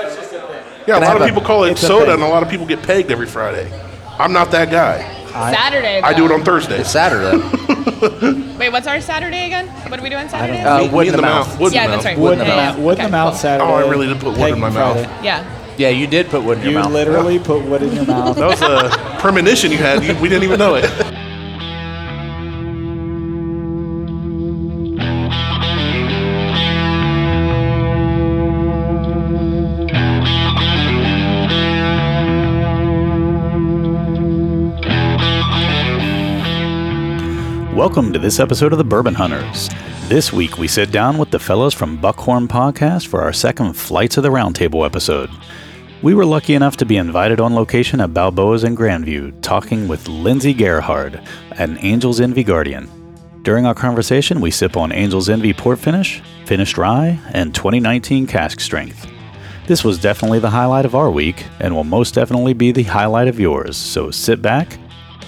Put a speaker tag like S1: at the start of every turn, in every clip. S1: Yeah, a
S2: Can I
S1: lot of
S2: have a-
S1: people call it
S2: it's a
S1: soda,
S2: thing.
S1: and a lot of people get pegged every Friday. I'm not that guy.
S3: Saturday.
S1: I do it
S3: though.
S1: on Thursdays.
S2: Saturday.
S3: Wait, what's our Saturday again? What are we doing Saturday?
S2: know. Uh,
S1: Me-
S2: wood
S1: me
S2: in the mouth.
S1: Wood in
S3: yeah,
S1: the mouth.
S3: that's right.
S2: Wood
S3: Wood
S2: in the
S3: yeah,
S2: mouth.
S3: yeah.
S4: Wood in
S3: Okay,
S4: the mouth
S3: cool.
S4: Saturday.
S1: Oh, I really did put wood in
S4: Pagan
S1: my mouth.
S4: Friday.
S3: Yeah.
S2: yeah, you did put wood in your
S4: You
S2: mouth.
S4: literally put wood in your mouth.
S1: That was a premonition you had. You, we didn't even know it.
S5: Welcome to this episode of the Bourbon Hunters. This week we sit down with the fellows from Buckhorn Podcast for our second Flights of the Roundtable episode. We were lucky enough to be invited on location at Balboa's in Grandview, talking with Lindsay Gerhard, an Angels Envy Guardian. During our conversation, we sip on Angels Envy Port Finish, Finished Rye, and 2019 Cask Strength. This was definitely the highlight of our week, and will most definitely be the highlight of yours, so sit back,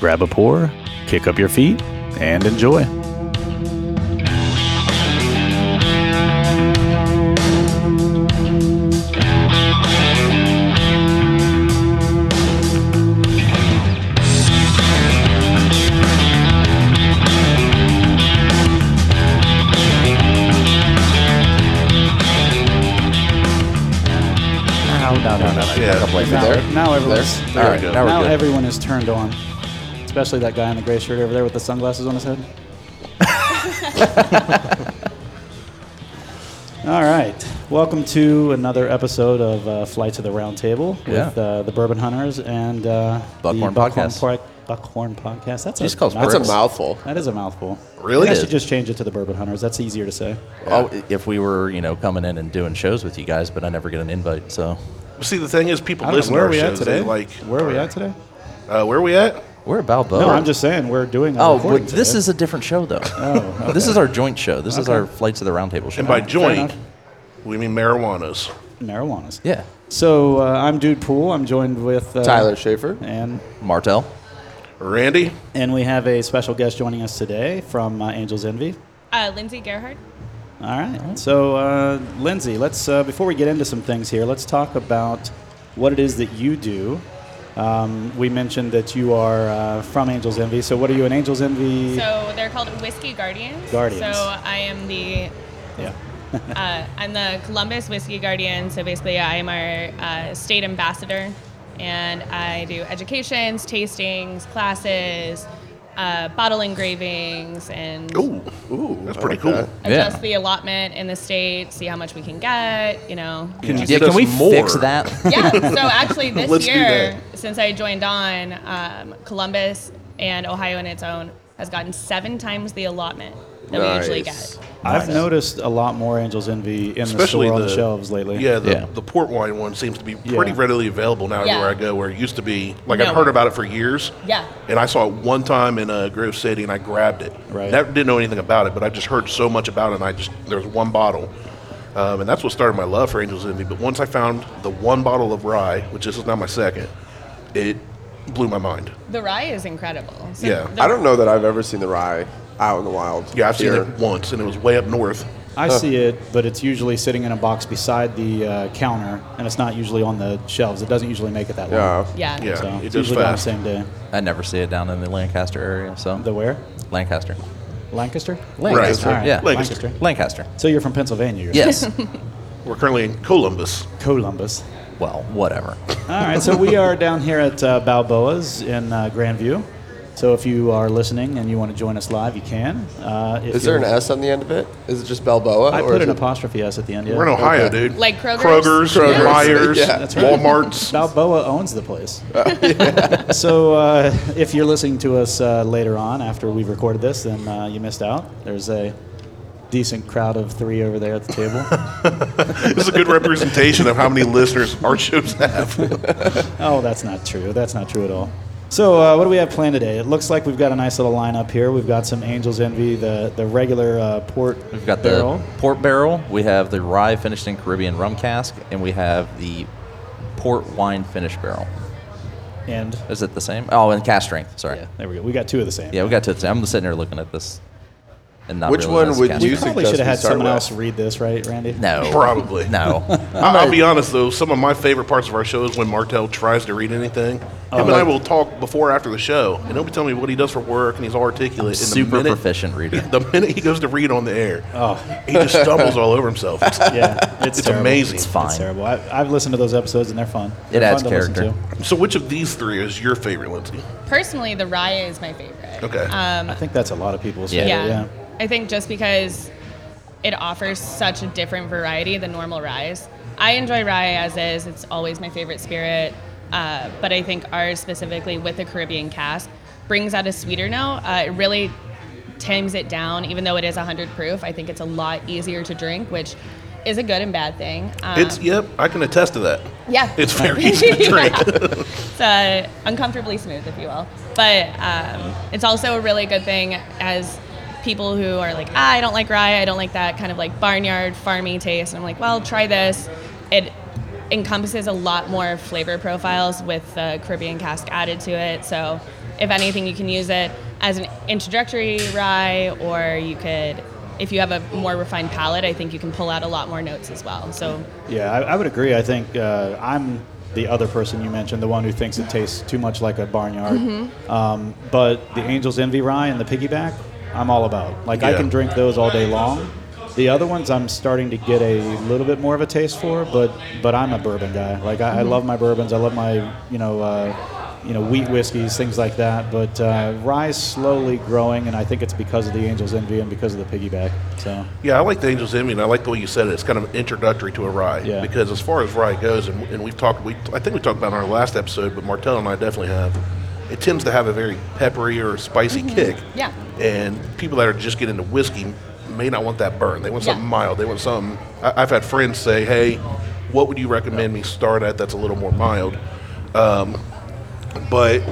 S5: grab a pour, kick up your feet, and enjoy.
S4: Ow, no, no, no, no.
S1: Yeah.
S4: Now, now
S1: There
S4: everyone's
S1: we
S4: Alright,
S1: go.
S4: now
S1: We're good.
S4: everyone is turned on. Especially that guy in the gray shirt over there with the sunglasses on his head. All right, welcome to another episode of uh, Flight to the Round Table with
S2: Yeah.
S4: uh, the Bourbon Hunters and uh,
S2: Buckhorn
S4: the Buckhorn
S2: Podcast.
S4: Park- Buckhorn Podcast. That's
S2: Just
S4: a
S2: calls
S4: mouthful.
S6: That's a
S2: Bricks.
S6: mouthful.
S4: That is a mouthful.
S1: Really?
S4: I should just change it to the Bourbon Hunters. That's easier to say.
S2: Oh, if we were, you know, coming in and doing shows with you guys, but I never get an invite, so
S1: See, the thing is, people
S4: I don't
S1: listen
S4: know, where
S1: to
S4: are
S1: our
S4: we at
S1: shows. They
S4: today?
S1: like,
S4: where are we at today?
S1: uh, where are we at?
S2: we're about Balboa.
S4: No, I'm just saying we're doing. A
S2: Oh,
S4: recording
S2: but this
S4: today. Oh,
S2: is a different show, though. This is our joint show. This is
S4: Okay.
S2: our Flights of the Roundtable show.
S1: And by
S4: enough.
S1: joint, we mean marijuanas.
S4: marijuanas.
S2: yeah,
S4: So uh, I'm Dude Pool. I'm joined with uh,
S6: Tyler Schaefer.
S4: and
S2: Martel.
S1: Randy,
S4: and we have a special guest joining us today from uh, Angels Envy.
S3: Uh, Lindsay Gerhard.
S4: All right. So uh, Lindsay, let's uh, before we get into some things here, let's talk about what it is that you do. Um, we mentioned that you are uh, from Angels Envy. So what are you an Angels Envy?
S3: So they're called Whiskey Guardians.
S4: Guardians.
S3: So I am the
S4: yeah.
S3: uh, I'm the Columbus Whiskey Guardian. So basically, I am our uh, state ambassador, and I do educations, tastings, classes, uh, bottle engravings, and
S1: ooh, ooh, that's pretty cool.
S6: that.
S3: adjust
S2: Yeah.
S3: the allotment in the state, see how much we can get. You know.
S1: Can you
S2: Yeah,
S1: get
S2: can
S1: us
S2: we
S1: more?
S2: fix that?
S3: yeah. So actually, this
S1: Let's do
S3: year, since I joined on, um, Columbus and Ohio in its own has gotten seven times the allotment that we usually
S6: Nice.
S3: get.
S4: I've noticed a lot more Angels Envy in
S1: Especially
S4: the store on
S1: the-
S4: the shelves lately.
S1: Yeah, the,
S2: Yeah.
S1: the port wine one seems to be pretty
S4: Yeah.
S1: readily available now
S3: Yeah.
S1: everywhere I go. Where it used to be, like
S3: No.
S1: I've heard about it for years.
S3: Yeah.
S1: And I saw it one time in uh, Grove City, and I grabbed it.
S4: Right.
S1: That didn't know anything about it, but I just heard so much about it. and I just there was one bottle, um, and that's what started my love for Angels Envy. But once I found the one bottle of rye, which this is now my second, it blew my mind.
S3: The rye is incredible. So
S1: Yeah.
S3: the-
S6: I don't know that I've ever seen the rye out in the wild.
S1: Yeah, I've seen
S6: here.
S1: it once, and it was way up north.
S4: I see it, but it's usually sitting in a box beside the uh, counter, and it's not usually on the shelves. It doesn't usually make it that long.
S6: Yeah.
S3: Yeah.
S1: Yeah.
S4: So
S1: it
S4: it's
S1: goes
S4: usually
S1: fast.
S4: on the same day.
S2: I never see it down in the Lancaster area. So
S4: The where?
S2: Lancaster,
S4: Lancaster?
S2: Lancaster,
S4: All right,
S2: yeah,
S1: Lancaster.
S4: Lancaster.
S2: Lancaster.
S4: So you're from Pennsylvania. You're
S2: Yes.
S1: We're currently in Columbus.
S4: Columbus.
S2: well, whatever.
S4: All right, so we are down here at uh, Balboa's in uh, Grandview. So if you are listening and you want to join us live, you can. Uh, if
S6: Is there an
S4: you're-
S6: S on the end of it? Is it just Balboa?
S4: I
S6: or
S4: put an
S6: is it-
S4: apostrophe S at the end. Yeah.
S1: We're in Ohio,
S6: Okay.
S1: dude.
S3: Like Kroger's?
S1: Kroger's,
S6: Kroger's.
S1: Myers,
S6: Yeah.
S4: That's right.
S1: Walmart's.
S4: Balboa owns the place. so uh, if you're listening to us uh, later on after we've recorded this, then uh, you missed out. There's a decent crowd of three over there at the table.
S1: This is a good representation of how many listeners our shows have.
S4: oh, that's not true. That's not true at all. So uh, what do we have planned today? It looks like we've got a nice little lineup here. We've got some Angels Envy, the the regular uh, port
S2: We've got the
S4: barrel.
S2: port barrel. We have the rye finished in Caribbean rum cask, and we have the port wine finished barrel.
S4: and
S2: Is it the same? Oh, and cask strength. Sorry.
S4: yeah, there we go. We got two of the same.
S2: Yeah, we got to. I'm sitting here looking at this and not
S6: Which
S2: really
S6: one
S2: knows
S6: would
S2: Cash
S6: you
S4: We
S2: Cow.
S6: suggest
S4: probably should
S6: we
S4: have had
S6: start
S4: someone
S6: with?
S4: else read this, right, Randy?
S2: No.
S1: Probably.
S2: No.
S1: I'll, I'll be honest though, some of my favorite parts of our show is when Martel tries to read anything. Him and I
S4: like-
S1: will talk before or after the show, and he'll be telling me what he does for work, and he's all articulate. and the
S2: Super
S1: minute-
S2: proficient reader.
S1: The minute he goes to read on the air,
S4: Oh,
S1: he just stumbles all over himself. It's,
S4: yeah, it's,
S1: it's
S4: terrible.
S1: amazing.
S2: It's fine.
S4: It's terrible. I, I've listened to those episodes and they're fun. They're
S2: adds
S4: fun to listen
S2: character.
S4: to.
S1: So, which of these three is your favorite, Lindsay?
S3: Personally, the Rye is my favorite.
S1: Okay.
S3: Um,
S4: I think that's a lot of people's
S2: Yeah.
S4: favorite.
S3: yeah.
S4: Yeah.
S3: I think just because it offers such a different variety than normal ryes. I enjoy rye as is. It's always my favorite spirit. Uh, but I think ours specifically with the Caribbean cast brings out a sweeter note. Uh, it really tames it down, even though it is 100 proof. I think it's a lot easier to drink, which is a good and bad thing. Um,
S1: it's yep, I can attest to that.
S3: yeah.
S1: It's very easy to drink.
S3: Yeah. it's uh, uncomfortably smooth, if you will. But um, it's also a really good thing as people who are like, ah, I don't like rye, I don't like that kind of like barnyard farmy taste. And I'm like, well, try this. It encompasses a lot more flavor profiles with the Caribbean cask added to it. So if anything, you can use it as an introductory rye, or you could, if you have a more refined palate, I think you can pull out a lot more notes as well. So
S4: Yeah, I, I would agree. I think uh, I'm the other person you mentioned, the one who thinks it tastes too much like a barnyard. Um, but the Angel's Envy Rye and the piggyback, I'm all about. Like I
S1: Yeah.
S4: can drink those all day long. The other ones I'm starting to get a little bit more of a taste for, but but I'm a bourbon guy. Like I, I love my bourbons. I love my you know uh, you know wheat whiskeys, things like that. But uh, rye's slowly growing, and I think it's because of the Angel's Envy and because of the piggyback. So
S1: Yeah, I like the Angels Envy, and I like the way you said it. It's kind of introductory to a rye.
S4: Yeah.
S1: Because as far as rye goes, and, and we've talked, we I think we talked about it in our last episode, but Martell and I definitely have. It tends to have a very peppery or spicy kick.
S3: Mm-hmm. Yeah.
S1: And people that are just getting into whiskey may not want that burn. They want
S3: Yeah.
S1: something mild. They want something. I, I've had friends say, "Hey, what would you recommend me start at that's a little more mild?" Um, but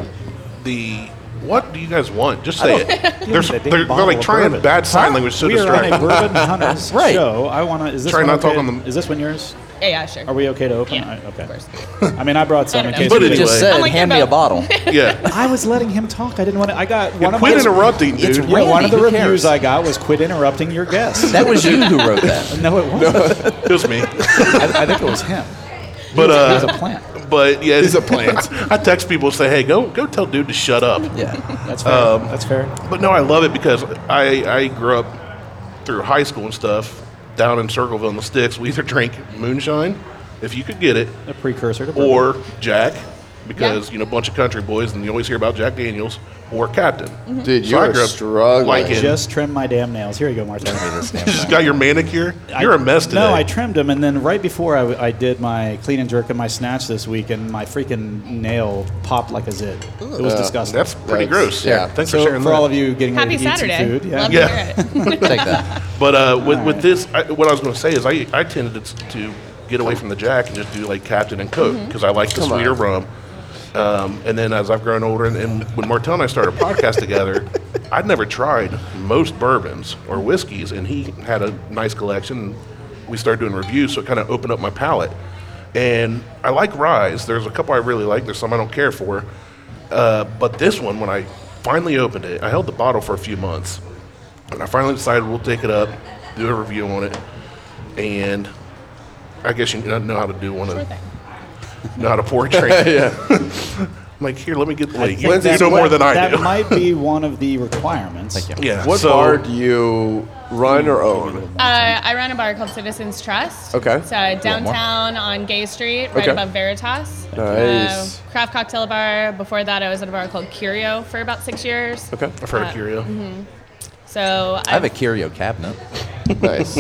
S1: the what do you guys want? Just say it. They're,
S4: That
S1: they're,
S4: big
S1: they're
S4: bottle
S1: like
S4: of
S1: trying
S4: bourbon.
S1: bad sign language to
S4: we are on
S1: distract.
S4: a bourbon hunters
S2: Right.
S4: show. I want to. Is this
S1: Try
S4: one
S1: not
S4: okay?
S1: talk on the-
S4: Is this one yours?
S3: yeah, yeah, sure.
S4: Are we okay to open?
S3: Yeah,
S4: I, okay.
S3: of course.
S4: I mean, I brought some in
S3: I
S4: case.
S3: don't
S1: know.
S4: we
S1: But it
S4: didn't-
S2: just
S1: Anyway.
S2: said,
S3: I'm like,
S2: hand me
S3: no.
S2: a bottle.
S1: yeah.
S4: I was letting him talk. I didn't want to. I got one of my.
S1: Quit interrupting, dude.
S2: it's
S4: Yeah, one of the
S2: Who
S4: reviews
S2: cares?
S4: I got was quit interrupting your guest.
S2: that was you who wrote that.
S4: no, it wasn't.
S1: It was me.
S4: I, I think it was him.
S1: But
S4: It was a
S1: uh,
S4: plant.
S1: but yeah,
S6: He's a plant.
S1: I text people say, hey, go go tell dude to shut up.
S2: Yeah.
S4: That's fair.
S1: Um,
S4: That's fair.
S1: But no, I love it because I I grew up through high school and stuff down in Circleville in the sticks. We either drank moonshine, if you could get it,
S4: A precursor to bourbon.
S1: or Jack, because you know a bunch of country boys and you always hear about Jack Daniels or Captain.
S6: Dude,
S1: So
S6: you
S1: I
S6: are
S1: grew up
S6: struggling.
S1: liking-
S4: just trim my damn nails. Here you go, Martin.
S1: You just got your manicure. You're a mess today.
S4: No, I trimmed them, and then right before I, I did my clean and jerk and my snatch this week, and my freaking nail popped like a zit. It was
S6: Yeah.
S4: disgusting.
S1: Uh, That's pretty
S6: That's-
S1: gross.
S6: yeah.
S1: Thanks
S4: so
S1: for sharing that.
S4: all of you getting
S3: Happy
S4: ready to eat some
S3: Saturday.
S4: food, yeah.
S3: Love
S1: Yeah.
S3: to hear it.
S2: Take that.
S1: But uh, with,
S4: right.
S1: with this, I, what I was going to say is I, I tended to, to get away from the Jack and just do like Captain and Coke because I like the
S6: Mm-hmm. Come on.
S1: sweeter rum. Um, and then as I've grown older, and, and when Martel and I started a podcast together, I'd never tried most bourbons or whiskeys, and he had a nice collection. We started doing reviews, so it kind of opened up my palate. And I like ryes. There's a couple I really like. There's some I don't care for. Uh, but this one, when I finally opened it, I held the bottle for a few months, and I finally decided we'll take it up, do a review on it, and I guess you know know how to do one of
S3: thing.
S1: know how to pour a drink. I'm like, here, let me get the like, you
S6: Lindsay,
S1: you know
S6: what-
S1: more than I
S4: that
S1: do.
S4: might be one of the requirements.
S2: Thank you.
S1: yeah.
S6: What
S1: so,
S6: bar do you run or own?
S3: Uh, I run a bar called Citizens Trust.
S6: Okay.
S3: It's uh, downtown on Gay Street, right
S6: Okay.
S3: above Veritas.
S6: Nice.
S3: Uh, craft cocktail bar. Before that, I was at a bar called Curio for about six years.
S6: Okay,
S1: I've
S3: Uh,
S1: heard of Curio.
S3: mm-hmm. So
S2: I have a curio cabinet.
S6: nice.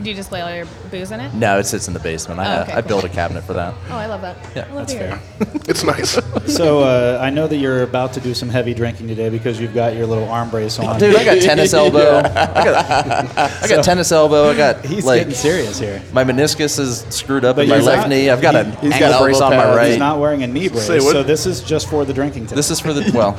S3: do you display all your booze in it?
S2: No, it sits in the basement. I, uh,
S3: Oh, okay,
S2: I
S3: cool.
S2: built a cabinet for that.
S3: Oh, I love that.
S2: Yeah,
S3: I love
S4: That's
S3: to hear
S4: fair.
S1: It's nice.
S4: So uh, I know that you're about to do some heavy drinking today because you've got your little arm brace on.
S2: Dude, I got tennis elbow. I got, I got tennis elbow. I got
S4: He's
S2: like
S4: getting serious here.
S2: my meniscus is screwed up
S4: But
S2: in my
S4: he's
S2: left
S4: not-
S2: knee. I've got
S6: he-
S2: an
S6: he's got
S2: ankle
S6: elbow
S2: brace on my
S6: pads.
S2: right.
S4: He's not wearing a knee brace,
S1: Say what?
S4: so this is just for the drinking today.
S2: This is for the well.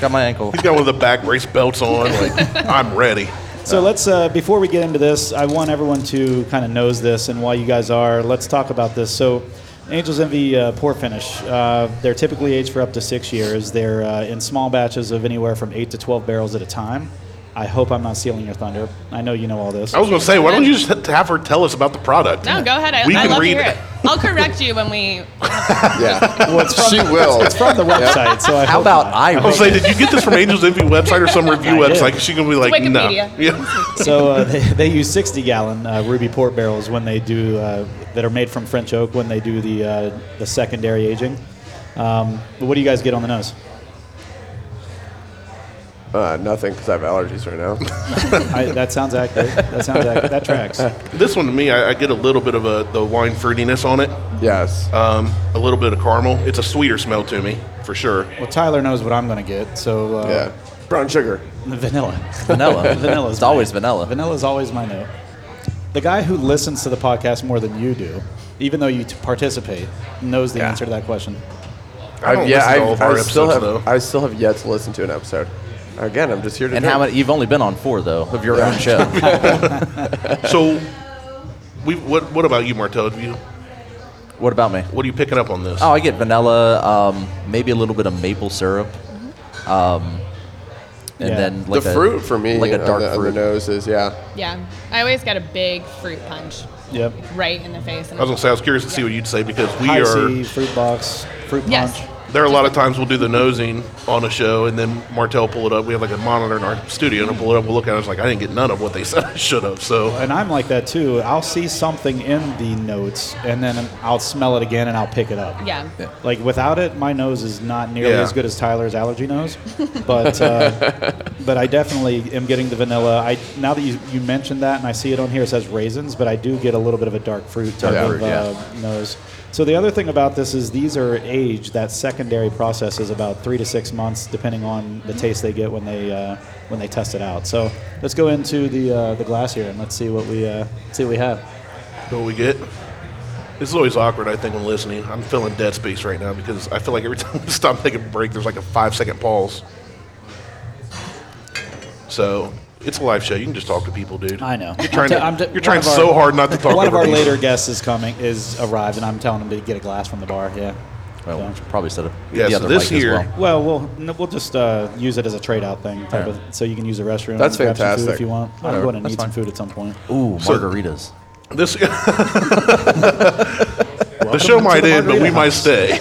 S2: got my ankle.
S1: He's got one of the back brace belts on. Like, I'm ready.
S4: So let's, uh, before we get into this, I want everyone to kind of knows this, and while you guys are, let's talk about this. So, Angels Envy uh, pour finish. Uh, they're typically aged for up to six years. They're uh, in small batches of anywhere from eight to twelve barrels at a time. I hope I'm not stealing your thunder. I know you know all this.
S1: I was going to say, why don't you just have her tell us about the product?
S3: No, go ahead. I,
S1: We
S3: I
S1: can
S3: love
S1: read
S3: to hear
S1: it.
S3: it. I'll correct you when we.
S6: Yeah.
S4: Well, it's from,
S6: she will.
S4: It's from the website, so Uh, I
S2: How
S4: hope
S2: about
S4: not.
S2: I?
S1: I was
S2: read
S1: going to say, did you get this from Angels Envy website or some review
S4: I did.
S1: website? 'Cause she's going to be like, no.
S3: Wikipedia.
S1: Yeah.
S4: So uh, they, they use 60 gallon uh, ruby port barrels when they do uh, that are made from French oak when they do the uh, the secondary aging. Um, but what do you guys get on the nose?
S6: Uh, nothing, because I have allergies right now.
S4: I, that sounds accurate. That sounds accurate. That tracks.
S1: This one to me, I, I get a little bit of a the wine fruitiness on it,
S6: yes.
S1: um, a little bit of caramel. It's a sweeter smell to me for sure.
S4: Well, Tyler knows what I'm going to get. So uh,
S6: yeah. Brown sugar.
S4: vanilla.
S2: vanilla.
S4: Vanilla.
S2: It's always vanilla.
S4: Vanilla is always my note. The guy who listens to the podcast more than you do, even though you t- participate, knows the
S6: Yeah.
S4: answer to that question.
S1: I don't
S6: yeah,
S1: listen to all of our
S6: I still have,
S1: episodes, though.
S6: I still have yet to listen to an episode. Again, I'm just here to.
S2: And
S6: drink.
S2: how many? You've only been on four though of your own show.
S1: So, we what what about you, Martel? Do you
S2: what about me?
S1: what are you picking up on this?
S2: Oh, I get vanilla, um, maybe a little bit of maple syrup, um, and
S4: Yeah.
S2: then
S6: The
S2: like a-
S6: fruit for me,
S2: like a dark
S6: on
S1: uh,
S6: the, on
S2: fruit.
S6: the nose is yeah.
S3: Yeah. I always got a big fruit punch
S4: Yep.
S3: right in the face. And
S1: I was gonna say I was curious to see what you'd say because we
S4: High
S1: are
S4: C, fruit box, fruit punch.
S3: Yes.
S1: there are a lot of times we'll do the nosing on a show and then Martel will pull it up. We have like a monitor in our studio and we'll pull it up. We'll look at it. It's like I didn't get none of what they said I should have. So
S4: And I'm like that too. I'll see something in the notes, and then I'll smell it again, and I'll pick it up.
S3: Yeah.
S2: Yeah.
S4: Like without it, my nose is not nearly
S1: Yeah.
S4: as good as Tyler's allergy nose, but uh, but I definitely am getting the vanilla. I now that you, you mentioned that and I see it on here, it says raisins, but I do get a little bit of a dark fruit type of
S6: Dark fruit,
S4: uh, nose. So the other thing about this is these are aged. That secondary process is about three to six months, depending on the taste they get when they uh, when they test it out. So let's go into the uh, the glass here and let's see what we uh, see what we have.
S1: what we get. This is always awkward, I think, when listening. I'm feeling dead space right now because I feel like every time we stop taking a break, there's like a five second pause. So it's a live show. You can just talk to people, dude.
S4: I know.
S1: You're trying,
S4: I'm
S1: to,
S4: t- I'm t-
S1: you're
S4: one
S1: trying
S4: of our-
S1: so hard not to talk.
S4: One of
S1: over
S4: our
S1: people.
S4: later guests is coming, is arrived, and I'm telling him to get a glass from the bar. Yeah.
S2: Well,
S4: So-
S2: we should probably set up
S1: Yeah,
S2: the
S1: so
S2: other
S1: this
S2: mic
S1: here-
S2: as well.
S4: Well, we'll no, we'll just uh, use it as a trade-out thing, type of, so you can use the restroom.
S6: That's
S4: grab some food
S6: fantastic.
S4: if you want. I'm
S2: Whatever.
S4: going to need
S2: That's
S4: some
S2: fine.
S4: food at some point.
S2: Ooh,
S1: So-
S2: margaritas.
S1: This the show might end, but we might stay.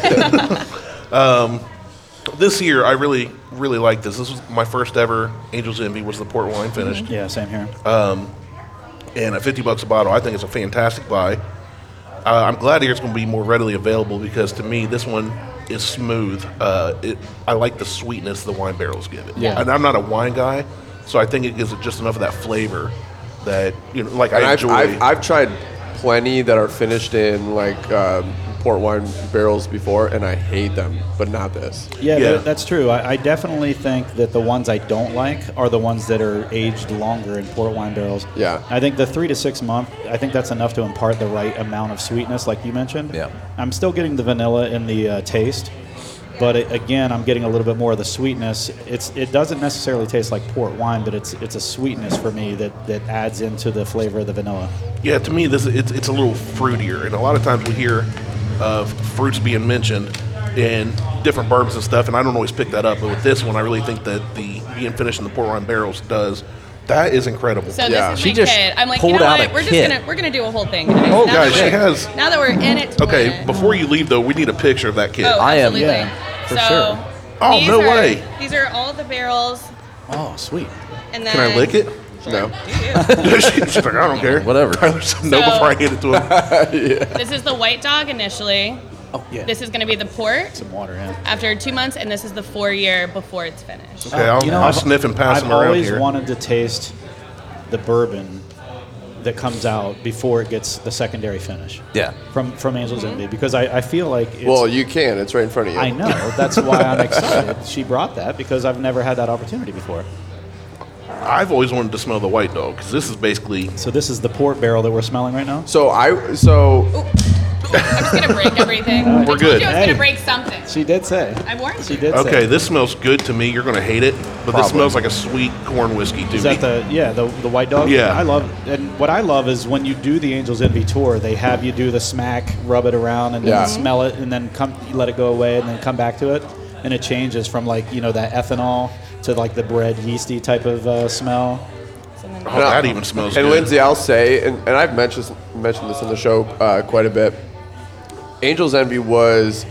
S1: um, this year, I really, really like this. This was my first ever Angels Envy was the port wine finished,
S4: Yeah, same here.
S1: and at fifty bucks a bottle, I think it's a fantastic buy. Uh, I'm glad here it's going to be more readily available because to me, this one is smooth. Uh, it, I like the sweetness the wine barrels give it,
S3: Yeah.
S1: and I'm not a wine guy, so I think it gives it just enough of that flavor that you know, like
S6: And
S1: I
S6: I've,
S1: enjoy.
S6: I've, I've tried plenty that are finished in like um, port wine barrels before, and I hate them, but not this.
S4: yeah,
S1: yeah.
S4: That, that's true. I, I definitely think that the ones I don't like are the ones that are aged longer in port wine barrels.
S6: Yeah.
S4: I think the three to six month, I think that's enough to impart the right amount of sweetness, like you mentioned.
S2: Yeah.
S4: I'm still getting the vanilla in the uh, taste, but it, again, I'm getting a little bit more of the sweetness. It's it doesn't necessarily taste like port wine, but it's it's a sweetness for me that that adds into the flavor of the vanilla.
S1: Yeah, to me, this it's, it's a little fruitier, and a lot of times we hear of fruits being mentioned in different bourbons and stuff, and I don't always pick that up. But with this one, I really think that the being finished in the port wine barrels does. That is incredible.
S3: So
S6: Yeah.
S3: this is
S2: She
S3: my
S2: just
S3: kid. I'm like,
S2: pulled
S3: you know
S2: out
S3: what?
S2: a
S3: We're
S2: kit.
S3: just gonna we're gonna do a whole thing. Tonight.
S1: Oh,
S3: Now
S1: guys,
S3: that
S1: she
S3: we're-
S1: has-
S3: Now that we're in it. to win
S1: okay,
S3: it.
S1: before you leave though, we need a picture of that kid.
S3: Oh,
S2: I am-
S3: absolutely.
S4: Yeah, for
S3: so
S4: sure.
S1: Oh,
S3: these
S1: no
S3: are-
S1: way.
S3: These are all the barrels,
S4: Oh, sweet.
S3: and then
S1: Can I lick it?
S6: No.
S3: it?
S1: She's like, I don't care.
S2: Whatever.
S1: Tyler said no
S3: So-
S1: before I hand it to him.
S3: this is the white dog initially.
S4: Oh yeah.
S3: This is going to be the port
S4: some water in.
S3: after two months, and this is the four year before it's finished.
S1: Okay, I'll,
S4: Um, You know,
S1: I'll
S4: I've-
S1: sniff and pass
S4: I've
S1: him around
S4: always
S1: here.
S4: wanted to taste the bourbon that comes out before it gets the secondary finish.
S2: Yeah.
S4: From from Angel's Envy because I, I feel like it's,
S6: Well, you can. It's right in front of you.
S4: I know that's why I'm excited. she brought that because I've never had that opportunity before.
S1: I've always wanted to smell the white dog because this is basically
S4: So this is the port barrel that we're smelling right now.
S6: So I so
S3: I'm just going to break everything. I told
S1: good.
S3: You I was
S4: Hey.
S3: going to break something.
S4: She did say.
S3: I warned
S4: She
S3: you.
S4: did.
S1: okay.
S4: Say.
S1: This smells good to me. You're gonna hate it, but this
S6: Probably.
S1: smells like a sweet corn whiskey to
S4: Is
S1: me.
S4: that the yeah the, the white dog?
S1: Yeah.
S4: I love and what I love is when you do the Angels Envy tour, they have you do the smack, rub it around, and then
S6: Yeah.
S4: smell it, and then come let it go away, and then come back to it, and it changes from like you know that ethanol to like the bread yeasty type of uh, smell.
S3: So then-
S1: Oh, that even smells
S6: And
S1: good.
S6: Lindsay, I'll say, and, and I've mentioned mentioned this in the show uh, quite a bit. Angels Envy was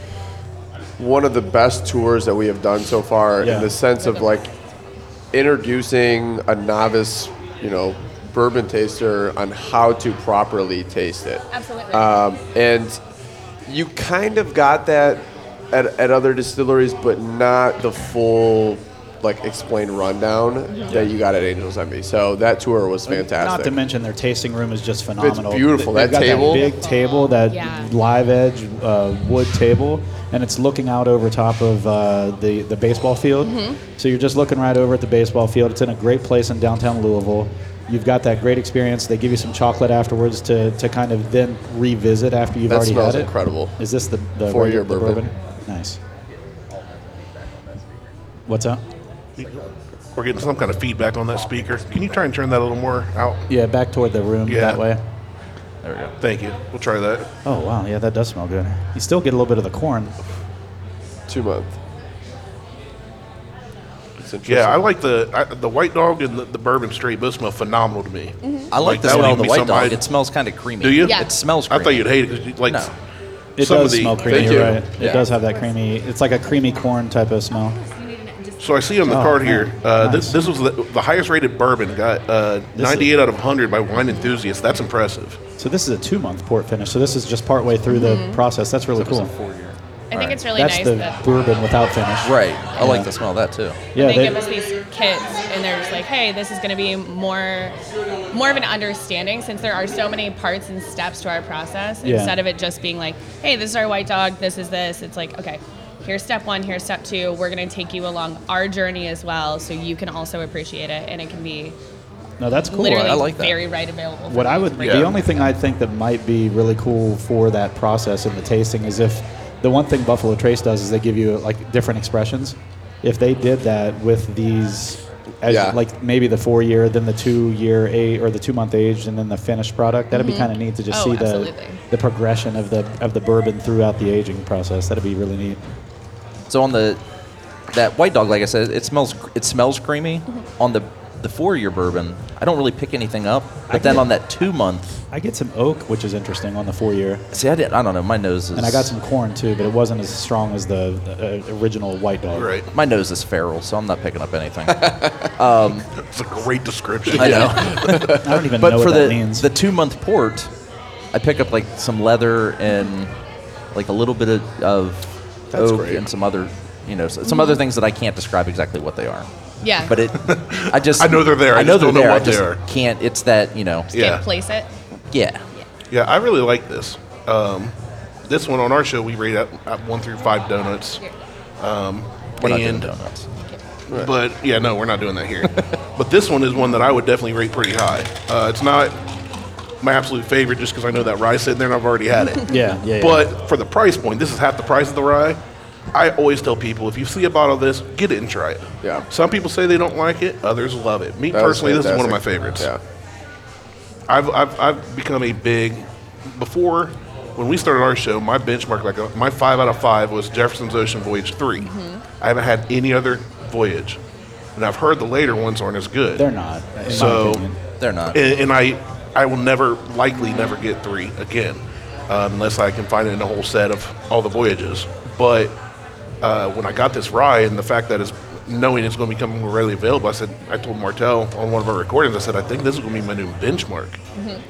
S6: one of the best tours that we have done so far
S4: Yeah.
S6: in the sense of like introducing a novice, you know, bourbon taster on how to properly taste it.
S3: Absolutely.
S6: Um, and you kind of got that at, at other distilleries, but not the full like explained rundown that you got at Angels Envy. So that tour was fantastic.
S4: Not to mention their tasting room is just phenomenal.
S6: beautiful.
S4: They've
S6: That
S4: got
S6: table-
S4: that big table, that
S3: Yeah.
S4: live edge uh, wood table, and it's looking out over top of uh, the the baseball field. So you're just looking right over at the baseball field. It's in a great place in downtown Louisville. You've got that great experience. They give you some chocolate afterwards to, to kind of then revisit after you've
S6: That
S4: already
S6: smells
S4: had it.
S6: incredible.
S4: Is this the, the
S6: Four-year
S4: the
S6: bourbon.
S4: Nice. What's up?
S1: We're getting some kind of feedback on that speaker. Can you try and turn that a little more out?
S4: Yeah, back toward the room
S1: Yeah.
S4: that way.
S2: There we go.
S1: Thank you. We'll try that.
S4: Oh wow, yeah, that does smell good. You still get a little bit of the corn.
S6: Two month. It's interesting.
S1: Yeah, I like the I, the white dog and the, the bourbon straight. Those smell phenomenal to me.
S3: Mm-hmm.
S2: I like, the
S1: that would
S2: smell
S1: even
S2: of the
S1: be
S2: white
S1: something
S2: dog.
S1: I-
S2: It smells kind of creamy.
S1: do you?
S3: Yeah.
S2: It smells
S1: I
S2: creamy.
S1: thought you'd hate it. 'cause you- Like
S2: No.
S4: It
S1: some
S4: does
S1: of the,
S4: smell creamy,
S6: Thank you.
S4: right? It
S2: Yeah.
S4: does have that creamy. It's like a creamy corn type of smell.
S1: So I see on the
S4: Oh,
S1: card
S4: yeah.
S1: here, uh,
S4: Nice.
S1: this, this was the, the highest rated bourbon got uh,
S4: This
S1: 98 out of 100 by wine enthusiasts. That's impressive.
S4: So this is a two-month port finish. So this is just partway through the process. That's really cool.
S3: I think it's really
S4: That's
S3: Mm-hmm. nice
S4: the
S3: that
S4: bourbon without finish.
S2: Right. I
S4: Yeah.
S2: like the smell of that too.
S4: Yeah,
S3: they,
S4: they-
S3: give us these kits, and they're just like, "Hey, this is going to be more, more of an understanding since there are so many parts and steps to our process.
S4: Yeah.
S3: Instead of it just being like, "Hey, this is our white dog. This is this." It's like, okay. Here's step one. Here's step two. We're going to take you along our journey as well, so you can also appreciate it, and it can be
S4: no, that's cool.
S3: literally
S2: I like that.
S3: very right available. for
S4: What I
S3: you to
S4: would,
S3: bring
S4: the
S3: in.
S4: only thing I think that might be really cool for that process and the tasting is if the one thing Buffalo Trace does is they give you like different expressions. If they did that with these, as
S6: Yeah.
S4: like maybe the four year, then the two year age or the two month age, and then the finished product, that'd be kind of neat to just
S3: Oh,
S4: see the
S3: absolutely.
S4: the progression of the of the bourbon throughout the aging process. That'd be really neat.
S2: So on the that white dog, like I said, it smells it smells creamy. On the the four year bourbon, I don't really pick anything up. But then
S4: get-
S2: on that two month,
S4: I get some oak, which is interesting on the four year,
S2: see, I didn't. I don't know. My nose is
S4: and I got some corn too, but it wasn't as strong as the uh, original white dog.
S1: Right.
S2: My nose is feral, so I'm not picking up anything.
S1: That's a great description.
S2: I know.
S4: I don't even know
S2: but
S4: what
S2: for
S4: that
S2: the
S4: means.
S2: the two month port, I pick up like some leather and like a little bit of, of
S6: That's
S2: oak
S6: great.
S2: and some other you know s- some other things that I can't describe exactly what they are.
S3: yeah,
S2: But it, I just
S1: I know they're there. I
S2: know
S1: just
S2: they're
S1: don't know
S2: there. I
S1: what they
S2: just
S1: are.
S2: can't. It's that you know.
S3: can't
S1: Yeah.
S3: place it.
S2: Yeah.
S1: Yeah, I really like this. Um, this one on our show, we rate at, at one through five donuts. Um,
S2: We're not doing
S1: and-
S2: donuts.
S1: But yeah, no, we're not doing that here. but this one is one that I would definitely rate pretty high. Uh, it's not my absolute favorite just because I know that rye's sitting there and I've already had it.
S4: Yeah, yeah, yeah.
S1: But for the price point, this is half the price of the rye. I always tell people if you see a bottle of this, get it and try it.
S6: Yeah.
S1: Some people say they don't like it, others love it. Me
S6: That was
S1: personally, this is one of my
S6: fantastic.
S1: favorites.
S6: Yeah.
S1: I've, I've, I've become a big before when we started our show my benchmark like uh, my five out of five was jefferson's ocean voyage 3
S6: Mm-hmm.
S1: i haven't had any other voyage and i've heard the later ones aren't as good
S4: They're not, in my
S1: So-
S4: opinion.
S2: They're not.
S1: and, and i i will never likely never get three again uh, unless i can find it in a whole set of all the voyages but uh, when i got this rye and the fact that it's knowing it's going to become more readily available i said i told martel on one of our recordings i said i think this is going to be my new benchmark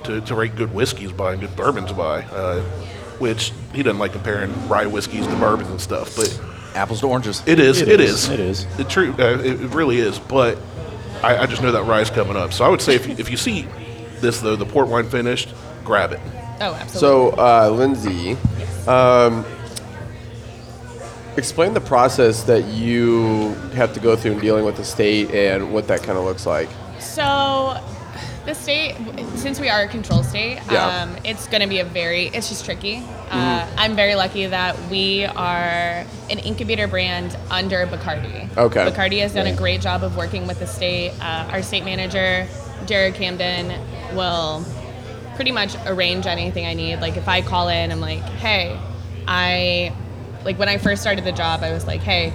S1: to, to rate good whiskeys by and good bourbons by uh, which he doesn't like comparing rye whiskeys to bourbons and stuff but
S2: Apples to oranges.
S1: it is.
S4: It
S1: It is.
S4: is, it is.
S1: The true. Uh, it it really is. But I, I just know that rye's coming up. So I would say if you, if you see this though, the port wine finished, grab it.
S3: Oh, absolutely.
S6: So, uh, Lindsay, um, explain the process that you have to go through in dealing with the state and what that kind of looks like.
S3: So, the state, since we are a control state,
S6: Yeah.
S3: um, it's going to be a very, it's just tricky. Uh, I'm very lucky that we are an incubator brand under Bacardi.
S6: Okay.
S3: Bacardi has done a
S4: Right.
S3: great job of working with the state. Uh, our state manager, Jared Camden, will pretty much arrange anything I need. Like if I call in, I'm like, hey, I, like when I first started the job, I was like, hey,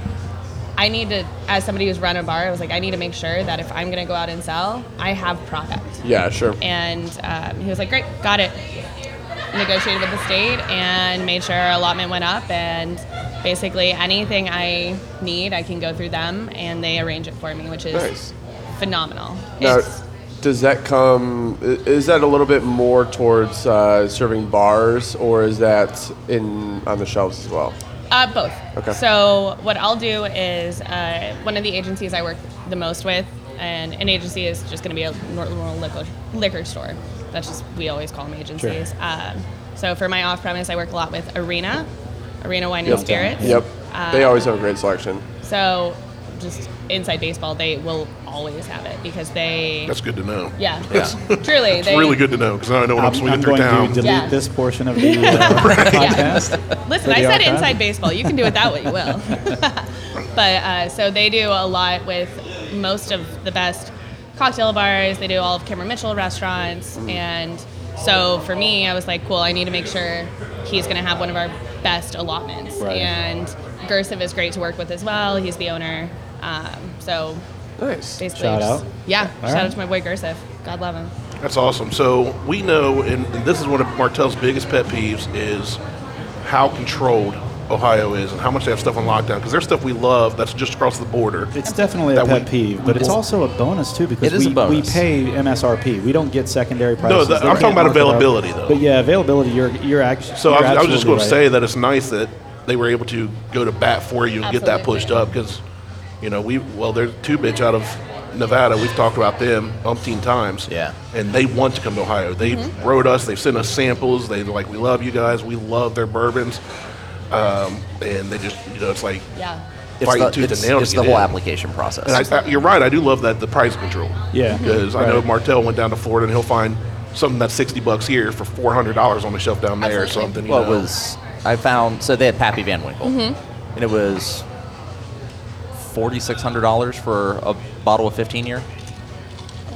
S3: I need to, as somebody who's run a bar, I was like, I need to make sure that if I'm going to go out and sell, I have product.
S6: Yeah, sure.
S3: And um, he was like, great, got it. Negotiated with the state and made sure our allotment went up. And basically, anything I need, I can go through them and they arrange it for me, which is
S6: Nice.
S3: phenomenal.
S6: Now,
S3: It's-
S6: does that come? i- Is that a little bit more towards uh, serving bars, or is that in on the shelves as well?
S3: Uh, both.
S6: Okay.
S3: So what I'll do is uh, one of the agencies I work the most with, and an agency is just going to be a nor- normal liquor, liquor store. That's just we always call them agencies. Um, so for my off-premise, I work a lot with Arena, Arena Wine and Spirits.
S6: Yep.
S1: Uh,
S6: they always have a great selection.
S3: So just inside baseball, they will always have it because they.
S1: That's good to know.
S3: yeah. Truly.
S1: It's
S3: they,
S1: really good to know because now I know what I'm,
S4: I'm,
S1: swinging
S4: I'm
S1: through
S4: going to
S1: town.
S4: delete
S3: Yeah.
S4: this portion of the uh, podcast.
S3: Listen,
S4: for
S3: I
S4: the
S3: said
S4: archive?
S3: inside baseball. You can do it that way, you will. but uh, so they do a lot with most of the best cocktail bars. They do all of Cameron Mitchell restaurants,
S4: Mm.
S3: and so for me, I was like, cool. I need to make sure he's going to have one of our best allotments.
S4: Right.
S3: And Gersiv is great to work with as well. He's the owner. Um, so
S6: Nice.
S3: basically,
S4: Shout
S3: just-
S4: out.
S3: Yeah,
S4: All
S3: shout
S4: right.
S3: out to my boy Gersiv. God love him.
S1: That's awesome. So we know, and, and this is one of Martell's biggest pet peeves is how controlled Ohio is and how much they have stuff on lockdown because there's stuff we love that's just across the border.
S4: It's definitely a
S1: That
S4: pet
S1: we-
S4: peeve, but it's also a bonus too because
S2: It is a
S4: we,
S2: bonus.
S4: we pay MSRP. We don't get secondary prices.
S1: that-
S4: They
S1: I'm talking about
S4: can't mark it up.
S1: availability, though.
S4: But yeah, availability. You're you're actually
S1: So I was, I was just going to say that it's nice that they were able to go to bat for you and get that pushed up
S3: Absolutely.
S1: because, you know, we well, there's two bitch out of Nevada. We've talked about them umpteen times.
S2: Yeah.
S1: and they want to come to Ohio. They
S3: Mm-hmm.
S1: wrote us. They've sent us samples. They like we love you guys. We love their bourbons, um, and they just you know it's like
S3: Yeah.
S2: It's
S1: fighting
S2: the,
S1: tooth
S2: it's-
S1: and nail to
S2: it's
S1: get
S2: the whole
S1: in.
S2: application process.
S1: And I, I, you're right. I do love that the price control.
S4: Yeah.
S1: because I
S4: Right.
S1: know Martell went down to Florida and he'll find something that's sixty bucks here for four hundred dollars on the shelf down there
S3: Absolutely.
S1: or something. You
S2: well, it
S1: know.
S2: was I found so they had Pappy Van Winkle,
S3: Mm-hmm.
S2: and it was forty six hundred dollars for a bottle of fifteen year.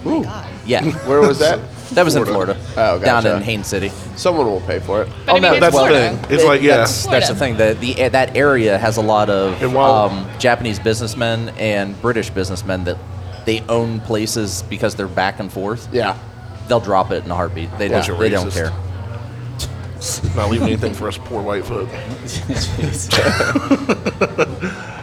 S3: Oh my God.
S2: Yeah,
S6: Where was that?
S2: that was in
S1: Florida.
S2: Florida,
S6: Oh, gotcha.
S2: down in Haines City.
S6: Someone will pay for it.
S3: But I mean, it's
S1: Oh, that's the
S3: Florida.
S1: thing. It's like, yeah.
S2: that's, that's the thing. The, the that area has a lot of
S1: And while-
S2: um, Japanese businessmen and British businessmen that they own places because they're back and forth.
S6: Oh,
S4: Um,
S6: Yeah.
S2: They'll drop it in a heartbeat. They
S1: Bunch
S2: don't.
S1: of
S2: They don't
S1: racists.
S2: care.
S1: Not leaving anything for us poor white folk.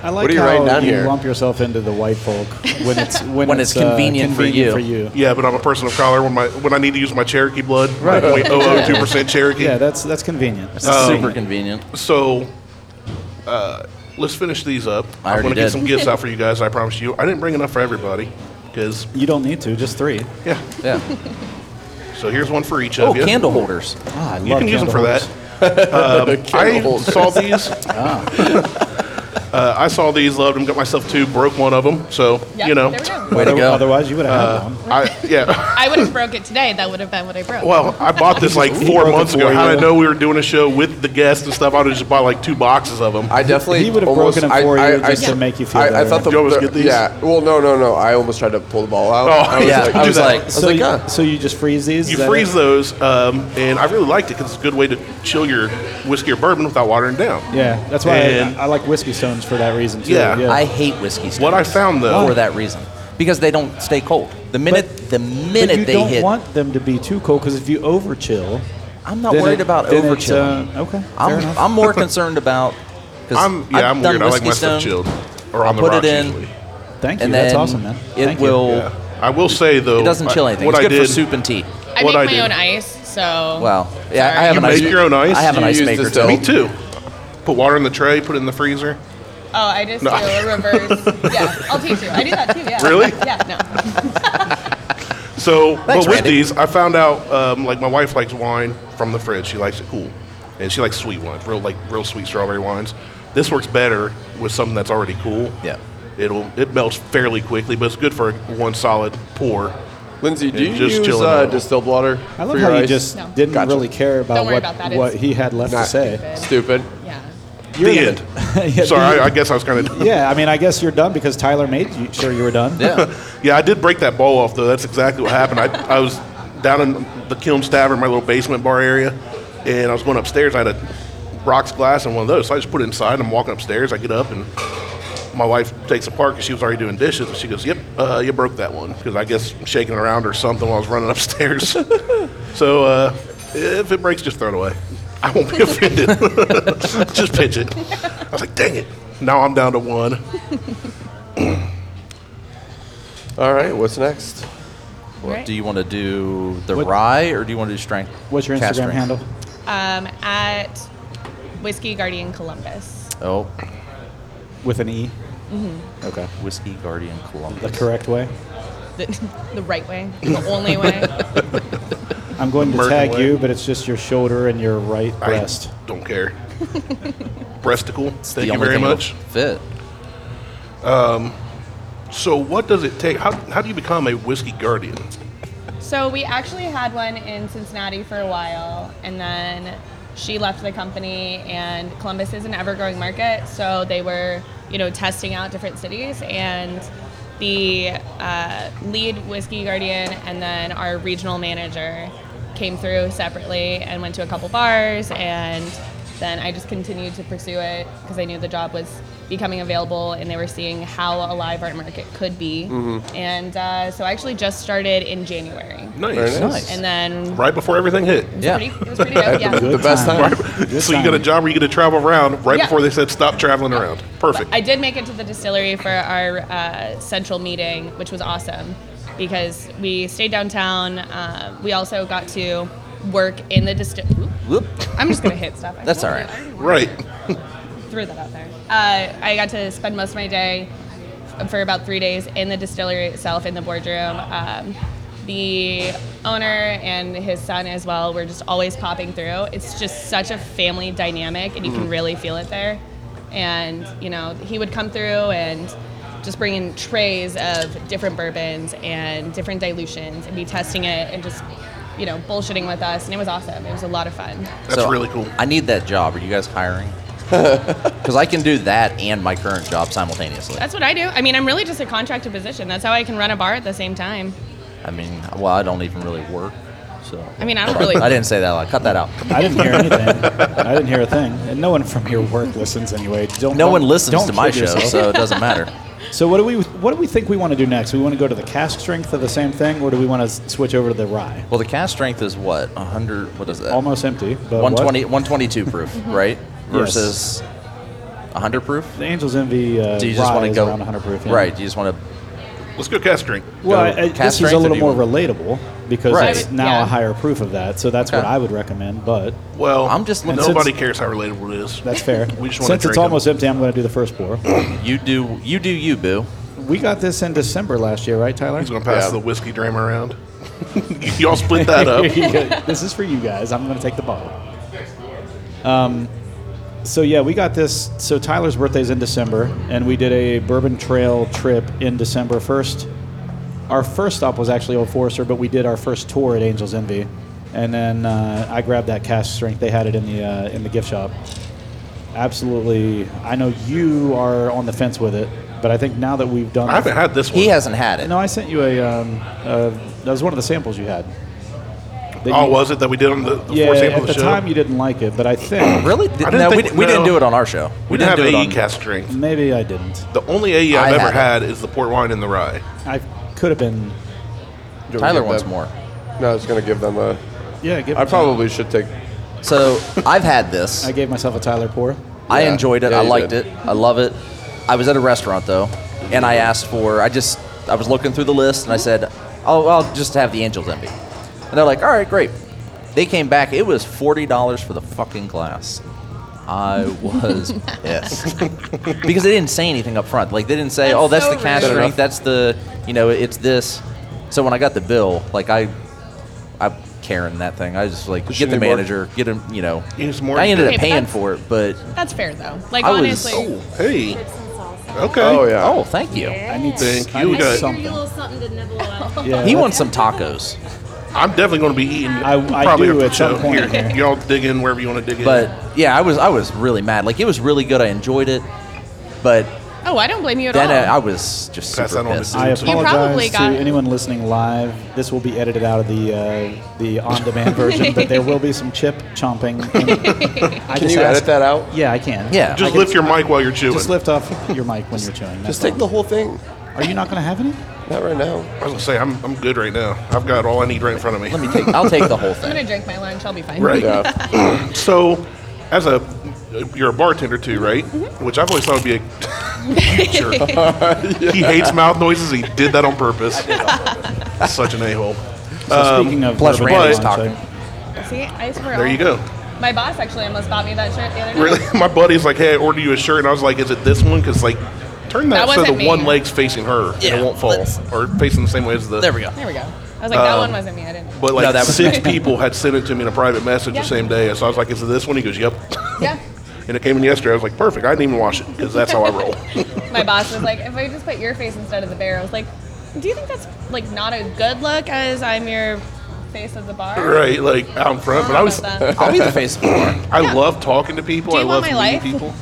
S4: I like
S6: What are you
S4: how
S6: writing down
S4: you
S6: here?
S4: lump yourself into the white folk when it's when,
S2: When it's
S4: uh,
S2: convenient for
S4: convenient
S2: you.
S4: for you.
S1: Yeah, but I'm a person of color. When my when I need to use my Cherokee blood, right? Point oh oh two percent Cherokee.
S4: Yeah, that's that's convenient.
S1: Oh. Um,
S2: Super convenient.
S1: So, uh, let's finish these up.
S2: I
S1: am going
S2: already
S1: to
S2: did.
S1: get some gifts out for you guys. I promise you. I didn't bring enough for everybody because
S4: You don't need to, just three.
S1: yeah.
S2: Yeah.
S1: So here's one for each
S2: oh,
S1: of you.
S2: candle holders.
S4: Ah, I
S1: You can use them for that. I
S6: Candle holders.
S1: saw these. uh, I saw these, loved them, got myself two, broke one of them. So
S3: Yep,
S1: you know,
S3: There we go.
S2: Way to go.
S4: Otherwise, you would have had one.
S1: I yeah.
S3: I would have broke it today. That would have been what I broke.
S1: Well, I bought this like
S4: He
S1: four
S4: broke it
S1: months ago.
S4: for
S1: How did
S4: you.
S1: I know we were doing a show with the guests and stuff? I would have just bought like two boxes of them.
S6: I definitely
S4: He would have
S6: almost,
S4: broken it
S6: I-
S4: for
S6: I,
S4: you
S6: I,
S4: just to make you feel
S6: I, I
S4: better.
S6: thought the,
S1: You always get these?
S6: yeah. Well, no, no, no. I almost tried to pull the ball out.
S1: Oh,
S6: I was
S1: yeah.
S6: like-
S1: do
S2: I was
S1: that.
S2: like, I was
S4: So,
S2: like,
S4: you,
S2: ah.
S4: so you just freeze these?
S1: You freeze those, um, and I really liked it because it's a good way to chill your whiskey or bourbon without watering down.
S4: Yeah, that's why
S1: And-
S4: I, I like whiskey stones for that reason too.
S1: Yeah.
S2: "Oh, I hate whiskey. Stands
S1: What I found, though-
S2: for that reason, because they don't stay cold. The minute the minute
S4: but you
S2: they
S4: don't
S2: hit,
S4: want them to be too cold because if you overchill,
S2: I'm not
S4: then
S2: worried
S4: it-
S2: about
S4: then it,
S2: overchilling.
S4: uh, okay, fair
S2: I'm,
S4: enough.
S2: I'm more concerned about because
S1: I'm yeah, I'm weird. I like my stuff chilled or on the
S2: put it
S1: rocks
S2: in,
S1: usually.
S4: Thank you.
S2: and
S4: That's
S2: then
S4: awesome, man.
S2: it
S4: Thank you.
S2: will.
S1: Yeah. I will say though,
S2: It doesn't chill
S1: I-
S2: anything.
S1: What
S2: it's
S1: I
S2: good
S1: did,
S2: for soup and tea.
S3: I
S1: What
S3: make
S1: I
S3: my
S1: did-
S3: own ice, so.
S2: Wow. Yeah, I
S3: Sorry.
S2: have
S1: You
S2: an ice.
S1: make your own ice?
S2: I have an
S1: You
S2: ice
S6: use
S2: maker
S6: the
S2: too.
S6: stove?
S1: Me too. Put water in the tray, put it in the freezer.
S3: Oh, I just
S1: No.
S3: do a reverse. yeah, I'll teach you. I do that too. Yeah.
S1: Really?
S3: Yeah. No.
S1: So,
S2: Thanks,
S1: but with
S2: Randy.
S1: these, I found out um, like my wife likes wine from the fridge. She likes it cool, and she likes sweet wines, real like real sweet strawberry wines. This works better with something that's already cool.
S2: Yeah.
S1: it'll it melts fairly quickly, but it's good for one solid pour.
S6: Lindsay, do
S1: Yeah,
S6: you
S1: just
S6: use
S1: chilling
S6: uh,
S1: out.
S6: distilled water?
S4: I love
S6: for
S4: how
S6: your
S4: you
S6: ice?
S4: just
S3: No.
S4: didn't
S6: Gotcha.
S4: really care about
S3: Don't worry
S4: what
S3: about that.
S4: what
S3: It's
S4: he had left
S6: Not-
S4: to say.
S6: stupid.
S3: Yeah.
S1: the end.
S4: Yeah,
S1: Sorry,
S4: the-
S1: I, I guess I was kind of.
S4: Yeah, I mean, I guess you're done because Tyler made you sure you were done.
S2: Yeah.
S1: Yeah, I did break that bowl off though. That's exactly what happened. I, I was down in the Kilns Tavern, my little basement bar area, and I was going upstairs. I had a rocks glass and one of those, so I just put it inside. I'm walking upstairs. I get up and my wife takes apart because she was already doing dishes, and she goes, "Yep, uh, you broke that one because I guess I'm shaking around or something while I was running upstairs." so uh, if it breaks, just throw it away. I won't be offended. just pitch it. I was like, "Dang it!" Now I'm down to one.
S6: All right, what's next?
S3: Right.
S2: Do you want to do the
S4: What-
S2: rye or do you want to do strength?
S4: What's your Instagram
S2: cast strength?
S4: handle?
S3: um, at Whiskey Guardian Columbus.
S2: Oh,
S4: With an E. Okay.
S2: Whiskey Guardian Columbus.
S4: The correct way.
S3: The, the right way, the only way.
S4: I'm going to
S1: American
S4: tag
S1: way.
S4: you, but it's just your shoulder and your right
S1: I
S4: breast.
S1: don't care. Breasticle.
S2: It's the
S1: Thank you
S2: only
S1: very
S2: thing that'll
S1: much.
S2: Fit.
S1: So, what does it take? How, how do you become a whiskey guardian?
S3: So we actually had one in Cincinnati for a while, and then she left the company. And Columbus is an ever-growing market, so they were, you know, testing out different cities. And the uh, lead whiskey guardian and then our regional manager came through separately and went to a couple bars. And then I just continued to pursue it because I knew the job was becoming available and they were seeing how alive our market could be. And uh, so I actually just started in January.
S1: Nice.
S6: Very
S2: nice.
S3: And then
S1: Right before everything hit.
S2: Yeah.
S3: pretty, it was pretty dope, yeah.
S6: The best time.
S1: so you got a job where you get to travel around right
S3: Yeah.
S1: before they said stop traveling around. Perfect.
S3: I did make it to the distillery for our uh, central meeting, which was awesome because we stayed downtown. Uh, we also got to work in the distillery.
S2: Whoop.
S3: I'm just gonna hit stuff. I
S2: That's all
S3: told you,
S2: right.
S3: I already
S1: right.
S3: Threw that out there. Uh, I got to spend most of my day f- for about three days in the distillery itself in the boardroom. Um, the owner and his son as well were just always popping through. It's just such a family dynamic, and you
S2: Mm-hmm.
S3: can really feel it there. And you know, he would come through and just bring in trays of different bourbons and different dilutions and be testing it and just you know bullshitting with us and it was awesome it was a lot of fun
S1: That's really cool.
S2: I need that job. Are you guys hiring? Because I can do that and my current job simultaneously.
S3: That's what I do. I mean, I'm really just a contracted position. That's how I can run a bar at the same time.
S2: I mean, well, I don't even really work. So.
S3: I mean, I don't really.
S2: I didn't say that. Loud. Cut that out.
S4: I didn't hear anything. I didn't hear a thing. And no one from your work listens anyway. Don't,
S2: No
S4: don't-
S2: one listens
S4: don't
S2: to my
S4: kid
S2: show,
S4: yourself.
S2: so it doesn't matter.
S4: So what do we what do we think we want to do next? We want to go to the cask strength of the same thing, or do we want to switch over to the rye?
S2: Well, the cast strength is what? 100. What is that?
S4: Almost empty, but
S2: 120, 122 proof,
S3: Mm-hmm.
S2: right?
S4: Yes.
S2: Versus 100 proof?
S4: What? The Angels Envy uh,
S2: Do you just
S4: rye
S2: want to
S4: is
S2: go
S4: around 100 proof. yeah.
S2: Right. You just want to.
S1: Let's go cast drink.
S4: Well,
S2: go
S4: I, I,
S2: cask
S4: this is a
S2: strength, or
S4: little
S2: do
S4: more
S2: you
S4: relatable because
S2: Right.
S4: it's
S3: I would-
S4: now
S3: yeah.
S4: a higher proof of that. So that's what
S2: Okay.
S4: I would recommend. But
S1: Well,
S2: I'm just looking-
S1: Nobody
S4: Since-
S1: cares how relatable it is.
S4: that's fair.
S1: We just wanna
S4: Since
S1: drink
S4: it's
S1: 'em.
S4: almost empty, I'm going to do the first pour.
S2: You do. You do. You boo.
S4: we got this in December last year, right, Tyler?
S1: He's going to pass
S6: Yeah.
S1: the whiskey dram around. Y'all split that up.
S4: this is for you guys. I'm going to take the bottle. Um, so yeah, we got this. So Tyler's birthday's in December, and we did a bourbon trail trip in December first. Our first stop was actually Old Forester, but we did our first tour at Angels Envy, and then uh, I grabbed that cast strength. They had it in the uh, in the gift shop. Absolutely, I know you are on the fence with it, but I think now that we've done,
S1: I haven't had this one.
S2: He hasn't had it.
S4: No, I sent you a. Um, uh, that was one of the samples you had. That
S1: Oh,
S4: you-
S1: was it that we did on the, the
S4: yeah,
S1: four sample
S4: at
S1: of
S4: the
S1: the show?
S4: time you didn't like it, but I think
S2: Really?
S1: didn't
S2: no, we,
S1: think-
S2: di- we didn't
S1: no.
S2: do it on our show.
S1: we didn't have
S2: do it
S1: AE
S2: on-
S1: cast drink.
S4: maybe I didn't.
S1: The only AE I've
S2: I
S1: ever
S2: had
S1: had is the port wine and the rye.
S4: I could have been.
S6: Do we
S2: Tyler
S6: give
S2: wants
S6: them-
S2: more.
S6: No, I was gonna give them a.
S4: Yeah, give,
S6: I probably should take.
S2: So I've had this.
S4: I gave myself a Tyler pour.
S2: I
S6: Yeah.
S2: enjoyed it.
S6: Yeah,
S2: I
S6: you
S2: liked
S6: did.
S2: it. I love it. I was at a restaurant though, and I asked for. I just I was looking through the list, and I said, "I'll, I'll just have the Angels Envy," and they're like, "All right, great." They came back. It was forty dollars for the fucking glass. I was pissed because they didn't say anything up front. Like they didn't say,
S3: That's
S2: "Oh, that's
S3: so
S2: the cash
S3: rude.
S6: Fair
S2: drink.
S6: enough.
S2: That's the you know, it's this." So when I got the bill, like I, I Karen that thing. I just like
S6: she
S2: get the
S6: need more?
S2: manager, get him. You know,
S1: You need some more?
S2: I ended up
S3: Okay, but
S2: paying
S3: that's-
S2: for it, but
S3: That's fair though. Like
S2: I was-
S3: honestly,
S2: Oh.
S1: Hey. Okay.
S6: Oh yeah.
S2: Oh, thank you.
S4: I need
S1: Thank
S4: s- I
S1: you,
S4: need
S1: guys. I figured
S4: something.
S7: you a little something to nibble on.
S4: Yeah,
S2: He
S4: that's-
S2: wants some tacos,
S1: I'm definitely going to be eating.
S4: I- I
S1: probably
S4: do
S1: after
S4: at
S1: the
S4: some
S1: show.
S4: point
S1: Here,
S4: here.
S1: y'all dig in wherever you want to dig in.
S2: but yeah, I was I was really mad. Like it was really good. I enjoyed it, but
S3: Oh, I don't blame you at
S2: Then I
S3: all.
S2: I was just
S1: Pass
S2: super
S1: that on to
S2: pissed.
S1: Zoom.
S4: I
S1: You
S3: probably
S4: apologize to
S3: got-
S4: anyone listening live. This will be edited out of the uh, the on-demand version, but there will be some chip chomping. I
S6: Can you edit that out?
S4: Yeah, I can.
S2: Yeah.
S1: Just lift your mic while you're chewing.
S4: Just lift off your mic when you're chewing. That's
S6: Just take the whole thing.
S4: all. Are you not going to have any?
S6: Not right now.
S1: I was gonna say I'm, I'm good right now. I've got all I need right in front of me.
S2: Let me take. I'll take the whole
S3: I'm
S2: thing.
S3: gonna drink my lunch. I'll be fine.
S1: Right.
S6: Yeah.
S1: So, as a you're a bartender too, right?
S2: Mm-hmm.
S1: Which I've always thought would be a future. He hates mouth noises. He did that on purpose. Such an a hole.
S4: So speaking of
S2: plus
S4: bourbon
S1: Randy's
S4: wine, so-
S2: talking.
S3: See, I swear.
S1: There you
S3: all-
S1: go.
S3: My boss actually almost bought me that shirt the other day.
S1: Really, my buddy's like, "Hey, I ordered you a shirt," and I was like, "Is it this one?" Because like, turn that, so
S3: That
S1: the
S3: wasn't me.
S1: one leg's facing her and
S2: Yeah,
S1: it won't fall,
S2: let's-
S1: or facing the same way as the.
S2: There we go.
S3: There we go. I was like,
S1: Uh,
S3: that one wasn't me. I didn't. know.
S1: But like
S2: No, that was-
S1: six people had sent it to me in a private message
S3: Yeah.
S1: the same day, so I was like, "Is it this one?" He goes, "Yep."
S3: Yeah.
S1: and it came in yesterday. I was like, "Perfect." I didn't even wash it because that's how I roll.
S3: My boss was like, if I just put your face instead of the bear, I was like, do you think that's like not a good look as I'm your face of the bar?
S1: right, like out in front. But I was,
S3: don't know about that.
S2: I'll be the face of the bar.
S1: I love talking to people.
S3: Do you
S1: I
S3: want
S1: love
S3: my
S1: meeting
S3: life?
S1: people.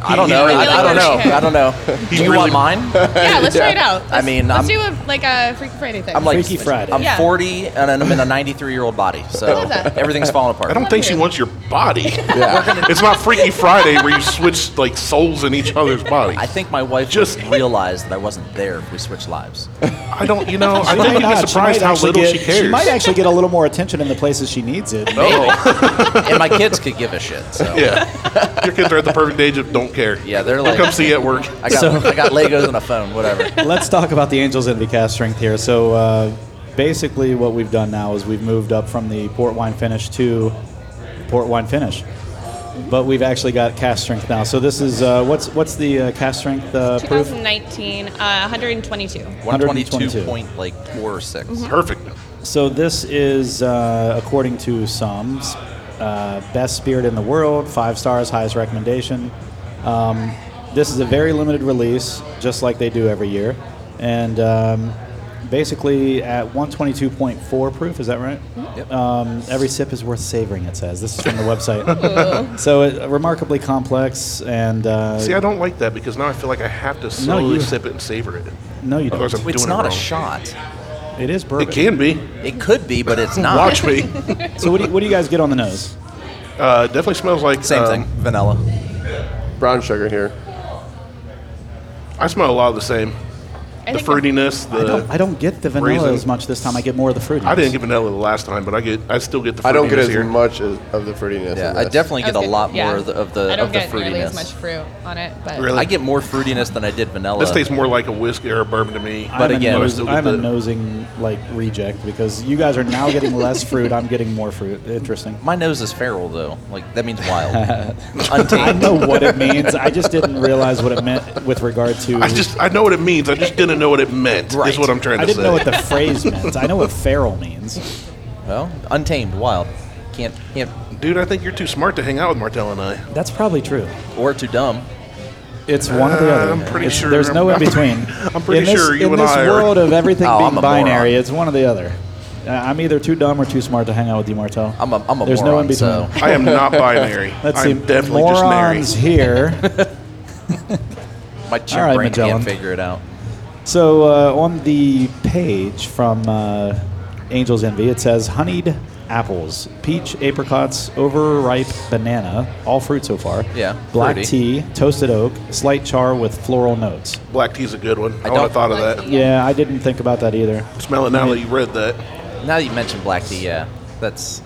S2: I don't know. I,
S3: I really
S2: I don't
S3: like
S2: know.
S3: that.
S2: I don't know. Do
S1: He's
S2: you
S1: really-
S2: want mine?
S3: yeah, let's try it out.
S2: I
S3: Let's-
S2: mean,
S3: let's
S2: I'm-
S3: do a, like a Freaky Friday thing.
S2: I'm like
S4: Freaky Friday.
S2: I'm
S3: Yeah.
S2: 40 and I'm in a 93 year old body, so
S3: love that.
S2: everything's falling apart.
S1: I don't think she
S3: here.
S1: wants your body.
S6: Yeah.
S1: it's not Freaky Friday where you switch like souls in each other's body.
S2: I think my wife just
S1: Just-
S2: realized that I wasn't there if we switched lives.
S1: I don't. You know, I
S4: Why
S1: think you'd be
S4: not? She
S1: surprised
S4: might
S1: how
S4: actually
S1: little
S4: get-
S1: she cares.
S4: She might actually get a little more attention in the places she needs it.
S1: oh,
S2: and my kids could give a shit. So
S1: yeah. Your kids are at the perfect age of don't care.
S2: yeah, they're
S1: They'll
S2: like,
S1: come see you at work.
S2: I got
S4: So-
S2: I got Legos and a phone, whatever.
S4: Let's talk about the Angels Envy cast strength here. So, uh, basically, what we've done now is we've moved up from the port wine finish to port wine finish, but we've actually got cast strength now. So this is uh, what's what's the uh, cast strength uh, proof?
S3: 2019, uh, 122.
S2: 122
S4: 122.
S2: point like four or 6
S3: Mm-hmm.
S1: Perfect.
S4: So this is uh, according to some uh, best spirit in the world, five stars, highest recommendation. Um, this is a very limited release, just like they do every year, and um, basically at 122.4 proof. Is that right?
S2: Yep.
S4: Um, every sip is worth savoring. It says this is from the website. so it, remarkably complex, and uh,
S1: See, I don't like that because now I feel like I have to slowly
S4: you-
S1: sip it and savor it.
S4: no, you
S1: Otherwise,
S4: don't.
S1: I'm
S2: It's
S1: doing
S2: not
S1: it
S2: a
S1: wrong.
S2: shot.
S4: It is bourbon.
S1: It can be.
S2: It Ah. could be, but it's not.
S1: Watch me.
S4: So what do, you, what do you guys get on the nose?
S1: Uh, definitely smells like
S2: Same
S1: um,
S2: thing, vanilla.
S6: Brown sugar here.
S1: I smell a lot of the same.
S3: I
S1: the
S3: think
S1: fruitiness,
S4: I
S1: the
S4: don't, I don't get the vanilla
S1: Raisin.
S4: as much this time. I get more of the fruit.
S1: I didn't get vanilla the last time, but I get I still get the. Fruitiness
S6: I don't get as
S1: here.
S6: much as, of the fruitiness.
S2: Yeah,
S6: in
S2: I
S6: this.
S2: definitely
S3: I was
S2: get a
S3: good-
S2: lot
S3: yeah.
S2: more of the of the,
S3: I don't
S2: of the
S3: get nearly as much
S2: fruitiness.
S3: fruit on it, but
S1: Really?
S2: I get more fruitiness than I did vanilla.
S1: This tastes more like a whiskey or a bourbon to me.
S4: I'm
S2: But
S4: a
S2: again-
S4: nose-
S1: But I still get
S4: I'm a
S1: the-
S4: nosing like reject because you guys are now getting less fruit. I'm getting more fruit. Interesting.
S2: My nose is feral though. Like that means wild,
S4: I
S2: untamed.
S4: know what it means. I just didn't realize what it meant with regard to.
S1: I just I know what it means. I just didn't know what it meant.
S2: Right.
S1: Is what I'm trying
S4: I
S1: to
S4: didn't
S1: say.
S4: know what the phrase meant. I know what feral means.
S2: Well, untamed, wild. Can't can't
S1: Dude, I think you're too smart to hang out with Martell and I.
S4: That's probably true.
S2: or too dumb.
S4: It's one or the
S1: Uh,
S4: other.
S1: I'm pretty
S4: It's-
S1: sure-
S4: There's no in
S1: I'm-
S4: between.
S1: I'm pretty
S4: in this,
S1: sure you
S4: in
S1: and
S4: this
S1: I are-
S4: world of everything
S2: Oh, I'm
S4: being
S2: a
S4: binary,
S2: moron.
S4: it's one or the other. Uh, I'm either too dumb or too smart to hang out with you, Martel.
S2: I'm a I'm a
S4: There's no
S2: moron.
S4: in between.
S2: so
S1: I am not binary.
S4: Let's
S1: I'm
S4: see.
S1: definitely just nary.
S4: morons here.
S2: my chimp
S4: All right,
S2: brain
S4: Magellan.
S2: can't figure it out.
S4: So uh, on the page from uh, Angel's Envy, it says honeyed apples, peach, apricots, overripe banana, all fruit so far.
S2: Yeah,
S4: Black
S2: fruity.
S4: tea, toasted oak, slight char with floral notes.
S1: Black tea's a good one. I,
S2: don't
S1: would have thought of
S3: like
S1: that.
S4: Yeah, I didn't think about that either.
S1: Smell it now that you read that.
S2: Now that you mentioned black tea, yeah, that's.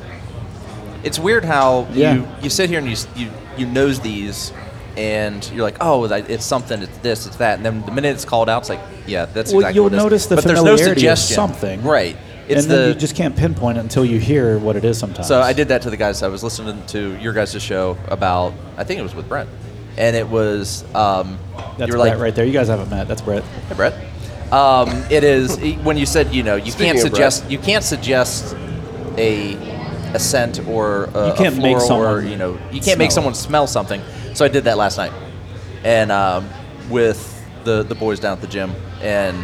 S2: It's weird how
S4: Yeah.
S2: you you sit here and you s- you you nose these, and you're like, oh, that- it's something, it's this, it's that, and then the minute it's called out, it's like, yeah, that's
S4: Well,
S2: exactly.
S4: you'll
S2: what it is.
S4: notice the
S2: but there's no
S4: familiarity of
S2: suggestion.
S4: something.
S2: right? It's
S4: and then
S2: the
S4: you just can't pinpoint it until you hear what it is sometimes.
S2: So I did that to the guys. I was listening to your guys' show about, I think it was with Brent. And it was, um,
S4: That's
S2: you were
S4: Brett
S2: like,
S4: right there. You guys haven't met. That's Brett.
S2: hey, Brett. Um, it is, when you said, you know, you
S6: Speaking
S2: can't
S6: of Brett.
S2: suggest, you can't suggest a, a scent or a,
S4: You can't
S2: a floral or,
S4: make someone
S2: you know, you can't make someone
S4: smell it.
S2: smell something. So I did that last night. And um, with the, the boys down at the gym. And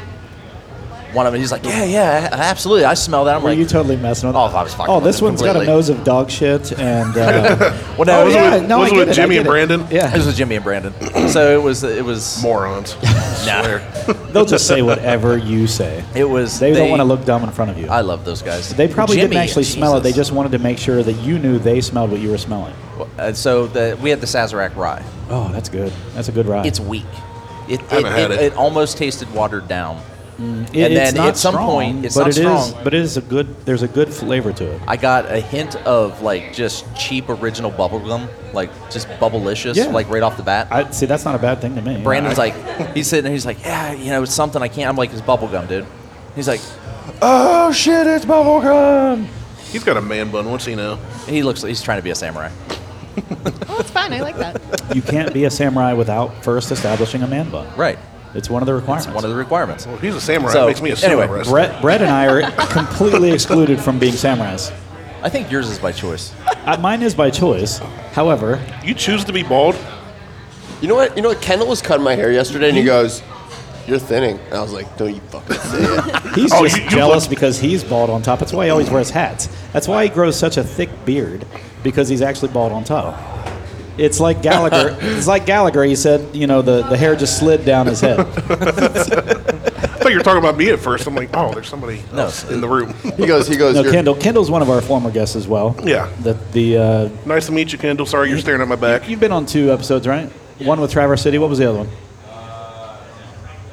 S2: one of them. He's like, yeah, yeah, absolutely. I smell that. I'm
S4: Were
S2: like,
S4: you totally messing with
S2: Oh, I was fucking
S4: Oh,
S2: with
S4: this
S2: him
S4: one's got a
S2: completely.
S4: nose of dog shit. And uh,
S2: well, no,
S4: Oh,
S2: it was,
S4: yeah.
S2: with,
S4: no, I
S1: was it
S4: get
S1: with
S4: it, I
S1: Jimmy
S4: get
S1: and
S4: it.
S1: Brandon?
S2: it was
S4: yeah,
S2: with Jimmy and Brandon. so it was it was
S1: Morons.
S2: Nah.
S1: Swear.
S4: they'll just say whatever you say.
S2: it was
S4: They, don't want to look dumb in front of you.
S2: I love those guys.
S4: they probably didn't
S2: Jimmy,
S4: actually smell it. They
S2: Jesus.
S4: just wanted to make sure that you knew they smelled what you were smelling.
S2: Uh, so the, we had the Sazerac rye.
S4: Oh, that's good. That's a good ride.
S2: It's weak. It it,
S1: haven't had
S2: it,
S1: it.
S2: it almost tasted watered down.
S4: Mm,
S2: and
S4: It- it's
S2: then
S4: not
S2: at some
S4: strong,
S2: point, it's
S4: but
S2: not
S4: it is-
S2: strong.
S4: but it is a good. There's a good flavor to it.
S2: I got a hint of like just cheap original bubblegum, like just bubblelicious,
S4: Yeah.
S2: like right off the bat.
S4: I see. That's not a bad thing to me.
S2: Brandon's like, he's sitting there, he's like, yeah, you know, it's something I can't. I'm like, it's bubblegum, dude. He's like,
S6: Oh shit! It's bubblegum.
S1: He's got a man bun. What's he know?
S2: he looks, he's trying to be a samurai.
S3: Oh, it's fun. I like that.
S4: you can't be a samurai without first establishing a man bun.
S2: Right.
S4: It's one of the requirements.
S2: It's one of the requirements.
S1: Well, he's a samurai.
S2: So,
S1: it makes me a samurai
S2: anyway,
S1: wrestler.
S4: Brett, Brett and I are completely excluded from being samurais.
S2: I think yours is by choice.
S4: Uh, mine is by choice. However,
S1: You choose to be bald?
S6: You know what? You know what? Kendall was cutting my hair yesterday, and he goes, "You're thinning." And I was like, "Don't you fucking say it."
S4: he's
S1: Oh,
S4: just
S1: you- you
S4: jealous
S1: look-
S4: because he's bald on top. That's why he always wears hats. That's why he grows such a thick beard because he's actually bald on top. It's like Gallagher. it's like Gallagher. He said, you know, the, the hair just slid down his head.
S1: I thought you were talking about me at first. I'm like, oh, there's somebody
S2: No.
S1: else in the room.
S6: He goes, "He goes."
S4: No,
S6: "You're-"
S4: Kendall. Kendall's one of our former guests as well.
S1: Yeah.
S4: The the uh,
S1: nice to meet you, Kendall. Sorry you're staring at my back.
S4: You've been on two episodes, right? One with Traverse City. What was the other one?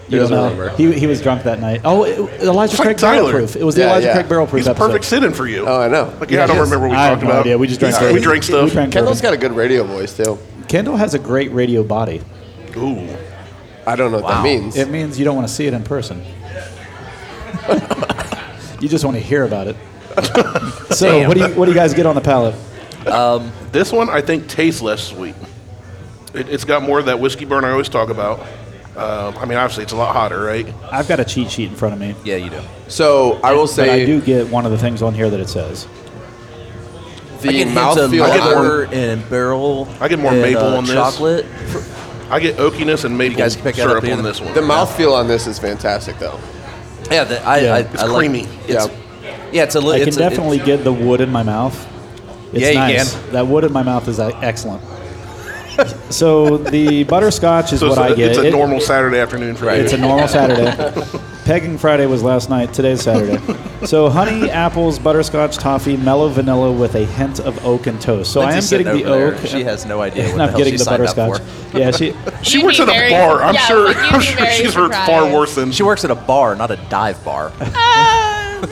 S4: You
S6: doesn't
S4: don't
S6: remember.
S4: He, he was drunk that night. Oh, it, Elijah
S1: It's like
S4: Craig Barrel
S1: Tyler.
S4: Proof. It was the
S6: Yeah,
S4: Elijah
S6: yeah.
S4: Craig Barrel Proof
S1: He's a
S4: episode.
S1: perfect sit-in for you.
S6: Oh, I know.
S1: Like, yeah, I don't
S4: Yes.
S1: remember what we
S4: I
S1: talked
S4: have no
S1: about.
S4: idea. We just drank.
S1: Sorry, we
S4: bourbon.
S1: drank stuff.
S4: We drank
S6: Kendall's got
S4: bourbon.
S6: a good radio voice too.
S4: Kendall has a great radio body.
S1: Ooh.
S6: I don't know what that
S2: Wow.
S6: means.
S4: It means you don't want to see it in person. you just want to hear about it. so,
S2: Damn.
S4: what do you what do you guys get on the palate?
S1: This one, I think, tastes less sweet. It, it's got more of that whiskey burn I always talk about. Um, I mean, obviously, it's a lot hotter, right?
S4: I've got a cheat sheet in front of me.
S2: Yeah, you do.
S6: so I will
S4: But I do
S6: say
S4: get one of the things on here that it says.
S2: I
S6: the
S2: get hints of
S6: mouthfeel. on-
S2: lager and barrel.
S1: I get more
S2: and,
S1: maple
S2: uh,
S1: on this.
S2: Chocolate.
S1: I get oakiness and maple
S2: guys pick that up
S1: syrup
S2: either?
S1: on this one.
S6: The mouthfeel on this is fantastic, though.
S2: Yeah, the, I,
S4: Yeah.
S2: I,
S4: It's
S2: I like-
S1: creamy.
S2: It's, yeah. yeah, it's a
S4: I
S2: little.
S4: can definitely get the wood in my mouth. It's
S2: Yeah, you
S4: nice.
S2: can.
S4: That wood in my mouth is uh, excellent. so the butterscotch is
S1: so
S4: what
S1: it's,
S4: I
S1: a,
S4: get.
S1: it's a
S4: It-
S1: normal Saturday afternoon for you.
S4: It's a normal Saturday. Pegging Friday was last night. Today's Saturday. so honey, apples, butterscotch, toffee, mellow vanilla with a hint of oak and toast. So
S2: Lindsay's
S4: I am getting
S2: sitting
S4: the
S2: over
S4: oak.
S2: there. She has no idea what
S4: and
S2: the
S4: I'm
S2: hell
S4: getting
S2: she
S4: the
S2: signed up
S4: butterscotch.
S2: for.
S4: Yeah, she.
S1: she
S3: You'd
S1: works
S3: be
S1: at a
S3: very-
S1: bar. I'm
S3: yeah,
S1: sure.
S3: like, you'd
S1: I'm
S3: be
S1: sure
S3: very
S1: she's heard far
S3: surprised.
S1: worse than.
S2: She works at a bar, not a dive bar.
S3: Uh,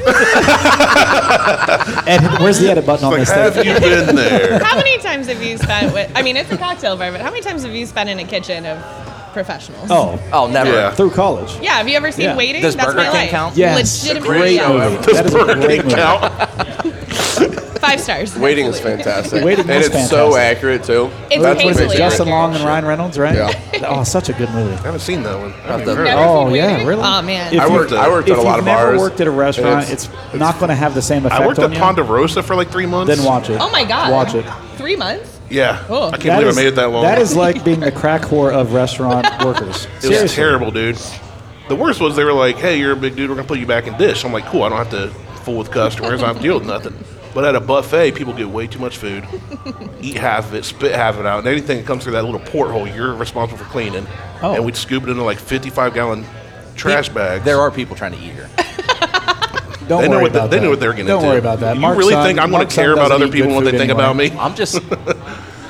S4: Edit, where's the edit button on
S1: like,
S4: this
S1: have
S4: thing?
S1: you been there?
S3: How many times have you spent with? I mean, it's a cocktail bar, but how many times have you spent in a kitchen of professionals?
S4: Oh,
S2: Oh, never.
S1: Yeah.
S4: through college.
S3: Yeah, have you ever seen
S4: Yeah.
S3: Waiting?
S2: Does
S3: That's
S2: Burger
S3: my
S2: King
S3: life.
S2: count?
S4: Yes,
S3: Legitimately,
S4: great
S3: yeah.
S4: movie.
S1: Does
S4: That is a
S1: Burger
S4: great
S1: King
S4: movie.
S1: count?
S3: Five stars.
S6: Waiting is
S3: absolutely.
S6: fantastic.
S4: Waiting
S6: and
S4: is
S6: it's so
S4: fantastic.
S6: accurate too.
S3: It's
S6: That's what
S3: painfully
S6: makes it
S4: Justin
S3: accurate.
S6: great.
S4: Long and Ryan Reynolds, right?
S6: Yeah.
S4: Oh, such a good movie.
S1: I haven't seen that one. I haven't
S2: the-
S1: even heard
S3: Never
S1: of it.
S4: Oh
S3: seen
S4: yeah,
S3: Waiting?
S4: really?
S3: Oh, man.
S4: If
S6: I
S4: you-
S6: worked. I worked
S4: if
S6: at a lot
S4: you've
S6: of
S4: never
S6: bars.
S4: worked at a restaurant,
S6: It's-
S4: it's, not going to have the same effect
S1: I worked
S4: on
S1: at
S4: you.
S1: Ponderosa for like three months.
S4: then watch it.
S3: Oh my god.
S4: Watch it.
S3: Three months.
S1: Yeah.
S3: Oh.
S1: I can't
S4: That
S1: believe
S4: is-
S1: I made it that long.
S4: That is like being the crack whore of restaurant workers.
S1: It was terrible, dude. The worst was they were like, "Hey, you're a big dude. We're gonna put you back in dish." I'm like, "Cool. I don't have to fool with customers. I don't deal with nothing." But at a buffet, people get way too much food, eat half of it, spit half of it out, and anything that comes through that little porthole, you're responsible for cleaning.
S4: Oh.
S1: And we'd scoop it into like 55 gallon trash bags.
S2: There are people trying to eat here.
S4: Don't
S1: They know
S4: worry
S1: what the-
S4: about
S1: they
S4: that.
S1: know what they're getting
S4: Don't
S1: into.
S4: worry about that.
S1: You
S4: Mark's
S1: really
S4: son-
S1: think I'm going to
S4: Mark's son
S1: care about
S4: doesn't
S1: other
S4: eat
S1: people
S4: good
S1: and what they
S4: food
S1: think
S4: anyway.
S1: about me?
S2: I'm just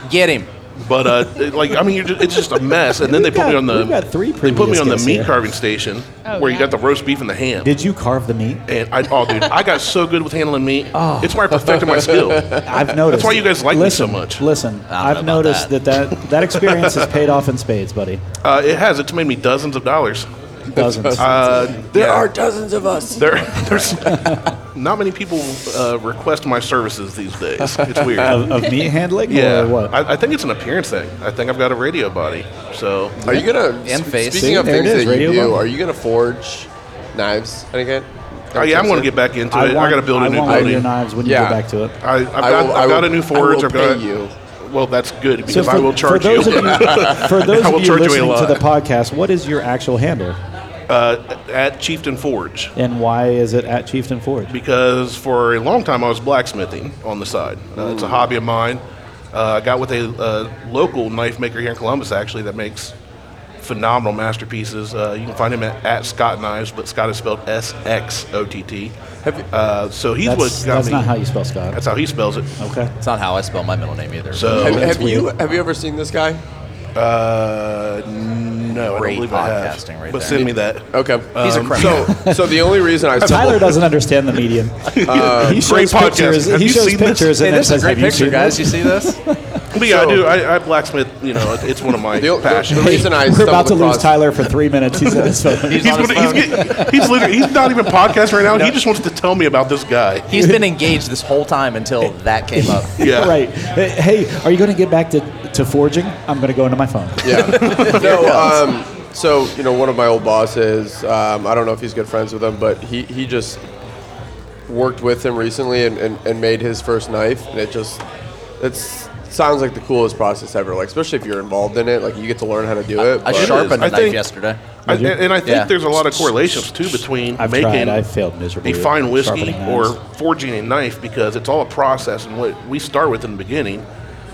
S2: get him.
S1: But uh, it- like, I mean, you're just, it's just a mess. And then they
S4: We've
S1: put me
S4: got-
S1: on the
S4: we've got three
S1: they put me
S4: previous
S1: on the
S4: guests
S1: meat
S4: here.
S1: carving station
S3: Oh,
S1: where you
S3: yeah.
S1: got the roast beef and the ham.
S4: Did you carve the meat?
S1: And I, oh, dude, I got so good with handling meat. It's where I perfected my skill. Uh,
S4: I've noticed.
S1: why you guys like me so
S4: Listen,
S1: much.
S4: Listen,
S2: I
S4: I've
S2: don't know about
S4: noticed that.
S2: that.
S4: That, that experience has paid off in spades, buddy.
S1: Uh, it has. It's made me dozens of dollars.
S4: Dozens.
S1: Uh,
S6: There
S1: yeah.
S6: are dozens of us.
S1: there, there's not many people uh, request my services these days. It's weird.
S4: of, of meat handling
S1: yeah,
S4: or Oh, what?
S1: I, I think it's an appearance thing. I think I've got a radio body. So
S6: Are you gonna?
S2: And
S6: sp-
S2: face.
S6: Speaking
S4: See,
S6: of
S4: there it
S6: things
S4: is,
S6: that you
S4: radio
S6: do,
S4: button.
S6: are you gonna forge knives? Any good?
S1: oh, yeah, I'm going to get back into it. I got to build a
S4: I
S1: new
S4: want
S1: building.
S4: Your knives when
S6: Yeah.
S4: you go back to it.
S1: I, I've got,
S6: I will- I
S1: have got
S6: will-
S1: a new
S6: I
S1: forge.
S6: will
S1: I've got
S6: pay you.
S1: Well, that's good because
S4: for,
S1: I will
S4: for
S1: charge
S4: those
S1: you.
S4: of you, for those
S1: I will
S4: of you
S1: charge you a
S4: listening to
S1: lot.
S4: the podcast, what is your actual handle?
S1: Uh, at Chieftain Forge.
S4: And why is it at Chieftain Forge?
S1: because for a long time I was blacksmithing on the side. Uh,
S4: Mm.
S1: it's a hobby of mine. Uh, I got with a uh, local knife maker here in Columbus, actually, that makes phenomenal masterpieces. Uh, you can find him at, at Scott Knives, but Scott is spelled S X O T T. Uh, so he's
S4: That's,
S1: what got
S4: that's
S1: me.
S4: not how you spell Scott.
S1: that's how he spells it.
S4: okay.
S2: It's not how I spell my middle name either.
S1: So
S6: Have,
S4: Oh, that's
S6: have you
S4: weird.
S6: have you ever seen this guy?
S1: uh, no, I
S2: Great
S1: don't believe I have.
S2: podcasting right
S1: but
S2: there.
S1: send me that.
S6: Okay,
S2: He's a
S1: Um,
S2: criminal.
S6: so so the only reason I
S4: Tyler doesn't understand the medium. he
S1: Uh, great
S4: shows
S1: podcast.
S4: pictures.
S1: Have
S4: He
S1: you
S4: shows
S1: seen this?
S4: pictures
S2: hey,
S4: and then
S2: this is
S4: says,
S2: a great
S4: "Have you
S2: picture,
S4: seen
S2: guys.
S4: this?"
S2: You see this?
S1: But yeah,
S6: So-
S1: I do. I, I blacksmith. You know, it's one of my
S6: The- the-
S1: passions.
S6: the reason I
S4: We're about
S6: stumbled
S4: to lose
S6: across-
S4: Tyler for three minutes. He's on his phone.
S1: He's, what- he's, getting, he's literally he's not even podcasting right now. He just wants to tell me about this guy.
S2: He's been engaged this whole time until that came up.
S1: Yeah,
S4: right. Hey, hey, are you going to get back to, to forging? I'm going to go into my phone.
S6: Yeah. no. Um, so you know, one of my old bosses. Um, I don't know if he's good friends with him, but he he just worked with him recently and, and, and made his first knife, and it just it's sounds like the coolest process ever. Like especially if you're involved in it, like you get to learn how to do it.
S2: I
S6: but-
S1: is.
S2: sharpened a
S1: I
S2: knife
S1: think-
S2: yesterday.
S1: I, and, and I think
S2: Yeah.
S1: there's a lot of correlations too between
S4: I've
S1: making
S4: tried. I failed miserably.
S1: a
S4: at
S1: fine whiskey
S4: sharpening knives.
S1: or forging a knife because it's all a process, and what we start with in the beginning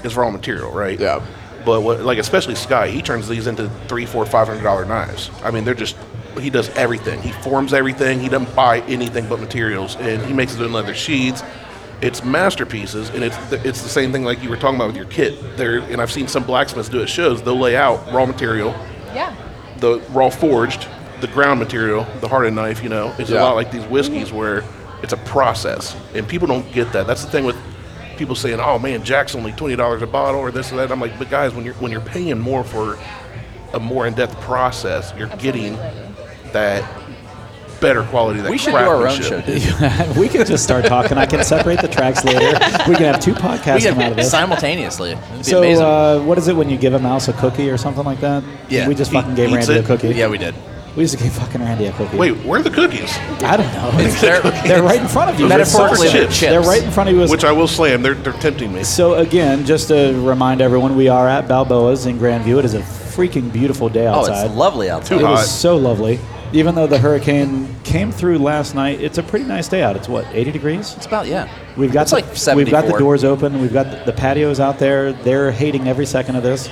S1: is raw material, right?
S6: Yeah.
S1: But what, like especially Sky, he turns these into three, four, five hundred dollar knives. I mean, they're just he does everything. He forms everything. He doesn't buy anything but materials, and he makes it in leather sheaths. It's masterpieces, and it's the, it's the same thing like you were talking about with your kit. There, and I've seen some blacksmiths do it. Shows they'll lay out raw material,
S3: Yeah.
S1: the raw forged, the ground material, the hardened knife, you know, it's a
S6: Yeah.
S1: lot like these whiskeys where it's a process. And people don't get that. That's the thing with people saying, Oh man, Jack's only twenty dollars a bottle or this or that. I'm like, but guys, when you're when you're paying more for a more in depth process, you're getting that better quality that
S2: We should do our own show,
S1: craftsmanship.
S2: dude.
S4: we can just start talking. I can separate the tracks later. We can have two
S2: We
S4: podcasts come out of
S2: could
S4: this.
S2: simultaneously. It'd be
S4: So,
S2: amazing.
S4: uh, what is it when you give a mouse a cookie or something like that?
S2: Yeah.
S4: We just fucking gave
S1: Eats
S4: Randy
S1: it.
S4: a cookie.
S2: yeah, we did.
S4: We just gave fucking Randy a cookie.
S1: Wait, where are the cookies?
S4: I don't know.
S2: They're-
S4: they're right in front of you.
S2: metaphorically,
S1: Those are
S2: they're
S1: chips.
S2: chips.
S4: They're right in front of you.
S1: Which I will slam. They're they're tempting me.
S4: So again, just to remind everyone, we are at Balboa's in Grandview. It is a freaking beautiful day
S2: Oh,
S4: outside.
S2: it's lovely outside.
S1: Too
S4: It
S1: hot.
S4: was so lovely. Even though the hurricane came through last night, it's a pretty nice day out. It's what 80 degrees.
S2: It's about yeah.
S4: We've
S2: it's
S4: got the,
S2: like 74.
S4: we've got the doors open. We've got the, the patios out there. They're hating every second of this.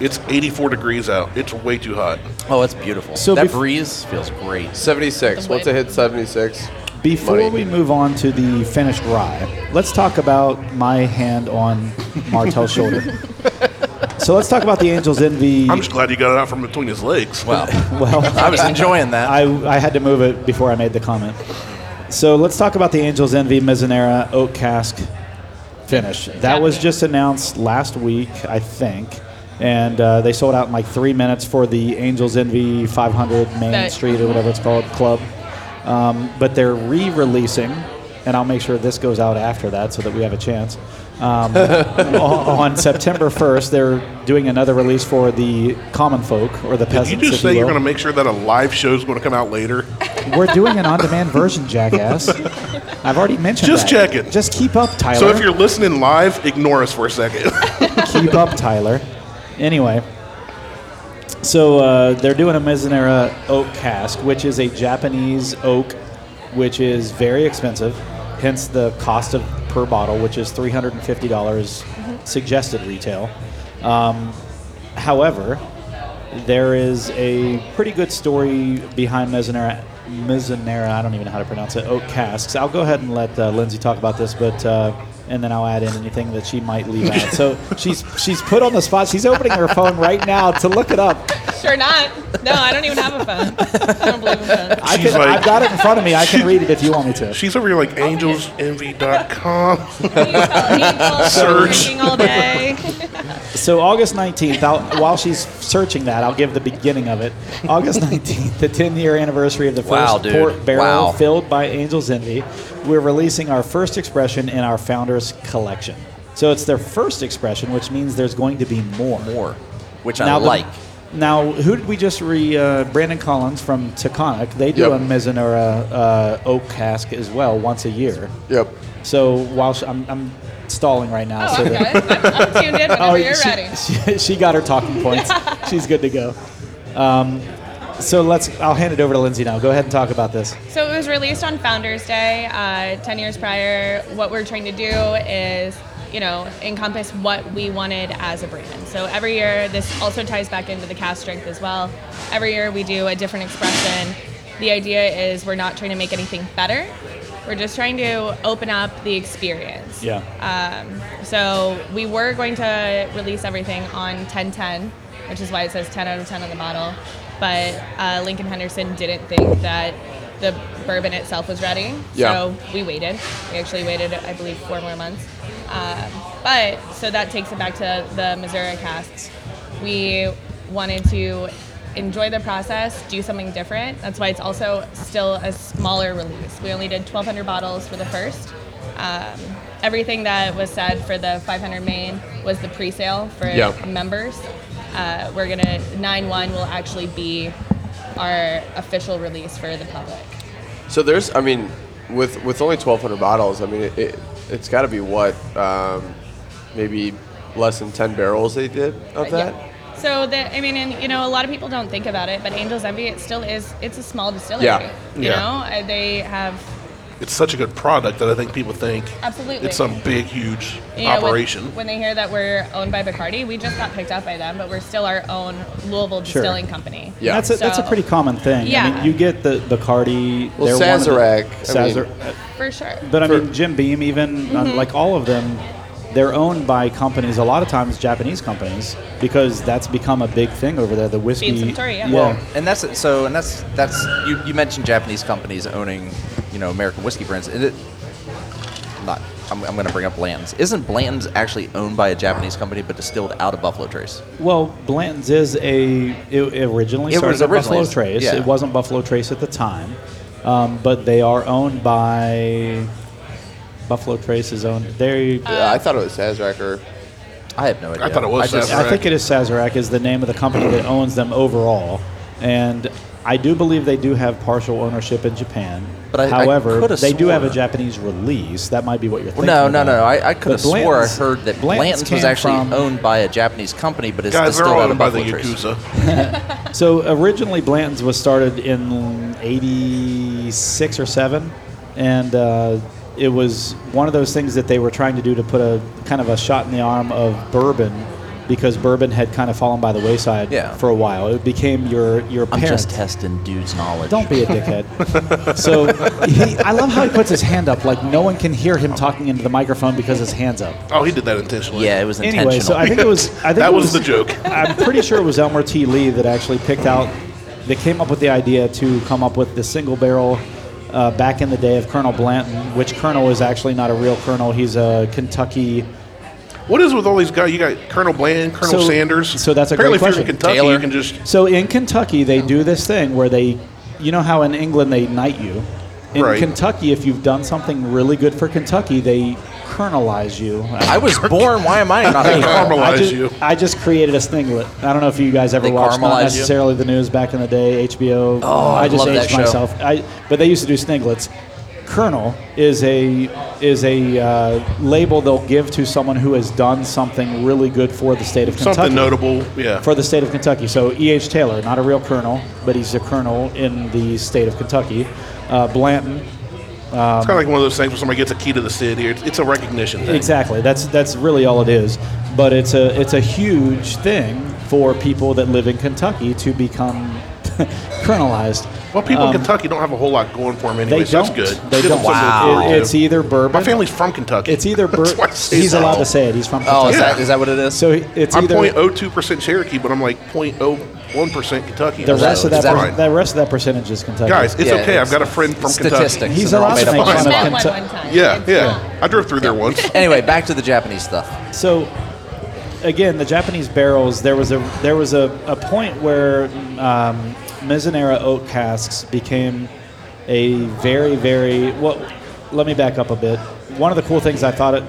S1: It's eighty four degrees out. It's way too hot.
S2: Oh, it's beautiful.
S4: So
S2: that
S4: bef-
S2: breeze feels great.
S6: 76. Once I hit 76,
S4: Before
S6: Money.
S4: we move on to the finished rye, let's talk about my hand on Martell's shoulder. so let's talk about the Angels Envy.
S1: I'm just glad you got it out from between his legs.
S2: Wow.
S4: well,
S2: I was enjoying that.
S4: I, I had to move it before I made the comment. So let's talk about the Angels Envy Mizanera Oak Cask finish. That was just announced last week, I think. And uh, they sold out in like three minutes for the Angels Envy 500 Main
S3: That-
S4: Street or whatever it's called club. Um, but they're re releasing, and I'll make sure this goes out after that so that we have a chance. Um, on, on September 1st, they're doing another release for the common folk or the
S1: Did
S4: peasants.
S1: you
S4: if
S1: just say you're
S4: will.
S1: going to make sure that a live show is going to come out later?
S4: We're doing an on-demand version, jackass. I've already mentioned
S1: Just
S4: that.
S1: check it.
S4: Just keep up, Tyler.
S1: So if you're listening live, ignore us for a second.
S4: keep up, Tyler. Anyway, so uh, they're doing a Mizunera oak cask, which is a Japanese oak, which is very expensive. Hence the cost of per bottle, which is three hundred and fifty dollars suggested retail. Um, however, there is a pretty good story behind Mizunera. Mizunera, I don't even know how to pronounce it. Oak casks. I'll go ahead and let uh, Lindsay talk about this, but uh, and then I'll add in anything that she might leave out. So she's she's put on the spot. She's opening her phone right now to look it up.
S3: Sure not. No, I don't even have a phone. I don't believe in phones.
S4: I
S1: She's
S4: can,
S1: like-
S4: I've got it in front of me. I can read it if you want me to.
S1: She's over here like angelsenvy.com. Search.
S3: Search. all day.
S4: So August 19th, I'll, while she's searching that, I'll give the beginning of it. August 19th, the 10-year anniversary of the
S2: Wow,
S4: first
S2: dude.
S4: port barrel
S2: Wow.
S4: filled by Angel's Envy. We're releasing our first expression in our founders collection. So it's their first expression, which means there's going to be more.
S2: more, which I
S4: the-
S2: like.
S4: now, who did we just re? Uh, Brandon Collins from Taconic. They do
S6: Yep.
S4: a Mizanura uh, oak cask as well once a year.
S6: yep.
S4: So while sh- I'm, I'm stalling right now,
S3: Oh,
S4: so
S3: I'm
S4: that-
S3: good. I'm, I'm tuned in whenever you're
S4: Oh, she,
S3: ready.
S4: She, she got her talking points. She's good to go. Um, So let's. I'll hand it over to Lindsay now. Go ahead and talk about this.
S3: So it was released on Founders Day, uh, 10 years prior. What we're trying to do is, you know, encompass what we wanted as a brand. So every year, this also ties back into the cast strength as well. Every year we do a different expression. The idea is we're not trying to make anything better. We're just trying to open up the experience.
S4: Yeah.
S3: So we were going to release everything on 1010, which is why it says 10 out of 10 on the bottle. But uh, Lincoln Henderson didn't think that the bourbon itself was ready.
S6: Yeah.
S3: So we waited. We actually waited, I believe, four more months. Um, but so that takes it back to the Missouri casks. We wanted to enjoy the process, do something different. That's why it's also still a smaller release. We only did 1,200 bottles for the first. Um, everything that was said for the 500 main was the pre-sale for
S6: Yeah.
S3: members. Uh, we're gonna 9-1 will actually be our official release for the public.
S6: So there's, I mean, with with only 1,200 bottles, I mean, it, it it's got to be what, um, maybe less than 10 barrels they did of that.
S3: Yeah. So that I mean, and you know, a lot of people don't think about it, but Angel's Envy it still is. It's a small distillery.
S6: Yeah.
S3: You
S1: Yeah.
S3: know, Uh, they have
S1: It's such a good product that I think people think
S3: Absolutely.
S1: it's some big, huge
S3: you know, when-
S1: operation.
S3: when, they hear that we're owned by Bacardi, we just got picked up by them, but we're still our own Louisville
S4: Sure.
S3: distilling company.
S6: Yeah.
S4: That's a, that's a
S3: So-
S4: pretty common thing. I
S3: Yeah.
S4: mean, you get the the Cardi.
S6: Well,
S4: they're one of the-
S6: Sazerac, I mean-
S4: Sazerac.
S3: For sure.
S4: But I
S6: For-
S4: mean, Jim Beam, even uh,
S3: Mm-hmm.
S4: like all of them, they're owned by companies. A lot of times, Japanese companies, because that's become a big thing over there. The whiskey.
S3: Suntory, yeah.
S2: Well, and that's it. so, and that's that's you, you mentioned Japanese companies owning, you know, American whiskey brands. And it, not, I'm, I'm going to bring up Blanton's. Isn't Blanton's actually owned by a Japanese company but distilled out of Buffalo Trace?
S4: Well, Blanton's is a. It, it originally
S2: It
S4: started
S2: was
S4: at
S2: originally-
S4: Buffalo Trace.
S2: yeah.
S4: It wasn't Buffalo Trace at the time, um, but they are owned by. Buffalo Trace is owned. They.
S6: Yeah, I thought it was Sazerac or
S2: I have no idea.
S1: thought it was
S2: just-
S1: Sazerac.
S4: I think it is Sazerac is the name of the company that owns them overall, and I do believe they do have partial ownership in Japan.
S2: But I- I
S4: however,
S2: coulda
S4: they do have a
S2: swore-
S4: Japanese release. That might be what you're thinking.
S2: No, no,
S4: about.
S2: no. I, I could
S4: But
S2: have swore I
S4: Blanton's-
S2: heard that Blanton's, was
S4: came
S2: actually
S4: from-
S2: owned by a Japanese company, but it's
S1: Guys, they're
S2: distilled
S1: all
S2: out of
S1: owned by the
S2: Buffalo Trace.
S1: Yakuza.
S4: So originally, Blanton's was started in '86 or '7, and uh, it was one of those things that they were trying to do to put a kind of a shot in the arm of bourbon, because bourbon had kind of fallen by the wayside
S2: Yeah.
S4: for a while. It became your your
S2: I'm
S4: parent.
S2: just testing dude's knowledge.
S4: Don't be a dickhead. so he, I love how he puts his hand up, like no one can hear him talking into the microphone because his hand's up.
S1: Oh, he did that intentionally.
S2: Yeah, it was intentional.
S4: Anyway, so I think it was. I think
S1: That
S4: it
S1: was the joke.
S4: I'm pretty sure it was Elmer T. Lee that actually picked out, that came up with the idea to come up with the single barrel uh, back in the day of Colonel Blanton, which Colonel is actually not a real Colonel. He's a Kentucky.
S1: What is with all these guys? You got Colonel Bland, Colonel
S4: So-
S1: Sanders.
S4: so that's a
S1: Apparently
S4: great
S1: if you're in
S4: question.
S1: Kentucky,
S2: Taylor.
S1: you can just
S4: So in Kentucky, they do this thing where they, you know how in England they knight you. In
S1: Right.
S4: Kentucky, if you've done something really good for Kentucky, they colonelize you.
S2: I was born. Why am I not?
S1: Hey,
S2: a-
S1: Caramelize
S4: I just,
S1: you.
S4: I just created a singlet. I don't know if you guys ever
S2: They
S4: watched not
S2: caramelize you?
S4: necessarily the news back in the day. HBO.
S2: Oh, I
S4: just
S2: love
S4: aged
S2: that show.
S4: myself. I, but they used to do singlets. Colonel is a is a uh, label they'll give to someone who has done something really good for the state of Kentucky.
S1: something notable. Yeah.
S4: For the state of Kentucky. So E.H. Taylor, not a real colonel, but he's a colonel in the state of Kentucky. Uh, Blanton,
S1: it's
S4: um,
S1: kind of like one of those things where somebody gets a key to the city. Or it's, it's a recognition thing.
S4: Exactly. That's that's really all it is. But it's a it's a huge thing for people that live in Kentucky to become colonelized.
S1: Well, people in Kentucky don't have a whole lot going for them anyway.
S4: Um, They
S1: so
S4: don't.
S1: that's good.
S4: They
S1: Give them
S4: don't.
S1: something to
S4: It-
S1: do.
S4: it's either bourbon.
S1: My family's from Kentucky.
S4: It's either
S1: That's why
S4: bourbon.
S1: I say
S4: He's
S1: that.
S4: allowed to say it. He's from Kentucky.
S2: Oh, is that
S1: Yeah.
S2: is that what it is?
S4: So it's
S1: I'm
S4: either
S1: 0.02 percent Cherokee, but I'm like 0.01 percent Kentucky.
S4: the
S1: So
S4: rest of that
S1: it's
S2: per-
S1: fine.
S4: the rest of that percentage is Kentucky.
S1: Guys, it's
S2: Yeah,
S1: okay. I've
S2: it's-
S1: got a friend from
S2: statistics.
S1: Kentucky.
S2: and
S4: He's
S2: they're all
S4: allowed to
S2: made up
S4: make
S2: on the
S4: fun
S2: spot.
S3: Met
S4: of
S3: one
S4: Kentu-
S3: one time.
S1: Yeah,
S3: It's not-
S1: yeah. I drove through there once.
S2: Anyway, back to the Japanese stuff.
S4: So, again, the Japanese barrels. There was a there was a, a point where um, Mizunera oak casks became a very very. Well, let me back up a bit. One of the cool things I thought it,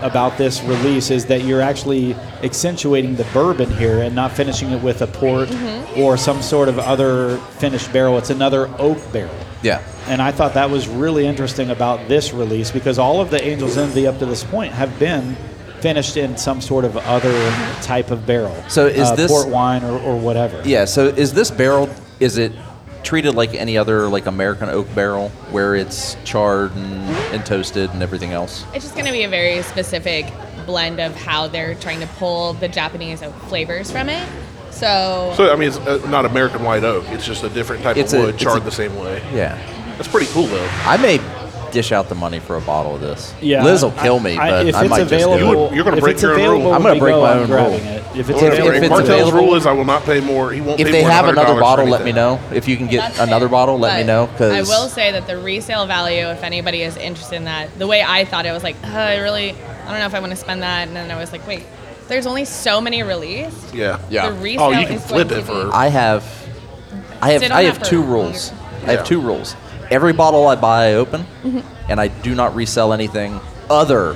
S4: about this release is that you're actually accentuating the bourbon here and not finishing it with a port or some sort of other finished barrel. It's another oak barrel.
S2: Yeah.
S4: And I thought that was really interesting about this release because all of the Angels Envy up to this point have been finished in some sort of other type of barrel.
S2: So is
S4: Uh,
S2: this-
S4: port wine or, or whatever?
S2: Yeah. So is this barrel is it treated like any other like American oak barrel where it's charred and, and toasted and everything else?
S3: It's just going to be a very specific blend of how they're trying to pull the Japanese oak flavors from it. So,
S1: So I mean, it's uh, not American white oak. It's just a different type
S2: It's a-
S1: of wood
S2: it's
S1: charred
S2: a-
S1: the same way.
S2: Yeah.
S1: That's pretty cool though.
S2: I may dish out the money for a bottle of this.
S4: Yeah,
S2: Liz will
S4: I-
S2: kill me,
S4: I-
S2: but
S4: if
S2: I
S4: it's
S2: might
S4: available,
S2: just do it.
S1: would- you're gonna
S4: if
S1: break
S4: it's
S1: your own rule.
S4: available,
S2: I'm gonna
S4: we
S2: break
S4: go,
S2: my
S4: I'm
S2: own
S4: grabbing
S2: rule.
S4: It. If it's
S2: Well, if-
S4: available,
S2: if it's
S1: Martel's
S2: available-
S1: rule is I will not pay more. He won't.
S2: If
S1: pay
S2: they
S1: more than
S2: have another
S1: $100 for
S2: bottle, let me
S1: anything.
S2: know. If you can get
S3: That's fair.
S2: another bottle, let me
S3: But
S2: know
S3: I
S2: because
S3: will say that the resale value, if anybody is interested in that, the way I thought it was like, "Ugh, I really, I don't know if I want to spend that, and then I was like, wait, there's only so many released.
S1: Yeah.
S6: Yeah.
S3: The resale
S1: Oh, you can
S3: is
S1: flip
S3: going
S1: it
S3: to be-
S1: for.
S2: I have, I have,
S3: Sit on
S2: I
S3: that
S2: have
S3: for
S2: two
S3: longer.
S2: rules. I have
S1: Yeah.
S2: two rules. Every bottle I buy, I open, and I do not resell anything other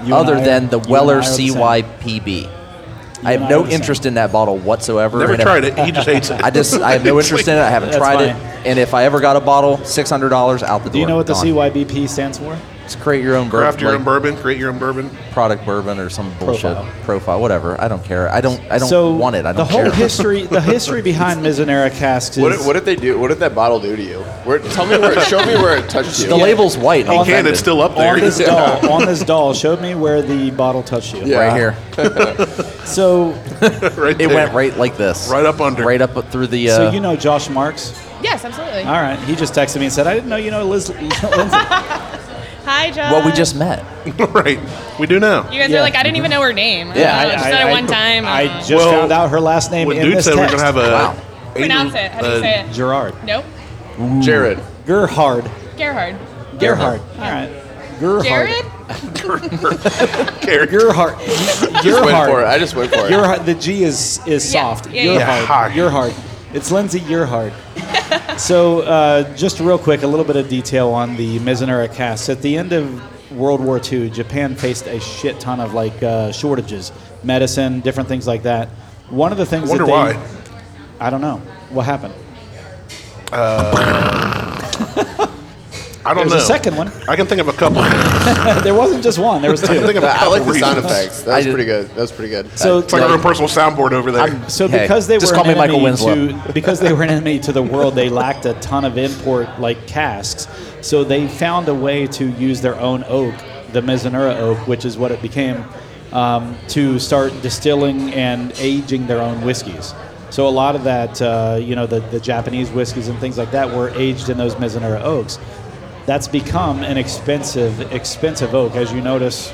S4: You and
S2: other
S4: I are-
S2: than the
S4: you and
S2: Weller
S4: I are the same.
S2: CYPB. I
S4: and I
S2: have
S4: are
S2: no
S4: the same.
S2: interest in that bottle whatsoever.
S1: Never
S2: and if-
S1: tried it. He just hates it.
S2: I just I have no
S1: It's
S2: interest
S1: like-
S2: in it. I haven't
S4: That's
S2: tried it.
S4: fine.
S2: And if I ever got a bottle, six hundred dollars out the door.
S4: Do you know what the
S2: gone.
S4: CYBP stands for?
S2: It's create your own bourbon,
S1: Craft your own
S2: like,
S1: bourbon. Create your own bourbon.
S2: product bourbon or some bullshit
S4: Profile.
S2: profile, whatever. I don't care. I don't I don't
S4: so
S2: want it. I don't
S4: the whole
S2: care.
S4: history, the history behind Mizanera casks is
S6: What did, what did they do? What did that bottle do to you? Where, tell me where. show me where it touched you.
S2: the label's white. I'm
S4: On
S1: Can
S2: offended.
S1: it's still up there?
S4: on this doll. On this doll, showed me where the bottle touched you.
S6: Yeah.
S2: right here.
S4: So,
S1: right
S2: It
S1: there.
S2: went right like this.
S1: Right up under.
S2: Right up through the. Uh,
S4: so you know Josh Marks.
S3: Yes, absolutely.
S4: All right, he just texted me and said, "I didn't know you know Liz." Lindsay.
S3: Hi, Josh.
S2: well, we just met.
S1: right. We do now.
S3: You guys
S4: Yeah.
S3: are like, I didn't even know her name. I
S2: Yeah,
S3: don't know,
S2: I-
S3: just said it one time.
S4: I
S3: uh,
S4: just
S1: Well,
S4: found out her last name
S1: When
S4: in
S1: dude
S4: this
S1: said we are
S4: text.
S1: gonna have a
S2: Wow.
S3: pronounce it. How do you
S1: uh,
S3: say it?
S4: Gerard
S3: Nope.
S6: Jared.
S4: Gerhard.
S3: Gerhard.
S4: Gerhard. All right. Gerhard.
S3: Jared?
S1: Garrett.
S4: Gerhard.
S6: Just went for it.
S4: Gerhard.
S6: I just went for it.
S4: Gerhard. The G is is
S3: Yeah,
S4: soft.
S3: yeah, yeah.
S1: Yeah,
S4: Gerhard.
S1: hard.
S4: Gerhard. It's Lindsay Gerhard. so, uh, just real quick, a little bit of detail on the Mizunara cast. At the end of World War II, Japan faced a shit ton of like uh, shortages, medicine, different things like that. One of the things
S1: Wonder
S4: that they,
S1: why.
S4: I don't know what happened.
S1: I don't
S4: There's
S1: know.
S4: a second one.
S1: I can think of a couple. it's
S4: there wasn't just one. There was
S1: I
S4: two.
S1: think of a
S6: I like
S1: couple
S6: the sound
S1: reasons.
S6: effects. That was
S2: I-
S6: pretty good. That was pretty good.
S4: So,
S1: like our own personal soundboard over there.
S2: I'm-
S4: So
S2: Hey,
S4: because they
S2: just
S4: were
S2: call
S4: an
S2: me Michael
S4: enemy
S2: Winslow.
S4: to because they were an enemy to the world, they lacked a ton of import like casks. So they found a way to use their own oak, the Mizanura oak, which is what it became, um, to start distilling and aging their own whiskeys. So a lot of that, uh, you know, the, the Japanese whiskeys and things like that were aged in those Mizanura oaks. That's become an expensive, expensive oak, as you notice.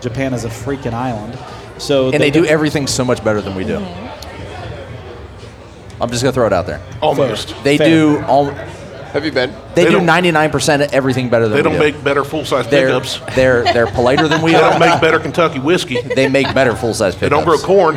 S4: Japan is a freaking island, so
S2: and they do everything so much better than we do. I'm just gonna throw it out there.
S1: Almost.
S2: They
S4: Mm-hmm. Fair.
S2: do all.
S6: Have you been?
S2: They,
S1: They
S2: do
S1: don't-
S2: 99% of everything better than
S1: They
S2: we
S1: don't
S2: do.
S1: make better full size
S2: they're,
S1: pickups.
S2: they're they're politer than we
S1: They
S2: are.
S1: don't make better Kentucky whiskey. They
S2: they make better full size pickups.
S1: don't grow corn.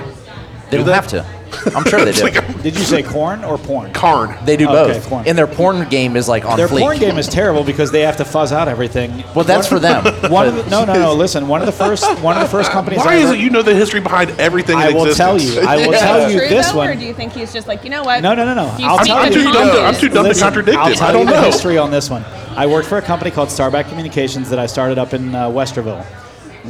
S1: do
S2: They don't
S1: they?
S2: have to. I'm sure they
S1: It's
S2: do.
S1: like a
S4: Did you say corn or porn?
S1: carn.
S2: They do
S4: Okay,
S2: both.
S4: corn.
S2: And their porn game is like on
S4: Their
S2: fleek.
S4: porn game is terrible because they have to fuzz out everything.
S2: Well, that's for them.
S4: One of the, no, no, no. Listen, one of the first, one of the first companies.
S1: Why
S4: I
S1: is
S4: ever-
S1: it you know the history behind everything?
S4: I
S1: in
S4: will tell
S1: existence?
S4: you. I will
S3: Is that
S4: tell you
S3: true,
S4: this
S3: though, Or
S4: one.
S3: do you think he's just like, you know what?
S4: No, no, no, no.
S3: If you
S4: I'll
S3: speak
S4: tell
S3: with
S4: you.
S1: I'm too dumb to-
S3: confidence-
S1: I'm too dumb to
S4: Listen,
S1: contradict
S4: I'll
S1: him.
S4: tell
S1: I don't
S4: you the
S1: know.
S4: history on this one. I worked for a company called Starback Communications that I started up in uh, Westerville.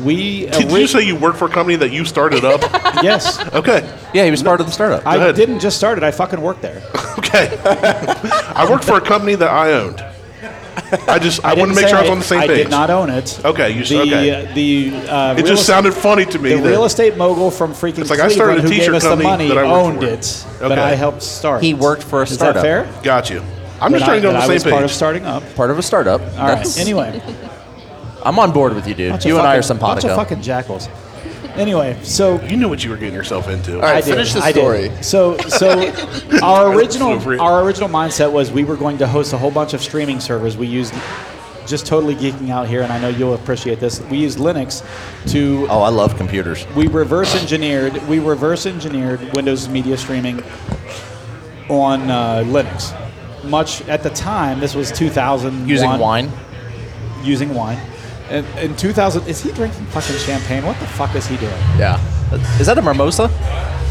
S4: We
S1: Did you say you work for a company that you started up?
S4: yes.
S1: okay.
S2: yeah, he was part of the startup.
S4: I
S1: ahead.
S4: didn't just start it. I fucking worked there.
S1: Okay. I worked for a company that I owned. I just I, wanted
S4: didn't
S1: to make sure I was
S4: say
S1: on the same
S4: I
S1: page.
S4: did not own it.
S1: Okay, you s-
S4: the,
S1: okay.
S4: The uh,
S1: it
S4: real
S1: just
S4: estate-
S1: sounded funny to me.
S4: The
S1: that-
S4: real estate mogul from freaking
S1: It's like I
S4: Cleveland
S1: started a
S4: who gave
S1: t-shirt
S4: us the
S1: company
S4: money
S1: that I worked
S4: owned
S1: for.
S4: it, that
S1: Okay.
S4: I helped start.
S2: He worked for a
S4: Is
S2: startup.
S4: that fair?
S1: got you. I'm just trying to
S4: That I,
S1: get
S4: that
S1: on
S4: I
S1: the
S4: was
S1: same
S4: part of
S1: page.
S4: starting up.
S2: part of a startup.
S4: All right.
S2: That's-
S4: Anyway,
S2: I'm on board with you, dude.
S4: bunch
S2: You
S4: of
S2: and I are
S4: fucking-
S2: simpatico.
S4: Bunch of fucking jackals. Anyway, so
S1: You knew what you were getting yourself into.
S6: All right,
S4: I did.
S6: finish the
S4: I did.
S6: story.
S4: So, so our
S1: over
S4: original
S1: it.
S4: our original mindset was we were going to host a whole bunch of streaming servers. We used just totally geeking out here, and I know you'll appreciate this. We used Linux to
S2: oh, I love computers.
S4: we reverse engineered we reverse engineered Windows media streaming on uh, Linux. Much at the time, this was 2000
S2: Using wine.
S4: Using wine. And in 2000, is he drinking fucking champagne? What the fuck is he doing?
S2: Yeah. Is that a mimosa?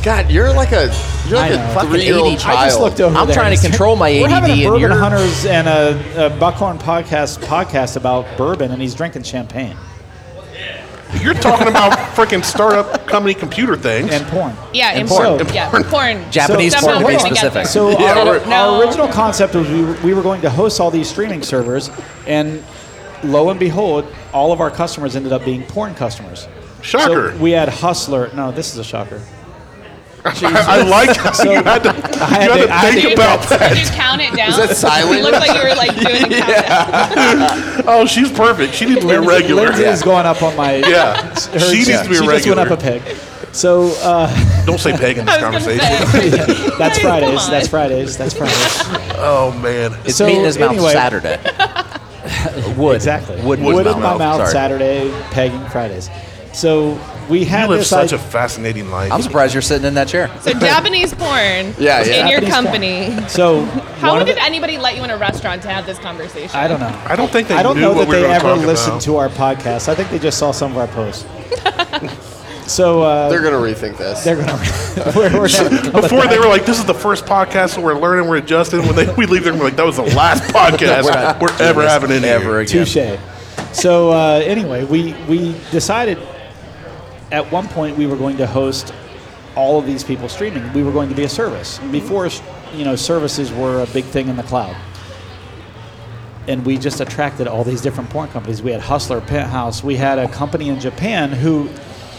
S6: God, you're like a you're
S4: I
S6: like
S4: know.
S6: a
S4: Fucking
S6: three year old
S2: 80
S6: child.
S4: I just looked over
S2: I'm
S4: there.
S2: trying to control my
S4: We're having
S2: ADD
S4: a
S2: and
S4: bourbon
S2: you're-
S4: hunters and a, a Buckhorn podcast podcast about bourbon, and he's drinking champagne.
S1: You're talking about freaking startup company computer things.
S4: and porn.
S3: Yeah,
S2: And
S3: important.
S1: porn.
S3: Yeah,
S1: Porn.
S3: porn.
S2: Japanese porn
S3: Somehow
S2: to
S3: we're
S2: be
S3: gonna get
S2: specific.
S3: there.
S4: So
S1: Yeah,
S4: our,
S1: right.
S3: No.
S4: our original concept was we were, we were going to host all these streaming servers, and lo and behold, all of our customers ended up being porn customers.
S1: Shocker.
S4: So we had Hustler. No, this is a shocker.
S1: I, I like how
S4: So
S1: you had to, you had
S4: had to-
S1: to
S4: I had
S1: think
S3: Did you-
S1: about
S3: Did you
S1: that.
S3: count it down?
S6: that silent?
S3: It looked like you were like doing a countdown.
S1: Oh, she's perfect. She needs to be a
S4: Lindsay-
S1: regular.
S4: Lindsay's going up on my.
S1: Yeah.
S4: her-
S1: She needs to be a
S4: She just went
S1: regular.
S4: up a peg. So uh,
S1: Don't say peg in this
S3: I was gonna
S1: conversation.
S3: say.
S4: that's
S3: Come
S4: Fridays.
S3: on.
S4: That's Fridays. That's Fridays.
S1: Oh man.
S2: It's
S4: So,
S2: meat in his mouth
S4: anyway-
S2: Saturday. Wood.
S4: Exactly.
S2: Wood, in
S4: Wood,
S2: his
S4: in my mouth
S2: Sorry.
S4: Saturday, pegging Fridays. So we had
S1: You live
S4: this
S1: such a
S4: idea-
S1: fascinating life.
S2: I'm surprised you're sitting in that chair.
S3: So Japanese porn
S6: Yeah, yeah.
S3: in your
S4: Japanese
S3: company.
S4: so
S3: How
S4: one of
S3: did
S4: the-
S3: anybody let you in a restaurant to have this conversation?
S4: I don't know.
S1: I don't think they
S4: I don't
S1: knew
S4: know
S1: what
S4: that
S1: we
S4: they
S1: were
S4: ever
S1: talking
S4: listened
S1: about.
S4: to our podcast. I think they just saw some of our posts. so uh,
S6: They're gonna rethink this.
S4: they're gonna. we're, we're never-
S1: Before they were like, "This is the first podcast we're learning, we're adjusting." When they we leave, they're gonna be like, "That was the last podcast we're, ever having in
S2: ever
S1: here."
S2: again.
S4: Touche. So uh, anyway, we we decided at one point we were going to host all of these people streaming. We were going to be a service
S1: Mm-hmm.
S4: before you know services were a big thing in the cloud. And we just attracted all these different porn companies. We had Hustler, Penthouse. We had a company in Japan who.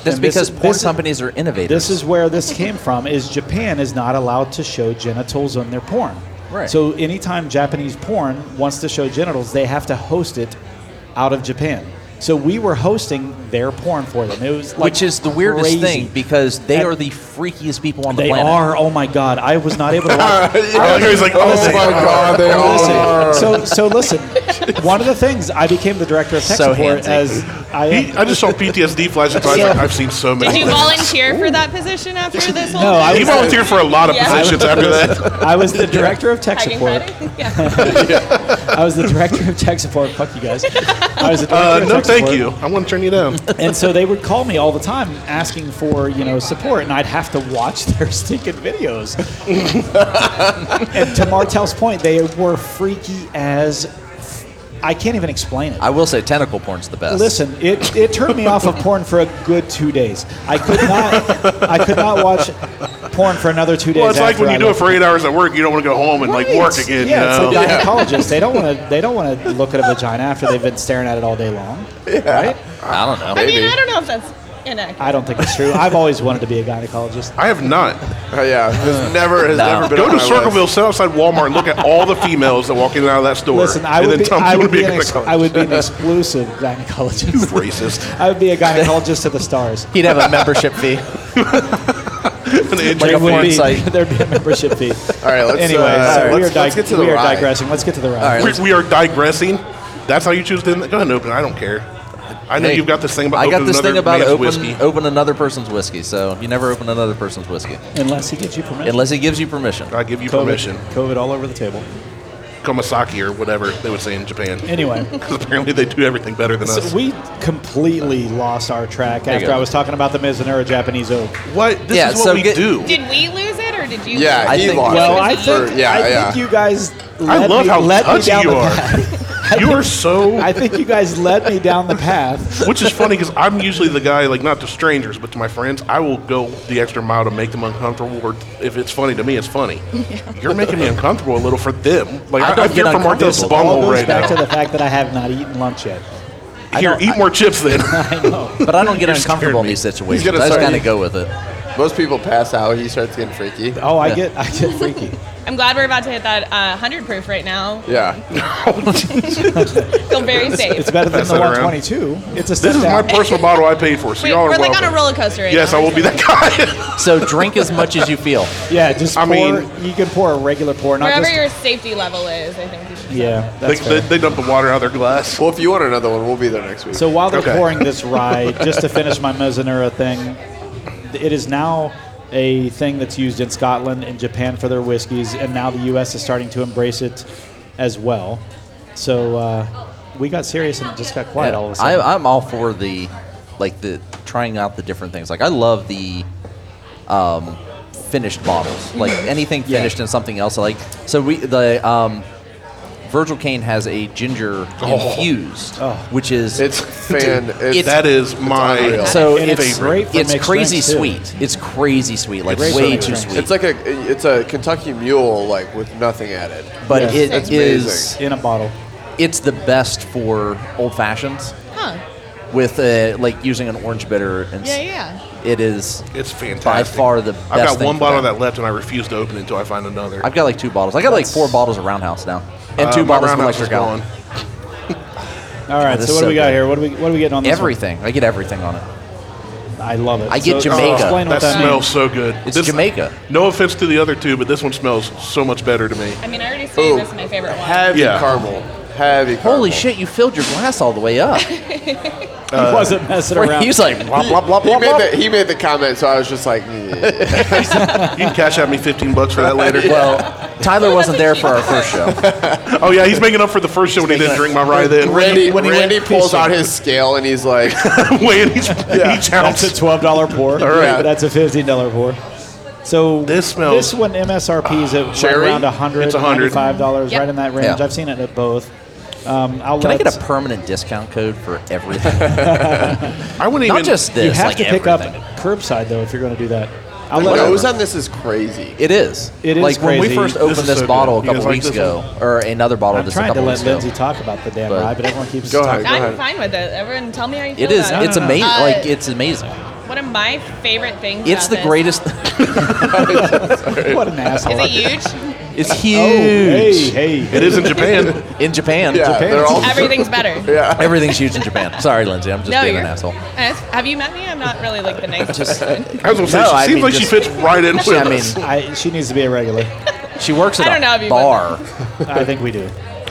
S2: That's
S4: and this-
S2: because porn
S4: this is-
S2: companies are innovators.
S4: This is where this came from. Is Japan is not allowed to show genitals on their porn.
S2: Right.
S4: So anytime Japanese porn wants to show genitals, they have to host it out of Japan. So we were hosting their porn for them. It was like
S2: which is the weirdest
S4: crazy.
S2: thing because they
S4: That-
S2: are the freakiest people on the
S4: they
S2: planet.
S4: are. Oh my god! I was not able to watch.
S1: I like how he's like, "Oh my god."
S6: they
S4: Listen, so so listen. One of the things I became the director of tech
S2: So
S4: support
S2: handsy.
S4: as I
S1: He, I just saw PTSD flashing by. I was like, I've seen so many.
S3: Did you
S1: things.
S3: volunteer for that position after this whole
S4: No, Oh, I
S1: He
S3: thing?
S4: was-
S1: volunteered for a lot of
S3: Yeah.
S1: positions after that.
S4: I was the director of tech
S3: Tagging
S4: support.
S3: Friday? Yeah.
S4: I was the director of tech support. Fuck you guys. I was the director
S1: Uh,
S4: of
S1: no,
S4: tech
S1: thank
S4: support.
S1: you. I want to turn you down.
S4: And so they would call me all the time asking for, you know, support, and I'd have to watch their stinking videos. and to Martel's point, they were freaky as I can't even explain it.
S2: I will say tentacle porn's the best.
S4: Listen, it, it turned me off of porn for a good two days. I could not I could not watch porn for another two days.
S1: Well, it's like
S4: after
S1: when
S4: I
S1: you do it
S4: left.
S1: for eight hours at work, you don't want to go home and like work
S4: Right.
S1: again.
S4: Yeah,
S1: you know?
S4: it's like gynecologists. They don't want to. They don't want to look at a vagina after they've been staring at it all day long. Right?
S2: I don't know.
S3: I mean,
S6: Maybe.
S3: I don't know if that's inaccurate.
S4: I don't think it's true. I've always wanted to be a gynecologist.
S1: I have not.
S6: Oh, yeah, this never has
S2: No.
S6: never been.
S1: Go
S6: on
S1: to
S6: my
S1: Circleville,
S6: list.
S1: sit outside Walmart, and look at all the females that walk in and out of that store.
S4: Listen, I
S1: and
S4: would,
S1: then
S4: be,
S1: tell me
S4: I,
S1: you
S4: would
S1: want to
S4: be
S1: be a
S4: an ex- I
S1: gynecologist.
S4: would be an exclusive
S1: You
S4: gynecologist.
S1: racist.
S4: I would be a gynecologist to the stars.
S2: He'd have a membership fee.
S1: An
S4: There
S1: injury
S2: a
S4: would
S2: porn
S4: be-
S2: site.
S4: There'd be a membership fee.
S6: All right, let's.
S4: Anyway,
S6: uh,
S4: so we, are,
S6: let's,
S4: dig-
S6: let's get to the
S4: we are
S6: ride.
S4: digressing. Let's get to the ride.
S2: right.
S1: we, we are digressing. That's how you choose to end. Go ahead and open. it. I don't care. I know
S2: Hey,
S1: you've got this thing about
S2: I got
S1: opening
S2: this
S1: another
S2: thing about
S1: man's
S2: open
S1: whiskey.
S2: open another person's whiskey. So you never open another person's whiskey
S4: Unless he gives you permission.
S2: unless he gives you permission.
S1: I give you
S4: COVID,
S1: permission.
S4: COVID all over the table.
S1: Komasaki or whatever they would say in Japan.
S4: Anyway.
S1: Because apparently they do everything better than us.
S4: So we completely lost our track
S2: you
S4: after
S2: go.
S4: I was talking about the Mizunara Japanese oak.
S1: what? This
S2: Yeah,
S1: is what
S2: so
S1: we
S2: get-
S1: do.
S3: Did we lose it or did you?
S6: Yeah,
S2: I
S6: he
S2: think-
S6: lost.
S4: Well,
S6: it.
S4: I
S6: For-
S4: think,
S6: yeah,
S4: I
S6: yeah.
S4: think you guys.
S1: I
S4: led
S1: love
S4: me-
S1: how
S4: led me
S1: touchy
S4: down
S1: you
S4: the
S1: are.
S4: path.
S1: You are so.
S4: I think you guys led me down the path.
S1: Which is funny because I'm usually the guy, like not to strangers, but to my friends, I will go the extra mile to make them uncomfortable. Or if it's funny to me, it's funny. You're making me uncomfortable a little for them. Like
S2: I
S1: I,
S2: don't
S1: I, fear
S2: get
S1: for Martha's
S2: uncomfortable.
S4: all
S1: bunghole
S4: goes
S1: right
S4: back
S1: now.
S4: to the fact that I have not eaten lunch yet.
S1: Here,
S2: don't-
S1: eat more chips then.
S4: I know.
S2: But I don't get
S1: You're scared
S2: uncomfortable in
S1: me.
S2: these situations.
S6: He's gonna
S2: I just
S6: start-
S2: kind of go with it.
S6: Most people pass out. He starts getting freaky.
S4: Oh, I get, I get freaky.
S3: I'm glad we're about to hit that uh, 100 proof right now.
S6: Yeah,
S3: Feel very safe.
S4: It's better than
S1: Pass
S4: the
S1: that around.
S4: 122. It's a step
S1: this is my
S4: down.
S1: personal bottle I paid for, so
S3: we,
S1: y'all are
S3: we're like on
S1: welcome.
S3: a roller coaster right
S1: Yes,
S3: now.
S1: I will be that guy.
S2: So drink as much as you feel.
S4: yeah, just
S1: I
S4: pour.
S1: mean-
S4: you can pour a regular pour, not
S3: Wherever
S4: just.
S3: your safety level is, I think you should.
S4: yeah,
S1: they,
S4: that's
S1: they,
S4: fair.
S1: they dump the water out of their glass.
S6: Well, if you want another one, we'll be there next week.
S4: So while they're
S1: Okay.
S4: pouring this rye, just to finish my Mezonera thing, it is now a thing that's used in Scotland and Japan for their whiskeys, and now the U.S. is starting to embrace it as well. So uh, we got serious and it just got quiet all of a sudden.
S2: I, I'm all for the, like the trying out the different things. Like I love the, um, finished bottles. Like anything
S4: Yeah.
S2: finished in something else. Like so we the um, Virgil Kane has a ginger infused, which is
S6: It's fan. It's,
S2: It's-
S1: That is my
S6: unreal.
S2: so
S4: And
S2: it's
S4: it's great for
S2: it's
S4: mixed
S2: crazy
S4: drinks, too.
S2: sweet. It's crazy sweet, like
S4: Great for
S2: way
S4: mixed
S2: too
S4: drinks.
S2: sweet.
S6: it's like a it's a Kentucky Mule like with nothing added.
S2: but
S4: Yes.
S2: it
S6: That's
S2: is
S6: amazing.
S4: in a bottle.
S2: it's the best for old fashions
S3: Huh.
S2: with uh like using an orange bitter. And s-
S3: Yeah, yeah.
S2: It is
S1: It's fantastic.
S2: far the
S1: I've
S2: best
S1: got
S2: thing
S1: one
S2: for
S1: bottle of
S2: that.
S1: that left, and I refuse to open it until I find another.
S2: I've got like two bottles. I got like four bottles of Roundhouse now, and two
S1: Uh, my
S2: bottles of
S1: Roundhouse is
S2: Electric Owl.
S1: gone.
S4: All right,
S2: this
S4: so
S2: is
S4: what do
S2: so
S4: we got
S2: good.
S4: here? What do we what are we getting on this? one?
S2: Everything. I get everything on it.
S4: I love it.
S2: I get
S4: So-
S2: Jamaica.
S4: Explain
S1: Oh, That
S4: what that
S1: smells
S4: means.
S1: so good.
S2: It's Jamaica.
S1: No offense to the other two, but this one smells so much better to me.
S3: I mean, I already say
S6: Ooh.
S3: this is my favorite one.
S6: Heavy
S1: Yeah.
S6: caramel. Heavy.
S2: Holy
S6: caramel.
S2: shit! You filled your glass all the way up.
S4: he wasn't messing around.
S2: He's like blah blah blah
S6: He
S2: blah.
S6: made,
S2: blah.
S6: the, he made the comment, so I was just like, "Mm." "Yeah."
S1: You can cash out me 15 bucks for that later.
S2: Well, Tyler wasn't there for our first show.
S1: oh, yeah, he's making up for the first show when he didn't drink my rye then.
S6: Randy,
S1: When he went
S6: Randy pulls out his scale and he's like,
S1: weighing each, each
S4: That's a
S1: ounce.
S4: twelve dollar pour. All
S6: right.
S4: that's a fifteen dollar pour. So
S1: This smells-
S4: This one MSRP is at right
S6: Cherry?
S4: around a hundred,
S1: It's a hundred.
S4: ninety-five dollars,
S3: Yep.
S4: right in that range.
S2: Yeah.
S4: I've seen it at both. Um, I'll
S2: Can I
S4: let-
S2: get a permanent discount code for everything?
S1: I wouldn't even.
S2: Not just this.
S4: You have
S2: like
S4: to pick
S2: everything.
S4: up curbside though if you're going to do that. I'll
S6: "The
S4: let
S6: nose on this is crazy."
S2: It is.
S4: It is
S2: like when we
S4: crazy.
S2: first
S4: This
S2: opened
S1: is
S2: this,
S1: so good.
S2: bottle a
S1: You guys
S2: couple
S1: like
S2: weeks
S1: this
S2: ago, or another bottle
S4: I'm
S2: just a
S4: trying to
S2: couple
S4: let
S2: weeks ago.
S4: Lindsay talk about the damn
S2: But-
S4: rye, but everyone keeps
S6: Go
S4: talking.
S6: ahead.
S3: I'm fine with it. Everyone, tell me how you feel
S2: It is.
S3: about
S2: It's
S4: no, no.
S2: amazing.
S3: Uh,
S2: Like it's amazing.
S3: One of my favorite things.
S2: It's
S3: about
S2: the
S3: this-
S2: greatest.
S4: What an asshole!
S3: Is it huge?
S2: it's
S4: Oh,
S2: huge
S4: hey, hey.
S1: It is in Japan.
S2: in Japan.
S6: Yeah, they're all.
S3: Everything's better.
S6: Yeah.
S2: Everything's huge in Japan. Sorry, Lindsay. I'm just
S3: no,
S2: being
S3: you're
S2: an asshole.
S3: Yes. Have you met me? I'm not really like the nicest person.
S1: I was going to say,
S2: No,
S1: she
S2: I
S1: seems
S2: mean,
S1: like she
S2: just-
S1: fits right in with
S2: I mean,
S1: us.
S4: I, she needs to be a regular.
S2: She works at
S3: I don't know if
S2: a
S3: you
S2: bar.
S4: I think we do.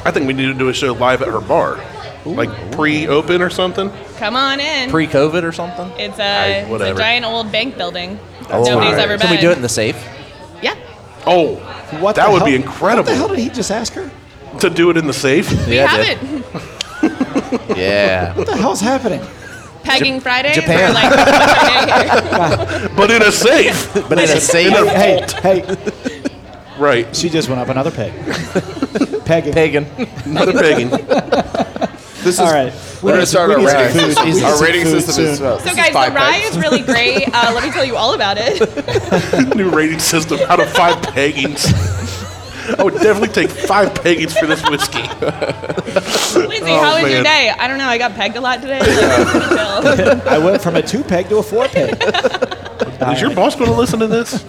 S1: I think we need to do a show live at her bar. Like pre open or something.
S3: Come on in.
S2: Pre-COVID or something.
S3: it's, a, it's a
S1: whatever.
S3: giant old bank building. Nobody's ever been.
S2: Can we do it in the safe?
S3: Yeah.
S1: Oh,
S4: What
S1: that
S4: the
S1: would be
S4: hell- What the hell
S1: incredible
S4: did he just ask her?
S1: to do it in the safe.
S3: We
S2: Yeah,
S3: have
S2: dude.
S3: it.
S2: Yeah.
S4: What the hell's happening?
S3: Pegging Friday.
S2: Japan.
S3: Like, Friday.
S1: but in a safe.
S2: but in a safe.
S1: In a-
S4: Hey, hey,
S1: right.
S4: she just went up another peg. Pegging.
S2: Pagan.
S1: Another begging.
S6: This is.
S4: All right.
S6: We're gonna start
S4: We
S6: our
S4: need some
S6: rating.
S4: food. We need
S6: Our
S4: some
S6: rating
S4: food
S6: system is.
S4: soon.
S6: Uh, this
S3: so
S6: is
S3: guys, the
S6: five
S3: rye
S6: pegs.
S3: is really great. Uh, let me tell you all about it.
S1: New rating system out of five peggings. I would definitely take five peggings for this whiskey.
S3: Lindsay,
S1: Oh,
S3: how was your
S1: man.
S3: day? I don't know. I got pegged a lot today. Like, chill.
S4: I went from a two peg to a four peg.
S1: Is your boss going to listen to this?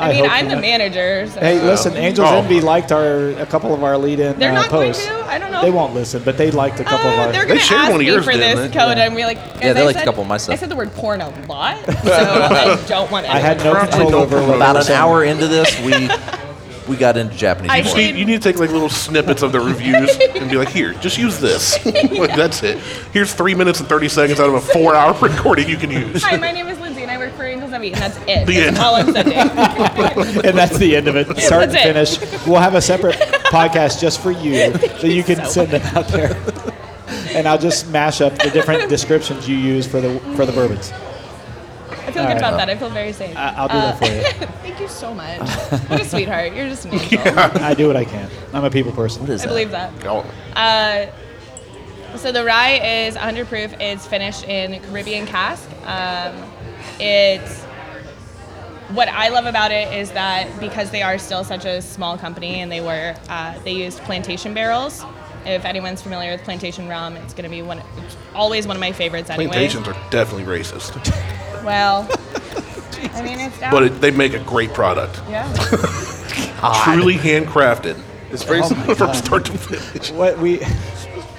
S3: I mean,
S4: hope
S3: I'm
S4: not.
S3: the manager. So.
S4: Hey, listen, Angels
S1: Oh.
S4: Envy liked our a couple of our lead-in
S3: They're
S4: uh,
S3: not going
S4: posts.
S3: to? I don't know.
S4: They won't listen, but they liked a couple
S3: Uh,
S4: of
S3: they're
S4: our.
S3: gonna
S1: shared
S3: ask
S1: one of
S3: me
S1: yours,
S3: for
S1: didn't
S3: this
S1: they?
S3: code, and we're like, guys,
S2: Yeah, they
S3: I
S2: liked a
S3: said-
S2: couple of my
S3: I
S2: stuff.
S3: said the word porn a lot, so I don't want.
S4: I had
S3: anyone-
S4: no
S1: Probably
S4: control
S1: don't
S4: over
S1: promote
S4: what they were
S2: About an
S4: saying.
S2: hour into this, we we got into Japanese
S3: I
S1: You
S2: porn.
S1: need, you need to take like little snippets of the reviews and be like, here, just use this. like, that's it. Here's three minutes and 30 seconds out of a four hour recording you can use.
S3: Hi, my name is Lindsay, and I work for Angels Envy, and that's it.
S1: The
S3: that's
S1: end.
S3: all I'm sending.
S4: and that's the end of it. Start and
S3: That's
S4: finish. We'll have a separate podcast just for you that you can send them out there. And I'll just mash up the different descriptions you use for the for the bourbons.
S3: I feel
S4: All
S3: good
S4: right.
S3: about that. I feel very safe. Uh,
S4: I- I'll do that for you.
S3: Thank you so much. What a sweetheart. You're just an angel.
S4: I do what I can. I'm a people person.
S2: What is
S3: I
S2: that?
S3: believe that.
S1: Oh,
S3: Uh, so the rye is 100 proof. It's finished in Caribbean cask. Um, it's what I love about it is that because they are still such a small company and they were uh, they used plantation barrels. If anyone's familiar with plantation rum, it's going to be one it's always one of my favorites anyway.
S1: Plantations are definitely racist,
S3: Well, I mean it's down.
S1: but it, they make a great product.
S3: yeah.
S1: Truly handcrafted
S6: This brings.
S1: from
S4: Uh,
S1: start to finish.
S4: What we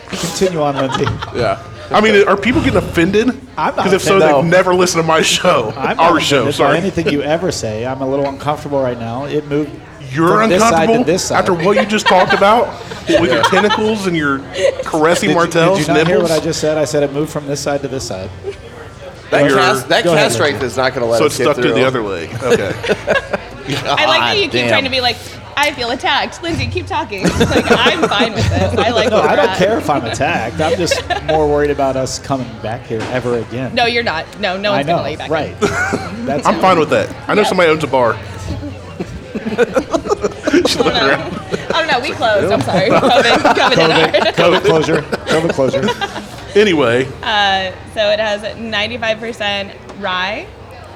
S4: continue on, Lindsay.
S6: yeah.
S1: I mean, are people getting offended?
S4: not
S1: Because if so,
S4: offended.
S1: they've never listened to my show.
S4: I'm not
S1: Our show,
S4: offended by
S1: sorry.
S4: Anything you ever say, I'm a little uncomfortable right now. It moved.
S1: You're
S4: from
S1: uncomfortable
S4: This side
S1: after
S4: to this side.
S1: what you just talked about with your tentacles and your caressing
S4: Did you,
S1: martels,
S4: did you not hear
S1: nipples.
S4: what I just said? I said it moved from this side to this side.
S6: That
S1: You're-
S6: cast, that
S4: Go ahead,
S6: cast strength is not going to let
S1: so
S6: us
S1: it's
S6: get
S1: stuck
S6: through
S1: to the other leg. Okay.
S3: I like that you keep
S2: damn.
S3: trying to be like I feel attacked. Lindsay, keep talking. Like I'm fine with this. I like
S4: No,
S3: where
S4: I
S3: we're
S4: don't
S3: at.
S4: care if I'm attacked. I'm just more worried about us coming back here ever again.
S3: No, you're not. No, no
S4: I
S3: one's going
S4: know,
S3: to let you back in.
S4: right? That's
S1: I'm fine with that. I know
S3: Yeah.
S1: somebody owns a bar. She looked around.
S3: Oh no, we closed. I'm sorry. COVID, COVID did ours.
S4: COVID, COVID closure. COVID closure.
S1: Anyway,
S3: Uh, so it has 95% rye.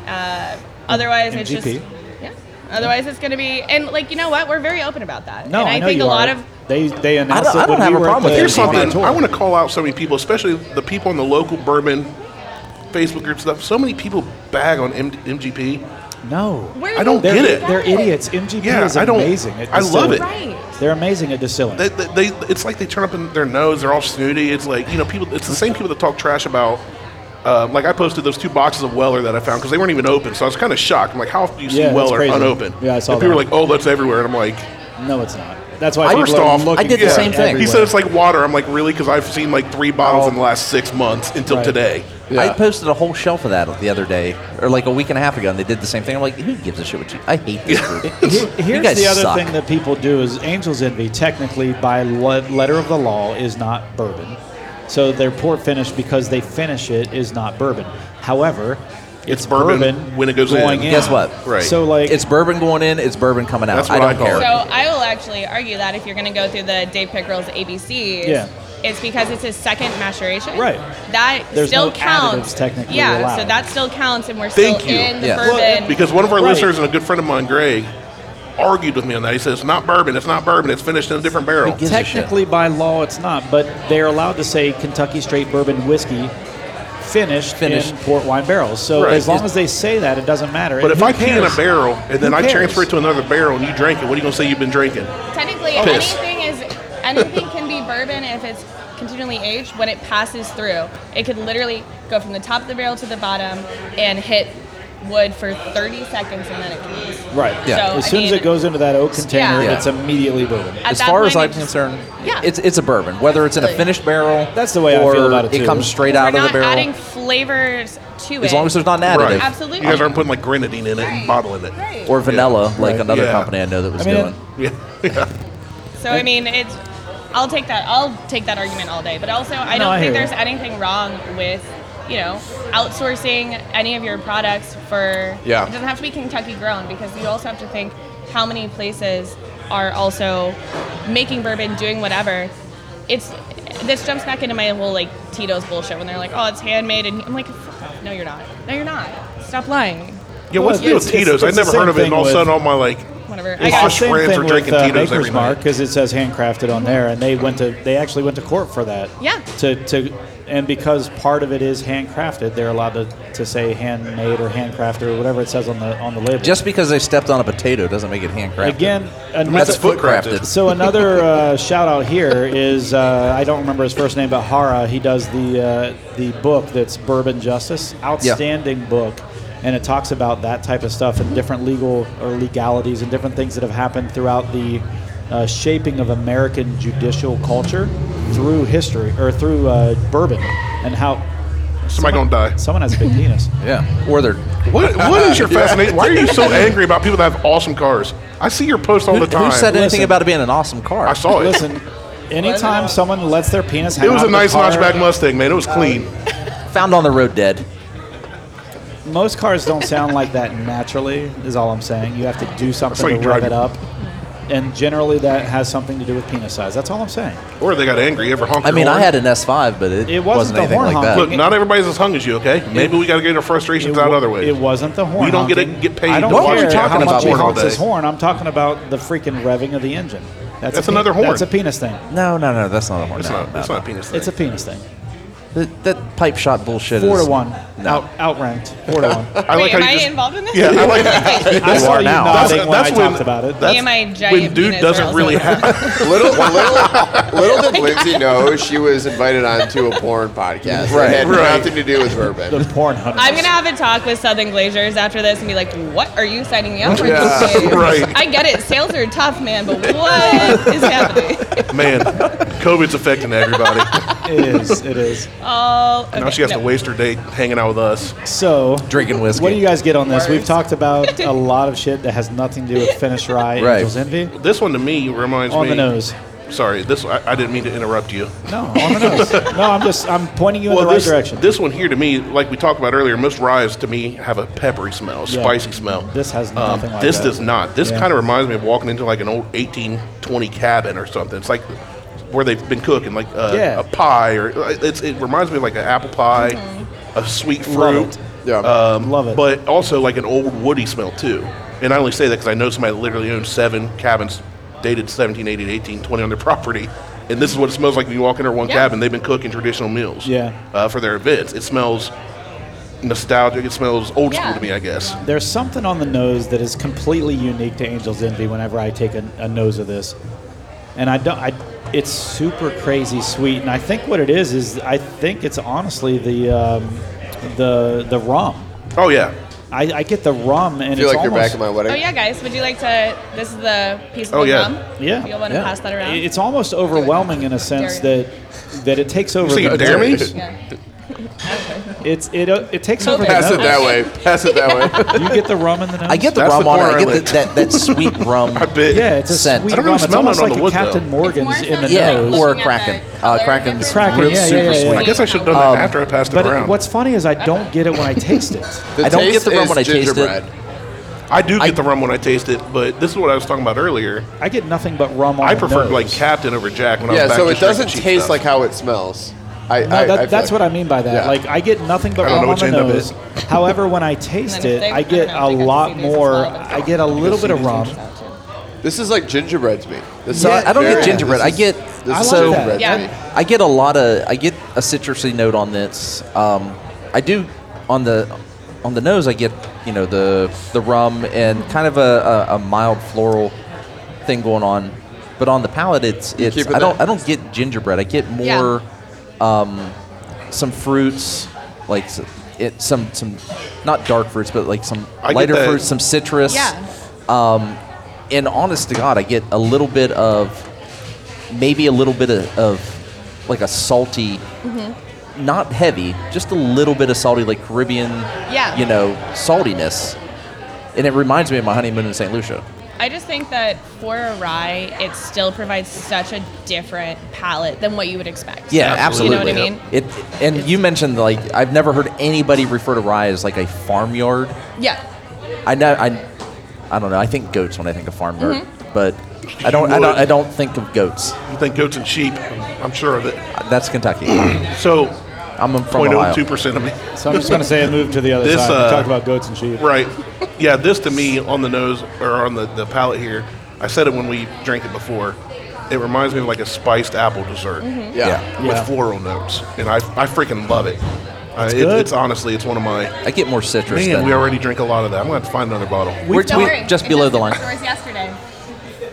S3: Uh, otherwise, it's just
S4: MGP.
S3: yeah. Otherwise, it's going to be and like you know what? We're very open about that.
S4: No,
S3: and
S4: I,
S3: I,
S4: know
S3: think
S4: you
S3: a lot
S4: are.
S3: of
S4: they they announced
S2: I don't- I don't have
S4: it when
S2: a
S4: we were
S2: problem
S4: at
S2: with
S4: the
S1: here's
S2: Here's
S1: something.
S4: Tour.
S1: I want to call out so many people, especially the people on the local bourbon Facebook group stuff. So many people bag on M- MGP.
S4: No.
S3: where
S1: I don't
S3: do
S1: get
S4: They're,
S3: you
S1: it.
S3: get
S4: they're idiots. MGP
S1: Yeah,
S4: is
S1: I don't-
S4: amazing. at
S1: I love
S4: distilling.
S1: it.
S3: Right.
S4: They're amazing at distilling.
S1: They, they, they- it's like they turn up in their nose. They're all snooty. It's like you know, people. It's the same people that talk trash about. Uh, like I posted those two boxes of Weller that I found because they weren't even open, so I was kind of shocked. I'm like, how often do you see
S4: Yeah, that's
S1: Weller
S4: crazy.
S1: unopened?
S4: Yeah, I saw
S1: and People
S4: that.
S1: were like, oh, that's everywhere, and I'm like,
S4: no, it's not. That's why
S1: first
S4: people are
S1: off,
S4: looking
S2: I did the
S4: for it
S2: same thing.
S1: He
S4: everywhere. Oh.
S1: said it's like water. I'm like, really? Because I've seen like three bottles in the last six months until
S4: Right.
S1: today.
S2: I posted a whole shelf of that the other day, or like a week and a half ago, and they did the same thing. I'm like, who gives a shit what you? I hate this group.
S4: Here-
S2: you
S4: Here's
S2: guys
S4: the other
S2: suck.
S4: thing that people do is Angel's Envy, technically by le- letter of the law, is not bourbon. So their port finish, because they finish it, is not bourbon. However, it's,
S1: It's bourbon when it goes in.
S4: going in.
S2: Guess what?
S1: Right.
S4: So like
S2: it's bourbon going in, it's bourbon coming out.
S1: That's
S2: I
S1: what
S2: don't
S1: I call
S2: care.
S1: it.
S3: So I will actually argue that if you're going to go through the Dave Pickrell's ABCs,
S4: Yeah.
S3: it's because it's his second maturation.
S4: Right.
S3: That
S4: There's
S3: still
S4: no
S3: counts.
S4: additives technically
S3: yeah,
S4: allowed.
S3: so that still counts, and we're
S1: Thank
S3: still
S1: you.
S3: in the
S2: Yeah.
S3: bourbon.
S1: Because one of our
S4: Right.
S1: listeners and a good friend of mine, Greg, argued with me on that. He said, it's not bourbon. It's not bourbon. It's finished in a different barrel.
S2: gives a shit?
S4: technically by law it's not, but they're allowed to say Kentucky straight bourbon whiskey finished,
S2: Finished.
S4: in port wine barrels. So
S1: Right.
S4: as long as they say that, it doesn't matter.
S1: But
S4: And
S1: if
S4: who
S1: I pee in a
S4: cares?
S1: barrel and then
S4: Who
S1: I
S4: cares?
S1: transfer it to another barrel and you drink it, what are you going to say you've been drinking?
S3: Technically,
S1: Piss.
S3: anything is anything can be bourbon if it's continually aged. When it passes through, it could literally go from the top of the barrel to the bottom and hit wood for 30 seconds, and then it cools.
S4: right?
S2: Yeah.
S3: So,
S4: as
S3: I
S4: soon as
S3: mean-
S4: it goes into that oak container,
S3: Yeah.
S4: it's immediately bourbon.
S3: At
S2: as
S3: that
S2: far
S3: point,
S2: as
S3: it
S2: I'm
S3: just-
S2: concerned,
S3: Yeah.
S2: it's it's a bourbon. Whether it's in a
S3: Absolutely.
S2: finished barrel,
S4: That's the way I
S2: or
S4: feel about it, too.
S2: comes straight
S3: we're
S2: out of
S3: not
S2: the barrel.
S3: adding flavors to it.
S2: as long as there's not an additive
S1: Right.
S3: Absolutely.
S1: You guys aren't putting like grenadine in it and bottling it.
S3: Right.
S2: or vanilla, like
S4: Right.
S2: another
S1: Yeah.
S2: company I know that was
S4: I mean,
S2: doing.
S1: Yeah.
S3: So I mean, it's. I'll take that. I'll take that argument all day. But also, I
S4: No,
S3: don't
S4: I
S3: think
S4: hear you.
S3: there's anything wrong with, you know, outsourcing any of your products for.
S6: Yeah.
S3: It doesn't have to be Kentucky grown because you also have to think how many places are also making bourbon, doing whatever. It's this jumps back into my whole like Tito's bullshit when they're like, oh, it's handmade, and I'm like, "Fuck off. no, you're not. No, you're not. Stop lying.
S1: Yeah, what's the deal
S4: It's-
S1: with
S4: it's-
S1: Tito's?
S4: it's
S1: I'd
S4: the
S1: never
S4: same
S1: heard of it, and all of a
S4: thing
S1: sudden, all my like,
S3: Whatever. I
S1: It's
S3: got
S1: just friends are drinking Tito's every
S4: uh, Baker's
S1: night.
S4: Mark because it says handcrafted on there, and they went to they actually went to court for that.
S3: Yeah.
S4: To to and because part of it is handcrafted, they're allowed to, to say handmade or handcrafted or whatever it says on the on the label.
S2: Just because they stepped on a potato doesn't make it handcrafted.
S4: again, another,
S2: that's
S1: it's foot crafted.
S2: foot crafted.
S4: So another uh, shout out here is uh, I don't remember his first name, but Hara. He does the uh, the book that's Bourbon Justice, outstanding book, and it talks about that type of stuff and different legal or legalities and different things that have happened throughout the uh, shaping of American judicial culture through history or through uh, bourbon and how.
S1: somebody gonna die.
S4: Someone has a big penis.
S2: Yeah, or they're
S1: What, what is your fascination? Why are you so angry about people that have awesome cars? I see your post all
S2: who,
S1: the time.
S2: who said anything
S4: Listen.
S2: about it being an awesome car?
S1: I saw it.
S4: Listen, anytime someone lets their penis hang
S1: it was a
S4: out of the
S1: nice
S4: car-
S1: notchback Mustang, man. It was clean.
S2: Found on the road dead.
S4: Most cars don't sound like that naturally, is all I'm saying. You have to do something
S1: why
S4: to
S1: you drive
S4: rev
S1: it.
S4: it up. And generally, that has something to do with penis size. That's all I'm saying.
S1: or they got angry. You ever honk
S2: I
S1: your
S2: mean, I
S1: horn?
S2: had an S5, but it,
S4: It wasn't
S2: wasn't
S4: the
S2: anything
S4: horn
S2: like that.
S4: honk.
S1: Look, not everybody's as hung as you. Okay, maybe we got to get our frustrations out
S4: wa-
S1: other ways.
S4: It wasn't the horn.
S1: We don't get
S4: honking.
S1: to get paid
S4: I don't
S1: to
S4: care
S1: watch
S2: you
S4: how
S2: talking about
S4: much he
S2: horn all
S4: honks his
S1: day.
S4: horn. I'm talking about the freaking revving of the engine. That's,
S1: That's
S4: a pe-
S1: another horn.
S4: That's a penis thing.
S2: No, no, no, that's not a horn.
S1: It's
S2: no,
S1: not.
S2: no,
S1: It's
S2: no.
S1: not a penis. Thing.
S4: It's a penis thing.
S2: That, that pipe shot bullshit.
S4: Four
S2: is,
S4: to one.
S2: No.
S4: Out, outranked. Four to one.
S1: I
S3: Wait,
S1: like
S3: am
S1: how
S3: I
S1: you just.
S3: involved in this?
S1: Yeah, I like that.
S4: I saw
S2: are
S4: you
S2: now.
S4: nodding
S1: That's-
S4: when
S1: that's
S4: I
S1: when-
S4: talked about it.
S1: that's
S3: Me and my giant
S1: when dude
S3: penis are
S1: doesn't
S3: also-
S1: really have.
S6: little little little did Lindsay know she was invited on to a porn podcast.
S2: Right,
S6: It had
S1: right.
S6: nothing to do with
S4: The
S6: bourbon.
S4: porn hunters.
S3: I'm gonna have a talk with Southern Glaziers after this and be like, "What are you signing me up for?"
S6: Yeah.
S3: this day?"
S1: Right.
S3: I get it. Sales are tough, man, but what is happening?
S1: Man, COVID's affecting everybody.
S4: It is. It is.
S3: Oh, okay,
S1: now she has
S3: no.
S1: to waste her day hanging out with us.
S4: So
S2: Drinking whiskey.
S4: What do you guys get on this? We've
S3: Words.
S4: talked about a lot of shit that has nothing to do with Finnish Rye,
S2: Right.
S4: Angel's Envy.
S1: This one to me reminds
S4: On
S1: me
S4: the nose.
S1: sorry, this I, I didn't mean to interrupt you.
S4: No, on the nose. no, I'm just I'm pointing you in the right
S1: this,
S4: direction.
S1: this one here to me, like we talked about earlier, most ryes to me have a peppery smell, spicy smell. Um,
S4: This has nothing like
S1: This
S4: that.
S1: does not. This
S4: Yeah.
S1: kind of reminds me of walking into like an old 1820 cabin or something. It's like where they've been cooking, like uh,
S4: Yeah.
S1: a pie, or uh, it's, it reminds me of like an apple pie, a sweet
S4: Mm-hmm. Love
S1: fruit.
S4: it.
S6: Yeah.
S1: Um,
S4: Love it.
S1: But also like an old woody smell too. And I only say that because I know somebody that literally owns seven cabins dated 1780 to 1820 on their property. And this is what it smells like when you walk into one
S3: Yeah.
S1: cabin. They've been cooking traditional meals
S4: Yeah.
S1: uh, for their events. It smells nostalgic. It smells old
S3: Yeah.
S1: school to me, I guess.
S4: There's something on the nose that is completely unique to Angel's Envy. Whenever I take a, a nose of this, and I don't, I, it's super crazy sweet. And I think what it is is I think it's honestly the um, the the rum.
S1: Oh, yeah.
S4: I, I get the rum, and
S6: I feel
S4: it's
S6: like you're back
S4: almost,
S6: at my wedding.
S3: Oh yeah, guys, would you like to? This is the piece of
S1: Oh,
S3: the
S1: yeah.
S3: rum.
S4: Yeah,
S3: You'll want to
S4: yeah.
S3: pass that around.
S4: It's almost overwhelming in a sense
S3: Dare
S4: that that it takes over.
S1: singing
S4: the
S1: Dare Me?
S4: nose.
S3: yeah.
S4: It's it uh, it takes over.
S6: Pass
S4: The
S6: it that way. Pass it that way.
S4: nose. You get the rum in the nose.
S2: I get the
S1: That's the
S2: rum on it.
S1: corner
S2: I
S1: I
S2: get
S1: licked.
S2: the, that, that sweet rum.
S1: I bet.
S4: yeah, it's a
S2: Scent.
S4: sweet
S2: I
S1: don't really
S4: rum. It's
S1: smell
S4: almost
S1: none on
S4: like
S1: the
S4: a
S1: wood,
S4: Captain
S1: though.
S4: Morgan's
S8: It's more
S4: in the
S8: so
S2: yeah,
S8: like
S4: nose.
S2: or a
S8: looking at
S2: Kraken.
S8: the
S2: Uh,
S8: color
S2: Kraken's
S8: difference.
S4: Kraken,
S2: real
S4: yeah, yeah,
S2: super
S4: yeah, yeah. Um,
S2: sweet.
S1: I guess I should have done that after I passed
S4: But
S1: it
S4: it,
S1: around.
S4: what's funny is I don't get it when I taste it.
S6: The
S2: I don't get the
S6: taste
S2: rum
S6: is
S2: when I taste it.
S6: gingerbread.
S1: I do get
S2: I-
S1: the rum when I taste it, but this is what I was talking about earlier.
S4: I get nothing but rum on
S1: I
S4: the
S1: preferred
S4: nose.
S1: like Captain over Jack when I was
S6: Yeah,
S1: back
S6: so it
S1: just drinking
S6: doesn't
S1: cheap
S6: taste
S1: stuff.
S6: like how it smells. I,
S4: No,
S6: I,
S4: that,
S6: I feel
S4: that's
S6: like-
S4: what I mean by that.
S6: Yeah.
S4: Like I get nothing but
S1: I don't
S4: rum
S1: know
S4: on
S1: which
S4: the
S1: end of it
S4: nose.
S1: is.
S4: However, when I taste
S3: And if
S4: it,
S3: they-
S4: I get
S3: I
S4: a
S3: don't think I can
S4: lot
S3: see these as
S4: more.
S3: well, but-
S4: I get a little bit of rum.
S6: This is like gingerbread to me. This
S2: So
S6: is
S2: I don't
S6: very-
S2: get gingerbread.
S6: this
S2: I
S6: is-
S2: get
S6: this is
S2: so
S6: gingerbread
S3: Yeah.
S6: to me.
S2: I get a lot of I get a citrusy note on this. Um, I do on the on the nose. I get you know the the rum and kind of a, a, a mild floral thing going on, but on the palate it's it's
S6: keeping
S2: I don't
S6: that?
S2: I don't get gingerbread. I get
S3: Yeah.
S2: more um, some fruits like s- it some some not dark fruits but like some
S1: I get
S2: lighter
S1: that-
S2: fruits, some citrus. Um,
S3: Yeah.
S2: And honest to God, I get a little bit of maybe a little bit of, of like a salty,
S3: Mm-hmm.
S2: not heavy, just a little bit of salty, like Caribbean,
S3: Yeah.
S2: you know, saltiness. And it reminds me of my honeymoon in St. Lucia.
S3: I just think that for a rye, it still provides such a different palette than what you would expect.
S2: Yeah,
S1: Absolutely.
S2: absolutely.
S3: You know what I mean?
S2: It and you mentioned like I've never heard anybody refer to rye as like a farmyard.
S3: Yeah.
S2: I know I, I don't know. I think goats when I think of farmyard,
S3: Mm-hmm.
S2: but I don't, I don't. I don't think of goats.
S1: You think goats and sheep? I'm sure of it.
S2: That's Kentucky. I'm
S1: So,
S2: from Ohio.
S1: 0.02 percent of me.
S4: So I'm just going to say I moved to the other
S1: This,
S4: side.
S1: uh,
S4: we talked about goats and sheep.
S1: Right. Yeah, this to me on the nose or on the, the palate here, I said it when we drank it before. It reminds me of like a spiced apple dessert
S6: Mm-hmm. Yeah.
S1: with
S4: Yeah.
S1: floral notes, and I, I freaking love it. Uh, it
S4: good.
S1: it's honestly, it's one of my.
S2: I get more citrus.
S1: Man,
S2: than-
S1: we already drink a lot of that. I'm gonna have to find another bottle.
S2: We're
S4: Don't
S2: we-
S8: worry,
S2: just
S8: it
S2: below
S8: was
S2: the
S8: in
S2: line.
S8: Stores yesterday.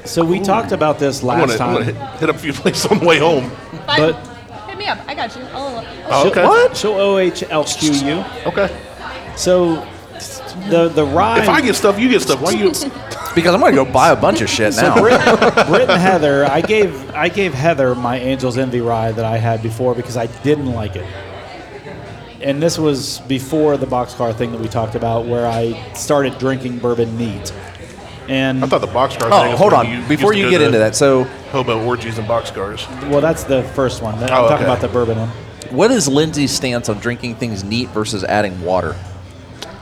S4: So we talked about this
S1: I'm
S4: last
S1: gonna, I'm gonna
S4: time.
S1: hit, hit up a few places on the way home.
S8: Fine.
S4: But-
S8: hit me up. I got you. I'll, I'll
S1: Oh, okay.
S4: What? She'll OHLQU.
S1: Okay.
S4: So the the rye.
S1: If I get stuff, you get stuff. Why you?
S2: Because I'm gonna go buy a bunch of shit now.
S4: Brit, Brit and Heather, I gave I gave Heather my Angel's Envy rye that I had before because I didn't like it. And this was before the boxcar thing that we talked about, where I started drinking bourbon neat. And
S1: I thought the boxcar. thing
S2: oh,
S1: is
S2: hold
S1: when
S2: on.
S1: used
S2: Before
S1: to
S2: you
S1: go
S2: get
S1: to
S2: into that, so
S1: hobo orgies and boxcars.
S4: well, that's the first one. I'm
S1: Oh,
S4: talking
S1: okay.
S4: about the bourbon one.
S2: what is Lindsay's stance on drinking things neat versus adding water?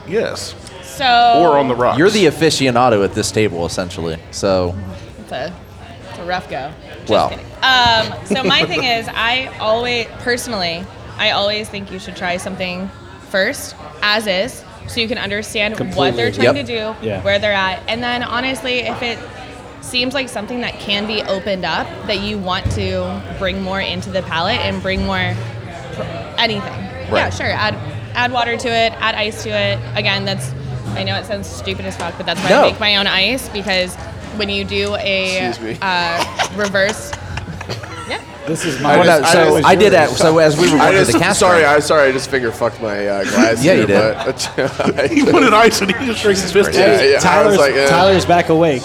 S1: Yes,
S3: So.
S1: or on the rocks.
S2: You're the aficionado at this table, essentially. So,
S3: It's a, it's a rough go. Just
S2: Well.
S3: kidding. Um, so my thing is, I always, personally, I always think you should try something first, as is, so you can understand what they're
S4: Completely.
S3: trying
S2: Yep.
S3: to do,
S4: Yeah.
S3: where they're at, and then honestly, if it seems like something that can be opened up, that you want to bring more into the palate and bring more pr- anything. Yeah,
S2: Right.
S3: sure. Add add water to it. Add ice to it. Again, that's. I know it sounds stupid as fuck, but that's why
S2: No.
S3: I make my own ice because when you do a
S6: Excuse me.
S3: uh, reverse, yeah,
S4: This is
S6: I
S4: my.
S2: Well, no,
S6: just- I
S2: so
S6: just-
S2: I, did that. So as we were
S6: I
S2: going to
S6: just,
S2: the cast,
S6: sorry,
S2: room-
S6: I sorry, I just finger fucked my uh, glass.
S2: Yeah, you
S6: here,
S2: did.
S6: But,
S1: He wanted ice and he just drinks his fist.
S6: Yeah, yeah, I
S4: Tyler's,
S6: was like, eh.
S1: uh,
S4: Tyler's back awake.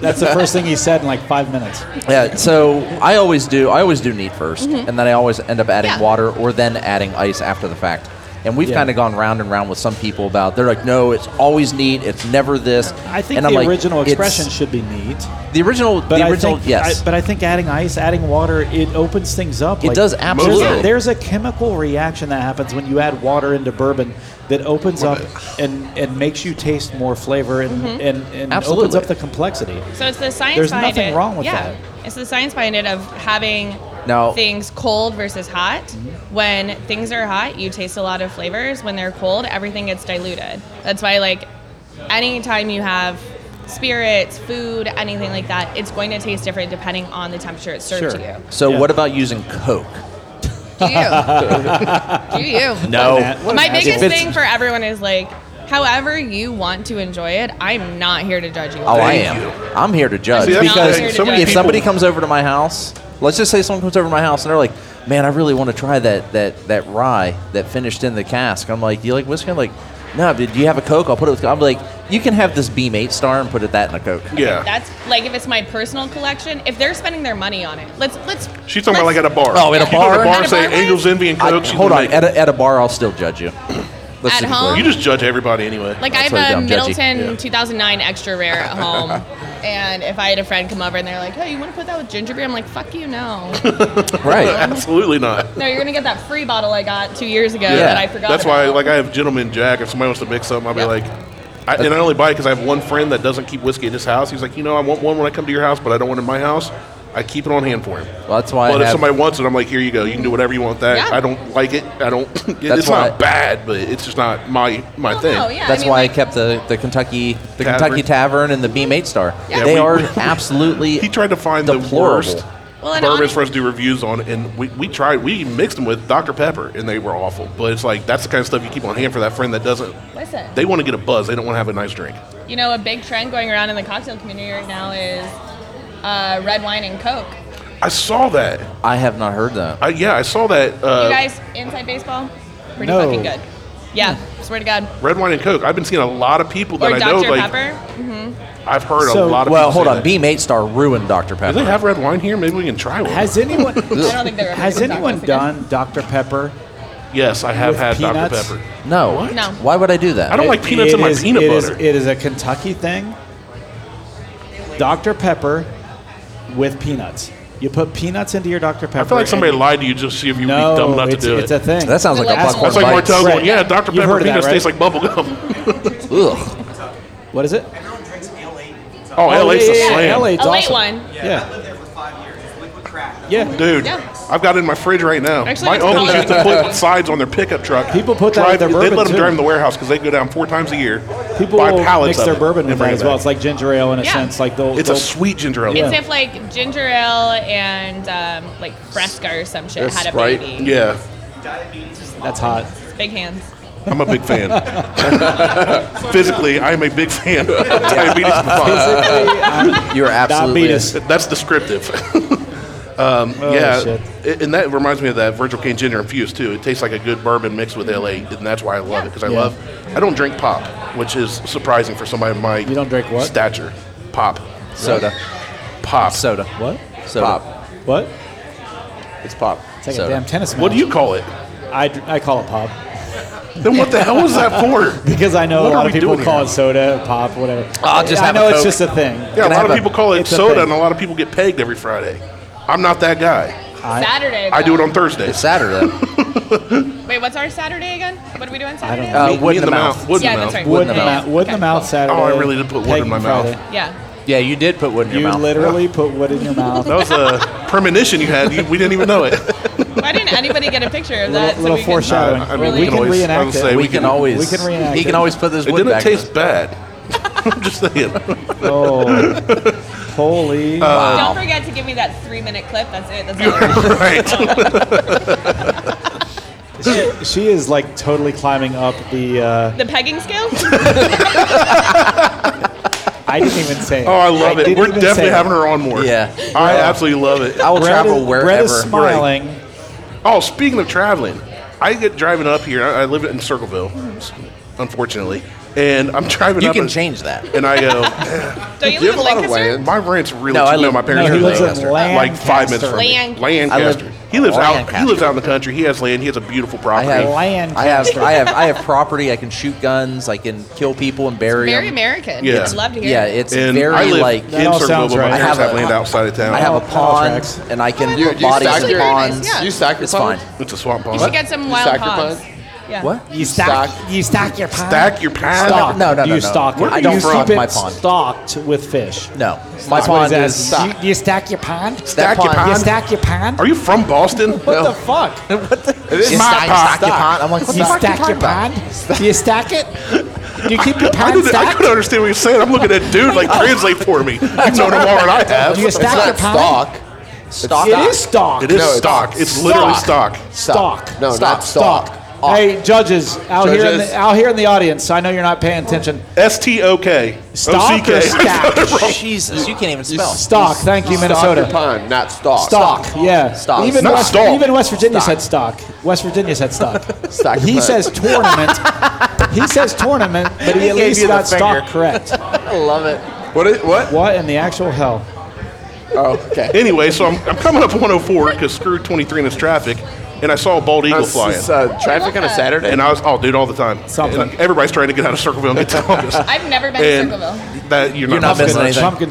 S4: That's the first thing he said in like five minutes.
S2: yeah. So I
S4: Mm-hmm.
S2: always do. I always do neat 1st and then I always end up adding
S3: Yeah.
S2: water or then adding ice after the fact. And we've
S4: Yeah.
S2: kind of gone round and round with some people about they're like, no, it's always neat, it's never this.
S4: I think
S2: and I'm
S4: the
S2: like,
S4: original
S2: it's-
S4: expression should be neat.
S2: The original,
S4: But
S2: the original,
S4: I think,
S2: yes.
S4: I, but I think adding ice, adding water, it opens things up.
S2: It does,
S4: there's a-
S2: absolutely.
S4: There's a, chemical reaction that happens when you add water into bourbon that opens up and, and makes you taste more flavor and and, and opens
S2: Absolutely.
S4: up the complexity.
S3: So it's the science
S4: There's
S3: behind
S4: nothing
S3: it.
S4: wrong with
S3: yeah. It's the science behind it of having
S2: Now-
S3: things cold versus hot.
S4: Mm-hmm.
S3: When things are hot, you taste a lot of flavors. When they're cold, everything gets diluted. That's why like anytime you have spirits, food, anything like that, it's going to taste different depending on the temperature it's served
S4: Sure.
S3: to you.
S2: so
S4: Yeah.
S2: what about using Coke?
S3: Do you? Do you?
S4: What an
S3: My
S4: asshole.
S3: biggest
S2: If it's-
S3: thing for everyone is like, however you want to enjoy it, I'm not here to judge you.
S2: Oh, I
S1: Thank
S2: am.
S1: you.
S2: I'm here to judge
S1: See, that's the
S2: because
S1: thing.
S2: if
S1: So many people-
S2: somebody comes over to my house, let's just say someone comes over to my house and they're like, "Man, I really want to try that that that rye that finished in the cask." I'm like, "Do you like whiskey?" I'm like, "No, but do you have a Coke? I'll put it with." I'm like, "You can have this Beam Eight Star and put it that in a Coke."
S1: Yeah.
S3: That's like if it's my personal collection, if they're spending their money on it, let's let's.
S1: She's talking about like
S3: let's-
S1: at a bar.
S2: Oh, at a
S1: You go to
S2: bar?
S1: a
S3: At
S1: bar,
S3: a
S1: say
S3: bar?
S1: Angels Envy and
S2: I-
S1: Coke. she's
S2: hold
S1: gonna
S2: on,
S1: make-
S2: at a, at a bar, I'll still judge you. Let's
S3: At
S2: just be
S3: home?
S1: you
S2: clear.
S1: just judge everybody anyway.
S3: Like
S2: That's
S3: I have
S2: really
S3: a
S2: dumb, judgy.
S3: Middleton
S1: Yeah.
S3: 2009 extra rare at home, and if I had a friend come over and they're like, "Hey, you want to put that with ginger beer?" I'm like, "Fuck you, no,
S2: right.
S1: Absolutely not.
S3: no, you're gonna get that free bottle I got two years ago that I forgot."
S1: That's why,
S3: about."
S1: like, I have Gentleman Jack. If somebody wants to mix something, I'll be
S3: Yeah.
S1: like, I, and I only buy it because I have one friend that doesn't keep whiskey in his house. He's like, you know, I want one when I come to your house, but I don't want it in my house. I keep it on hand for him.
S2: Well, that's why I
S1: But if
S2: have-
S1: somebody wants it, I'm like, here you go. You can do whatever you want. with That
S3: Yeah.
S1: I don't like it. I don't.
S2: That's
S1: it's
S2: why
S1: not
S2: I-
S1: bad, but it's just not my my
S3: Oh,
S1: thing.
S3: no, yeah, I
S2: That's
S3: mean,
S2: why
S3: like-
S2: I kept the, the Kentucky the
S1: Tavern.
S2: Kentucky Tavern and the Beam Eight Star.
S1: Yeah,
S2: they
S1: we-
S2: are
S1: we-
S2: absolutely.
S1: He tried to find
S2: deplorable.
S1: the worst
S3: Well, and
S1: bourbons
S3: honest-
S1: for us to do reviews on, and we, we tried. We mixed them with Dr Pepper, and they were awful. But it's like that's the kind of stuff you keep on hand for that friend that doesn't.
S3: Listen.
S1: They want to get a buzz. They don't want to have a nice drink.
S3: You know, a big trend going around in the cocktail community right now is uh, red wine and Coke.
S1: I saw that.
S2: I have not heard that.
S1: I, yeah, I saw that. Uh,
S3: You guys, inside baseball, pretty
S4: No.
S3: fucking good. Yeah, swear to God.
S1: red wine and Coke. I've been seeing a lot of people that
S3: Or
S1: I
S3: Dr.
S1: know. Like
S3: Pepper.
S1: I've heard a
S4: So-
S1: lot of.
S2: Well,
S1: people
S2: hold
S1: say
S2: on.
S1: that.
S2: Beam Eight Star ruined Dr
S1: Do
S2: Pepper.
S1: they have red wine here? Maybe we can try one.
S4: Has anyone
S3: I don't think they're ever
S4: has
S3: gonna talk
S4: anyone
S3: about this
S4: done Dr Pepper?
S1: yes, I have
S4: with
S1: had
S4: peanuts?
S1: Dr Pepper.
S2: No.
S1: What?
S3: No.
S2: Why would I do that?
S1: I don't like peanuts
S4: It
S1: in my
S4: is-
S1: peanut
S4: it is-
S1: butter.
S4: it is a Kentucky thing. Dr Pepper with peanuts. You put peanuts into your Dr Pepper.
S1: I feel like somebody
S4: and-
S1: lied to you just to see if you'd
S4: No,
S1: be dumb enough to
S4: it's,
S1: do
S4: it's
S1: it.
S4: a thing.
S2: That sounds like
S3: Like
S2: a
S3: that's
S2: popcorn
S1: That's like
S2: bite.
S1: Martel
S4: Right.
S1: going, yeah, Dr
S4: You've
S1: Pepper
S4: heard of that,
S1: peanuts
S4: right?
S1: taste like bubble gum.
S2: Ugh.
S4: What is it?
S1: Oh, LA's
S4: yeah,
S1: a
S4: yeah,
S1: slam.
S4: yeah, LA 's
S3: A late
S4: awesome.
S3: one.
S4: Yeah. Yeah.
S1: Dude,
S3: Yeah.
S1: I've got it in my fridge right now.
S3: Actually,
S1: my
S3: it's
S1: uncles
S3: colored.
S1: used to put sides on their pickup truck.
S4: People put that
S1: drive,
S4: with their
S1: They
S4: bourbon,
S1: let them
S4: too.
S1: drive in the warehouse because they go down four times a year.
S4: People
S1: buy
S4: will
S1: pallets
S4: mix
S1: of
S4: their
S1: it
S4: bourbon with
S1: and bring it
S4: that as well.
S1: back.
S4: It's like ginger ale in a
S3: Yeah.
S4: sense. Like they'll,
S1: It's
S4: they'll,
S1: a sweet ginger ale.
S3: It's
S4: Yeah.
S3: if like ginger ale and um, like Fresca or some shit
S6: Or
S3: had a
S6: Sprite.
S3: baby.
S1: Yeah,
S4: That's hot.
S3: It's Big hands.
S1: I'm a big fan. Physically, I am a big fan. of Diabetes Mufasa.
S2: You're absolutely.
S4: Diabetes.
S1: That's descriptive. um, yeah,
S4: shit.
S1: it- and that reminds me of that Virgil Cane Ginger infused too. It tastes like a good bourbon mixed with LA, and that's why I love it because I
S4: Yeah.
S1: love. I don't drink pop, which is surprising for somebody of my you
S4: don't drink what?
S1: stature. Pop,
S2: Soda.
S1: pop.
S2: Soda.
S4: What?
S2: Soda.
S6: Pop.
S4: What?
S6: It's pop.
S4: It's like
S2: Soda.
S4: a damn tennis match.
S1: What do you call it?
S4: I, dr- I call it pop
S1: Then what the hell was that for?
S4: because I know
S1: What
S4: a
S1: are
S4: lot
S1: we
S4: of people
S1: doing
S4: call
S1: here?
S4: it soda, pop, whatever.
S2: I'll just
S4: I
S2: have a
S4: know it's
S2: Coke.
S4: just a thing.
S1: Yeah, a
S2: Can I
S1: lot
S2: have
S1: of
S2: a-
S1: people call it
S4: it's a
S1: soda,
S4: thing.
S1: and a lot of people get pegged every Friday. I'm not that guy.
S3: Saturday.
S1: I do it
S3: though.
S1: on Thursdays.
S2: It's Saturday.
S3: Wait, what's our Saturday again? What do we do on Saturday?
S4: don't
S2: Uh,
S1: Meat
S2: wood in the mouth.
S1: mouth. Wood in
S3: Yeah,
S1: the
S3: that's
S1: mouth.
S3: right.
S4: Wood in the
S3: Yeah,
S4: mouth.
S3: yeah.
S4: Wood in the mouth Saturday.
S1: Oh, I really did put wood in
S4: pegging
S1: my mouth.
S4: Friday.
S3: Yeah.
S2: Yeah, you did put wood in your
S4: You
S2: mouth.
S4: literally put wood in your mouth.
S1: That was a premonition you had. You, we didn't even know it.
S3: Why didn't anybody get a picture of that?
S4: little, little
S3: we could-
S4: foreshadowing.
S1: I mean,
S3: we
S4: we
S3: can
S4: can
S1: always- I
S4: reenact
S1: would
S4: it.
S1: say
S2: we,
S1: we
S2: can,
S1: can-
S2: always.
S4: we can reenact
S2: He can
S4: it.
S2: always put this
S1: It
S2: wood
S1: didn't
S2: back.
S1: taste bad. I'm just saying.
S4: Oh, holy!
S3: Don't forget to give me that three-minute clip. That's it. That's all. I need.
S1: right.
S4: she is like totally climbing up the. Uh,
S3: The pegging scale.
S4: I didn't even say.
S1: Oh, I love it. We're definitely having her on more.
S2: Yeah.
S1: I absolutely love it.
S2: I will
S4: Brett
S2: travel
S4: is,
S2: wherever.
S4: Brett is smiling.
S1: Oh, speaking of traveling, I get driving up here. I, I live in Circleville, unfortunately, and I'm driving.
S2: You
S1: up
S2: can
S1: and-
S2: change that.
S1: And I go, "Eh,
S3: Don't you
S6: Do you
S3: live
S6: have
S3: in
S6: a lot of
S3: Lancaster?
S6: land?
S1: my rent's really.
S2: No,
S1: cheap."
S2: I live-
S1: my parents
S4: no, he
S1: live
S4: lives in
S1: like five minutes
S4: Lancaster.
S1: from me.
S3: Lancaster.
S1: Lancaster.
S2: I live-
S1: He lives
S2: Land
S1: out. He lives
S2: capture.
S1: out in the country. He has land. He has a beautiful
S2: I
S1: property.
S2: have
S4: Land
S2: I have I have I have property. I can shoot guns. I can kill people and bury
S9: Very
S2: 'em.
S9: American.
S1: Yeah.
S9: I'd love to hear
S2: Yeah,
S9: it.
S2: it's
S1: and
S2: very
S1: I live
S2: like
S1: in
S4: That all
S1: Circle,
S4: sounds
S1: but my
S4: right.
S2: I
S1: parents
S2: have
S1: have
S2: a-
S1: land outside of town.
S2: I have a
S4: All
S2: pond
S4: tracks.
S2: and I can
S9: You-
S2: put
S6: you
S2: bodies
S6: stock
S2: in
S6: your-
S2: ponds.
S9: yeah.
S6: You stock your
S2: It's fine.
S6: ponds?
S1: it's a swamp
S9: you
S1: pond.
S9: should get some
S6: You
S9: wild
S6: stock your
S9: hogs.
S6: pond?
S9: Yeah.
S2: What?
S4: You stock,
S6: Stock.
S4: you stock your pond.
S1: Stack your pond.
S4: Stock.
S2: No, no, no,
S4: You
S2: no, no.
S4: stock
S1: Where
S4: it.
S1: do
S4: you
S1: you
S2: stock
S4: keep it
S2: my pond?
S4: stocked with fish.
S2: No, my
S4: What
S2: pond
S4: is
S2: is
S4: that? You, you stack your pond?
S1: Stack your
S2: pond-
S1: pond.
S4: You stack your pond?
S1: Are you from Boston?
S4: what the fuck?
S6: This
S2: You
S6: is
S1: my
S2: stack,
S1: pond.
S2: stack your pond. I'm like, what
S4: you
S2: the fuck
S4: stack
S2: you
S4: your
S2: talking about?
S4: pond? Do you stack it? Do you keep your
S1: I,
S4: pond
S1: couldn't, I
S4: stacked?
S1: couldn't understand what you're saying. I'm looking at dude like translate for me. You know no more than I have.
S4: Do you
S6: it's
S4: stack your
S6: not
S4: pond?
S6: stock.
S2: Stock.
S4: It is stock.
S1: It is
S6: No, it's
S1: stock. It's, literally
S6: stock.
S1: stock.
S4: Stock.
S6: No, not stock.
S2: Off.
S4: Hey, judges out here in
S6: Judges.
S4: the, out here in the audience, I know you're not paying attention.
S1: S T O K.
S4: Stock
S1: O-C-K.
S4: or stack?
S2: Jesus, you can't even
S6: You
S2: spell.
S4: Stock. Thank you, Minnesota.
S6: Stock your pond, not stock.
S4: Stock. Yeah.
S2: Stock.
S4: Even
S1: Not
S4: West,
S1: stock.
S4: even West Virginia said stock. West Virginia said stock.
S6: Stock your
S4: he
S6: pond.
S4: says tournament. he says tournament, but he,
S2: He
S4: at
S2: gave
S4: least
S2: you the
S4: got
S2: finger.
S4: stock correct.
S2: I love it.
S6: What is what?
S4: What in the actual hell?
S6: Oh, okay.
S1: Anyway, so I'm, I'm coming up 104 because screw 23 in this traffic, and I saw a bald eagle
S6: This
S1: flying.
S6: is, uh, traffic on a Saturday.
S1: and I was, oh, dude, all the time.
S4: Something.
S1: And everybody's trying to get out of Circleville and get to August.
S3: I've never been
S1: and
S3: to Circleville.
S1: that you're,
S2: You're not
S1: missing
S2: missing
S1: much.
S2: anything.
S4: Pumpkin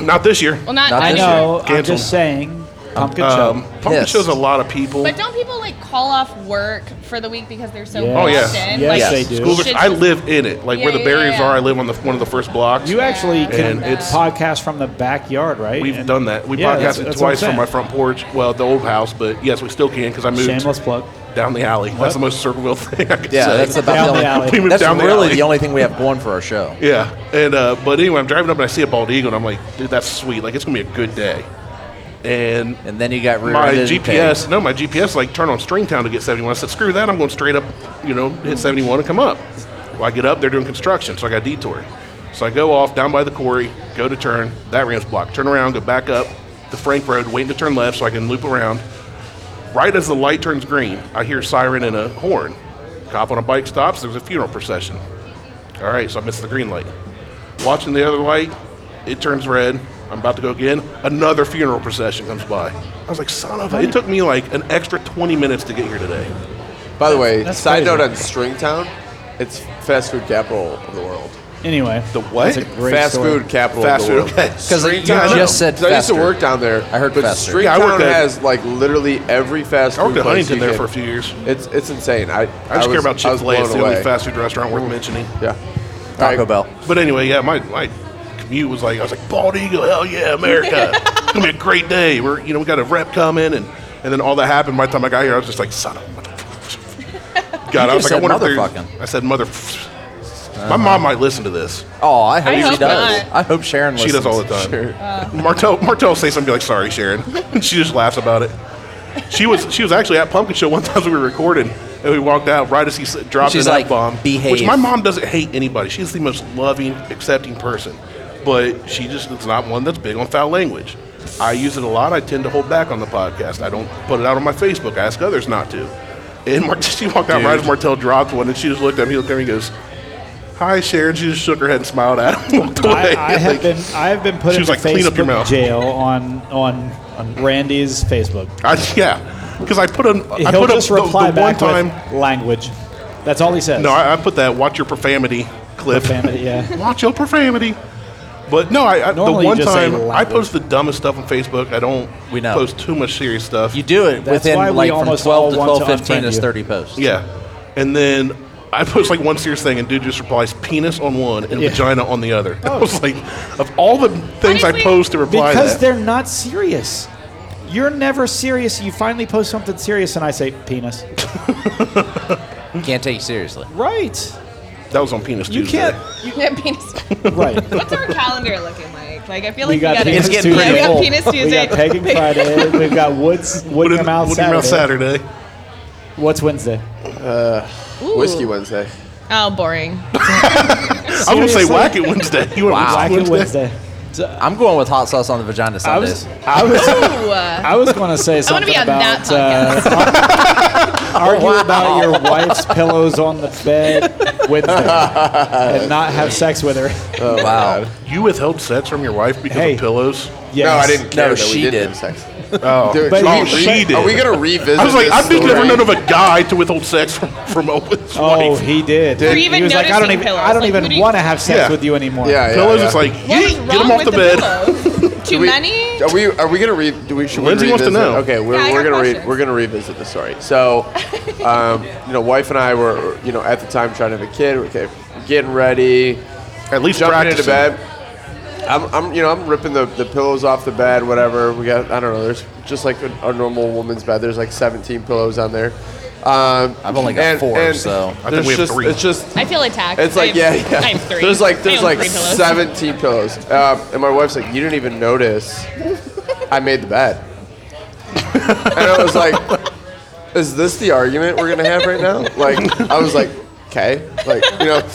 S4: show.
S1: Not this year.
S3: Well, not,
S2: Not
S4: I
S2: this
S3: anymore.
S2: year.
S4: know. I'm
S1: Cancel.
S4: just saying. Pumpkin
S1: Um,
S4: show.
S1: Pumpkin
S2: Yes.
S1: shows a lot of people.
S3: But don't people like call off work for the week because they're so
S4: Yes.
S1: Oh, yeah.
S3: busted?
S4: Yes,
S3: Like,
S4: they do.
S1: School district- I
S3: should-
S1: live in it, like
S3: Yeah,
S1: where the
S3: yeah,
S1: barriers
S3: yeah.
S1: are. I live on the one of the first blocks.
S4: You actually can
S1: And it's-
S4: podcast from the backyard, right?
S1: We've
S4: And-
S1: done that. We
S4: Yeah, that's-
S1: podcasted
S4: that's what I'm
S1: twice from
S4: saying.
S1: my front porch. Well, the old house, but yes, we still can because I moved
S4: Shameless plug.
S1: down the alley. That's the most Circleville thing I could
S2: Yeah,
S1: say.
S2: that's about
S4: Down
S2: the
S4: the
S2: only.
S4: alley.
S1: We moved
S2: That's
S1: down the
S2: really
S1: alley.
S2: the only thing we have going for our show.
S1: Yeah, and uh, but anyway, I'm driving up and I see a bald eagle, and I'm like, dude, that's sweet. Like it's gonna be a good day. And
S2: And then you got
S1: my
S2: rear-ended. and
S1: GPS, no, my GPS, like turn on Stringtown to get 71. I said, screw that, I'm going straight up, you know, hit 71 and come up. Well, I get up, they're doing construction, so I got a detour. So I go off down by the quarry, go to turn, that ramp's blocked. Turn around, go back up the Frank Road, waiting to turn left so I can loop around. Right as the light turns green, I hear siren and a horn. Cop on a bike stops, there's a funeral procession. All right, so I missed the green light. Watching the other light, it turns red. I'm about to go again. Another funeral procession comes by. I was like, son of a. It took me like an extra 20 minutes to get here today.
S6: By the way,
S4: That's
S6: side
S4: crazy.
S6: note on Stringtown, it's fast food capital of the world.
S4: Anyway.
S1: The what?
S4: That's a great
S6: fast
S4: story.
S6: food capital
S1: Fast
S6: of
S1: food,
S6: the world.
S1: okay.
S2: 'Cause you
S6: Stringtown-
S2: just
S6: I know,
S2: said
S6: 'cause I used to
S2: faster.
S6: work down there.
S2: I heard
S6: but
S2: faster.
S6: Stringtown
S1: Yeah, I worked at-
S6: has like literally every fast
S1: I
S6: food
S1: worked at
S6: place
S1: Huntington
S6: you
S1: there
S6: can-
S1: for a few years.
S6: It's it's insane. I I,
S1: I just
S6: was,
S1: care about
S6: I
S1: Chick
S6: was
S1: fil A. It's
S6: blown
S1: the only
S6: away.
S1: fast food restaurant worth mentioning.
S6: Yeah.
S2: Taco
S6: Alright.
S2: Bell.
S1: But anyway, yeah, my, my commute was like, I was like, Bald Eagle, hell yeah, America. it's going to be a great day. We're, you know, we got a rep coming. And, and then all that happened by the time I got here, I was just like, son of a. God, I was like,
S2: just
S1: I wonder
S2: said
S1: if
S2: motherfucking.
S1: they're- I said, mother. My mom might listen to this.
S2: Oh, I hope
S3: I
S2: she
S3: hope
S2: does.
S3: not.
S2: I hope Sharon.
S1: She does
S2: listens.
S1: all the time.
S4: Uh.
S1: Martel Martel will say something like, "Sorry, Sharon," and she just laughs about it. She was she was actually at Pumpkin Show one time we were recording, and we walked out right as he s- dropped
S2: She's
S1: an
S2: like,
S1: F bomb. Which
S2: "Behave."
S1: my mom doesn't hate anybody. She's the most loving, accepting person, but she just is not one that's big on foul language. I use it a lot. I tend to hold back on the podcast. I don't put it out on my Facebook. I ask others not to. And Mart- she walked out right as Martel dropped one, and she just looked at me, looked at me, and goes, "Hi, Sharon." She just shook her head and smiled at him. walked away.
S4: I, I have
S1: Like-
S4: been I have been put
S1: She
S4: in
S1: was like,
S4: Facebook
S1: "Clean up your mouth."
S4: jail on on on Randy's Facebook.
S1: I, yeah, because I put an I
S4: He'll
S1: put
S4: just
S1: a, the,
S4: reply
S1: the one
S4: back
S1: time.
S4: with language. That's all he says.
S1: No, I, I put that watch your profanity clip.
S4: Profanity, yeah.
S1: watch your profanity. But no, I, I the
S4: Normally you
S1: one
S4: just say
S1: time I
S4: language.
S1: post the dumbest stuff on Facebook. I don't
S2: We know.
S1: post too much serious stuff.
S2: You do it
S4: That's
S2: within
S4: why we
S2: like from
S4: almost
S2: 12 to
S4: all want to
S2: 12, 15
S4: unfriend
S2: is
S4: you.
S2: 30 posts.
S1: yeah, and then I post like one serious thing, and dude just replies penis on one and
S4: Yeah. Oh.
S1: vagina on the other. I was like, of all the things I
S3: Honestly,
S1: post to reply
S4: because
S1: to that,
S4: they're not serious. You're never serious. You finally post something serious, and I say penis.
S2: Can't take you seriously.
S4: Right.
S1: that was on penis
S4: You
S1: Tuesday.
S4: can't.
S3: Yeah, penis.
S4: right.
S3: What's our calendar looking like? Like, I feel like we,
S4: got
S3: got
S4: Penis
S2: It's getting
S4: Tuesday.
S2: pretty
S3: yeah,
S2: full.
S3: We got penis
S4: We
S3: Tuesday.
S4: got Pegging Friday. We've got Woods
S1: What is-
S4: Woodingham out
S1: what do you mean
S4: Saturday.
S1: Saturday?
S4: What's Wednesday?
S3: Ooh.
S6: Whiskey Wednesday.
S3: Oh, boring.
S1: I was gonna say
S4: Seriously?
S1: whack it Wednesday. You want
S2: Wow.
S1: whack
S4: Black
S1: it Wednesday?
S4: Ah. Wednesday.
S2: I'm going with hot sauce on the vagina
S4: I
S2: Sundays.
S4: was. I was.
S3: Ooh, uh,
S4: I was going to
S3: I
S4: say
S3: want
S4: something
S3: to be on
S4: about.
S3: that podcast.
S4: uh, argue about your wife's pillows on the bed with her and not have sex with her.
S2: wow.
S1: You withheld sex from your wife because
S4: Hey.
S1: of pillows?
S4: Yes.
S6: No, I didn't care that
S2: she
S6: we didn't
S2: did.
S6: have sex.
S1: Oh,
S6: Dude,
S4: But
S6: should
S1: oh
S6: we
S1: she
S6: re-
S1: did.
S6: Are we gonna revisit?
S1: I was like,
S6: this
S1: I've been never
S6: story?
S1: known of a guy to withhold sex from, from a- his
S4: Oh,
S1: wife.
S4: he did.
S6: Or
S4: he
S10: even
S4: was like, I don't
S10: noticing
S4: even,
S10: pillows.
S4: I don't
S10: Like, who
S4: even
S10: do you-
S4: want to have sex
S1: Yeah.
S4: with you anymore.
S6: Yeah, yeah.
S1: pillows
S6: yeah.
S1: is like,
S10: What is
S1: yeet,
S10: wrong
S1: get him off
S10: with
S1: the, bed.
S10: pillows? Too
S6: Do we-
S10: many?
S6: Are we? Are we gonna read? Do we? Should
S1: Lindsay
S6: we
S1: wants to
S6: revisit?
S1: know.
S6: Okay, we're,
S10: Yeah, I
S6: we're
S10: got
S6: gonna re-
S10: questions.
S6: we're gonna revisit the story. So, um, you know, wife and I were, you know, at the time trying to have a kid. Okay, getting ready,
S1: At least
S6: jumping
S1: practice
S6: into bed. I'm, I'm, you know, I'm ripping the, the pillows off the bed. Whatever we got, I don't know. There's just like a, a normal woman's bed. There's like 17 pillows on there. Um,
S2: I've only got four, so-
S1: I think
S6: there's
S1: we have
S6: just-
S1: three.
S6: It's just
S10: I feel attacked.
S6: it's like
S10: I
S6: yeah,
S10: have-
S6: yeah.
S10: I have three.
S6: There's like
S10: I
S6: there's
S10: own
S6: like
S10: three pillows.
S6: 17 pillows, um, and my wife's like, you didn't even notice I made the bed, and I was like, is this the argument we're gonna have right now? Like, I was like, okay, like you know,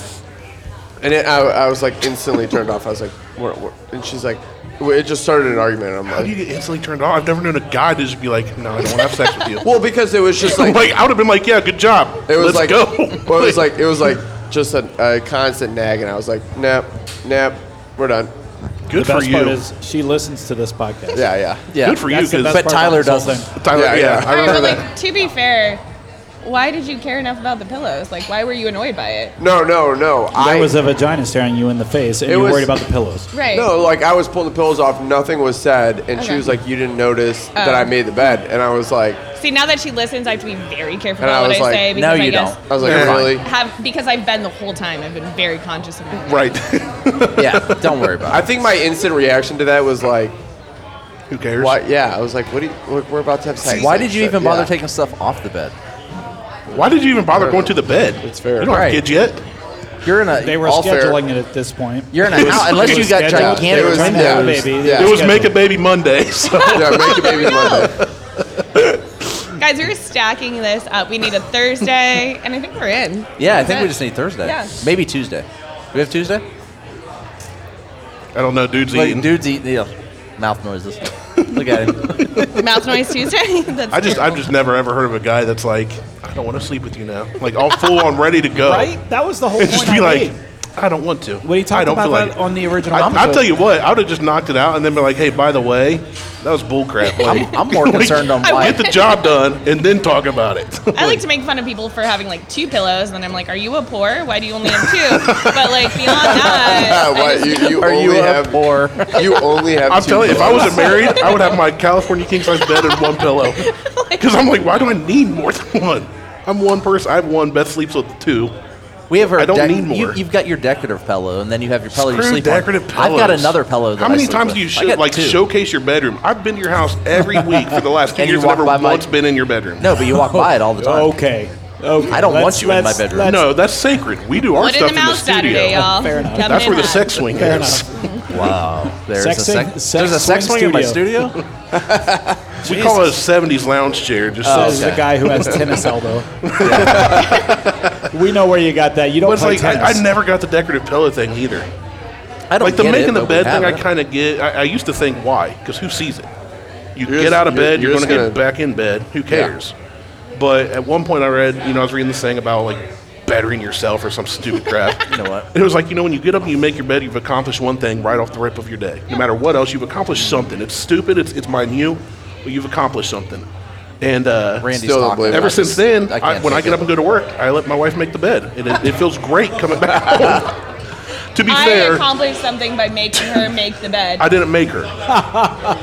S6: and it, I, I was like instantly turned off. I was like, we're, we're, and she's like, it just started an argument. And I'm
S1: How do you
S6: like,
S1: get instantly turned on? I've never known a guy to just be like, no, I don't want to have sex with you.
S6: well, because it was just
S1: like,
S6: like
S1: I would have been like, yeah, good job.
S6: It was
S1: Let's
S6: like
S1: go.
S6: well, it was like it was like just a, a constant nag, and I was like, nap, nap, we're done.
S1: good
S4: The
S1: for
S4: best
S1: you.
S4: part is she listens to this podcast.
S6: Yeah, yeah.
S2: Yeah.
S1: Good for you,
S4: That's the
S1: because
S4: best
S2: But
S4: part about
S2: Tyler
S4: this whole
S2: doesn't.
S4: thing.
S1: Tyler.
S6: Yeah,
S1: Yeah,
S6: yeah.
S1: I
S3: All right,
S1: remember
S3: but
S1: that.
S3: like to be fair, why did you care enough about the pillows? Like, why were you annoyed by it?
S6: No, no, no. I
S11: There was a vagina staring you in the face, and
S6: It
S11: you're
S6: was-
S11: worried about the pillows.
S3: Right.
S6: no, like I was pulling the pillows off. Nothing was said, and she
S3: Okay.
S6: was like, "You didn't notice that
S3: Oh.
S6: I made the bed," and I was like,
S3: See, now that she listens, I have to be very careful
S6: And I
S3: about what
S6: was
S3: I
S6: like,
S3: say
S2: No,
S3: because I
S2: you
S3: guess
S2: don't.
S6: "I was like,
S1: Yeah.
S6: really."
S3: have because I've been the whole time. I've been very conscious of my.
S1: Right.
S2: Yeah. Don't worry about
S6: I
S2: it.
S6: think my instant reaction to that was like,
S1: Who cares?
S6: "Why?" Yeah, I was like, "What? Do you, look, we're about to have sex."
S2: Why
S6: like,
S2: did you
S6: so-
S2: even bother
S6: yeah.
S2: taking stuff off the bed?
S1: Why did you even bother going to the bed?
S6: It's fair.
S1: You don't
S2: Right.
S1: have kids yet.
S2: You're in a.
S4: They were
S6: All fair.
S4: scheduling it at this point.
S2: You're in a house unless you got
S4: Scheduled.
S2: gigantic
S6: Yeah, it was-
S4: When
S2: windows.
S4: they had a
S6: yeah, it was-
S4: baby,
S6: yeah.
S4: they
S1: It was
S4: scheduled
S1: make a baby Monday, so
S6: Yeah, make your baby Monday.
S3: Guys, we're stacking this up. We need a Thursday, and I think we're in.
S2: Yeah, I
S3: That's
S2: think
S3: it.
S2: we just need Thursday.
S3: Yeah.
S2: Maybe Tuesday. we have Tuesday?
S1: I don't know, dude's eating.
S2: Like, dude's eating. Yeah. Mouth noises. Look at him.
S3: mouth noise Tuesday. That's
S1: I just I've just never ever heard of a guy that's like, I don't want to sleep with you now. Like all full on ready to go.
S4: Right? That was the whole
S1: And
S4: point.
S1: just be
S4: I
S1: like,
S4: made.
S1: I don't want to.
S4: we
S1: I
S4: talked
S1: don't
S4: about
S1: feel
S4: that
S1: like it.
S4: on the original
S1: I,
S4: episode.
S1: I'll tell you what, I would have just knocked it out and then be like, hey, by the way, that was bullcrap. Like,
S2: I'm more concerned on why.
S1: get the job done and then talk about it.
S3: I like to make fun of people for having like two pillows, and then I'm like, "Are you a poor? Why do you only have two? but like beyond that, I
S6: Why
S3: just-
S6: you, you
S2: Are
S6: only
S2: you
S6: have
S2: up or
S6: you only have.
S1: I'm
S6: two
S1: telling you, if I
S6: pillows.
S1: wasn't married, I would have my California king size bed and one pillow. Because I'm like, why do I need more than one? I'm one person. I have one. Beth sleeps with two.
S2: we have our
S1: I don't
S2: dec-
S1: need more.
S2: You, have got your decorative pillow, and then you have your pillow you
S1: Screw
S2: sleep
S1: decorative
S2: on.
S1: pillows.
S2: I've got another pillow. That
S1: How
S2: I
S1: many
S2: sleep
S1: times
S2: with.
S1: do you
S2: I
S1: show,
S2: got
S1: like
S2: two.
S1: showcase your bedroom? I've been to your house every week for the last two
S2: And you
S1: years. I've
S2: walk
S1: never
S2: by my-
S1: once been in your bedroom.
S2: No, but you walk by it all the time.
S1: Oh,
S4: Okay. Okay.
S2: I don't
S4: Let's-
S2: want you in my
S4: let's-
S2: bedroom.
S4: let's-
S1: no, that's sacred. We do our
S3: Put it in
S1: stuff
S3: the mouth
S1: studio.
S3: Saturday, y'all.
S4: Fair enough.
S3: Come
S1: That's
S3: in
S1: where the
S3: hot.
S1: sex swing
S4: Fair
S1: is.
S4: enough.
S2: Wow. There's
S4: Sex
S2: a
S4: swing-
S2: sex.
S4: sex
S2: there's a sex
S4: swing
S2: swing in my
S4: studio.
S2: studio.
S1: We call it a '70s lounge chair. Just
S2: Oh,
S1: so
S4: This is the guy who has tennis elbow. we know where you got that. You don't
S1: But it's
S4: play
S1: like I, I
S4: tennis.
S1: never got the decorative pillow thing either.
S2: I don't
S1: Like the
S2: get it,
S1: making the
S2: but we
S1: bed
S2: have
S1: thing, I
S2: it.
S1: kind of get. I, I used to think why, because who sees it? You
S6: You're
S1: get
S6: just-
S1: out of
S6: you're-
S1: bed, you're,
S6: you're
S1: going
S6: just
S1: to
S6: gonna-
S1: get back in bed. Who cares? But at one point, I read, you know, I was reading this thing about like bettering yourself or some stupid crap.
S2: You know what?
S1: And it was like, you know, when you get up and you make your bed, you've accomplished one thing right off the rip of your day. No matter what else, you've accomplished something. It's stupid, it's, it's minute, but you've accomplished something. And uh,
S2: Randy's
S6: Still don't
S2: talking.
S6: believe it.
S1: ever
S2: I
S1: since
S2: just-
S1: then, I
S2: can't
S1: when I
S2: take
S1: get
S2: it.
S1: up and go to work, I let my wife make the bed, and it, it feels great coming back home. to be
S3: I
S1: fair,
S3: accomplished something by making her make the bed.
S1: I didn't make her.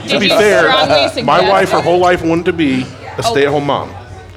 S3: Did
S1: to be
S3: you
S1: fair,
S3: strongly suggest
S1: my wife her
S3: that?
S1: whole life wanted to be
S3: Oh.
S1: a stay-at-home mom.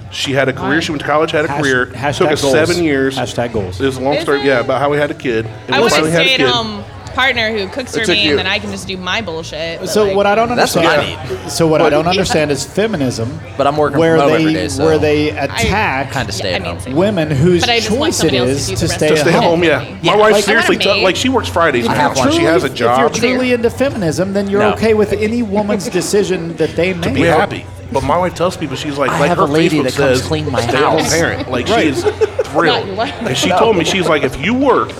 S1: She had a career. She went to college, had a
S4: Hash-
S1: career.
S4: hashtag
S1: took us
S4: goals.
S1: seven years.
S4: Hashtag goals.
S1: It was a long
S3: Is
S1: story.
S3: it?
S1: Yeah, about how we had a kid. And
S3: I
S1: we
S3: want a
S1: finally had a kid.
S3: stay-at-home partner who cooks for
S6: It's a
S3: me,
S6: cute-
S3: and then I can just do my bullshit. but,
S4: So
S3: like,
S4: what I don't
S2: That's what
S4: understand.
S2: I
S4: So what I don't understand is feminism.
S2: But I'm working from
S4: where
S2: home
S4: they
S2: every day, so
S4: where they attack
S2: Kinda
S3: Yeah,
S2: stay
S3: I
S2: at
S3: mean,
S2: home.
S3: same.
S4: women whose
S3: But I just want
S4: choice it
S3: somebody else to
S4: is
S3: do
S4: to,
S3: the rest
S4: stay
S3: of
S1: To
S4: at
S1: stay
S4: home.
S1: home, yeah.
S3: Yeah,
S1: My wife
S3: like-
S1: seriously,
S3: I want a
S1: t-
S3: maid.
S1: like, she works Fridays
S2: I
S1: now.
S2: have one.
S1: She has a
S4: If you're
S1: job.
S3: There.
S4: truly into feminism, then you're
S2: No.
S4: okay with any woman's decision that they make.
S1: be happy. But my wife tells people she's like,
S2: I
S1: like
S2: have
S1: her
S2: a lady
S1: Facebook
S2: that comes
S1: says,
S2: clean my
S1: stay-at-home
S2: house.
S1: parent. Like she is
S3: not
S1: thrilled.
S3: your wife.
S1: and she told me she's like, if you work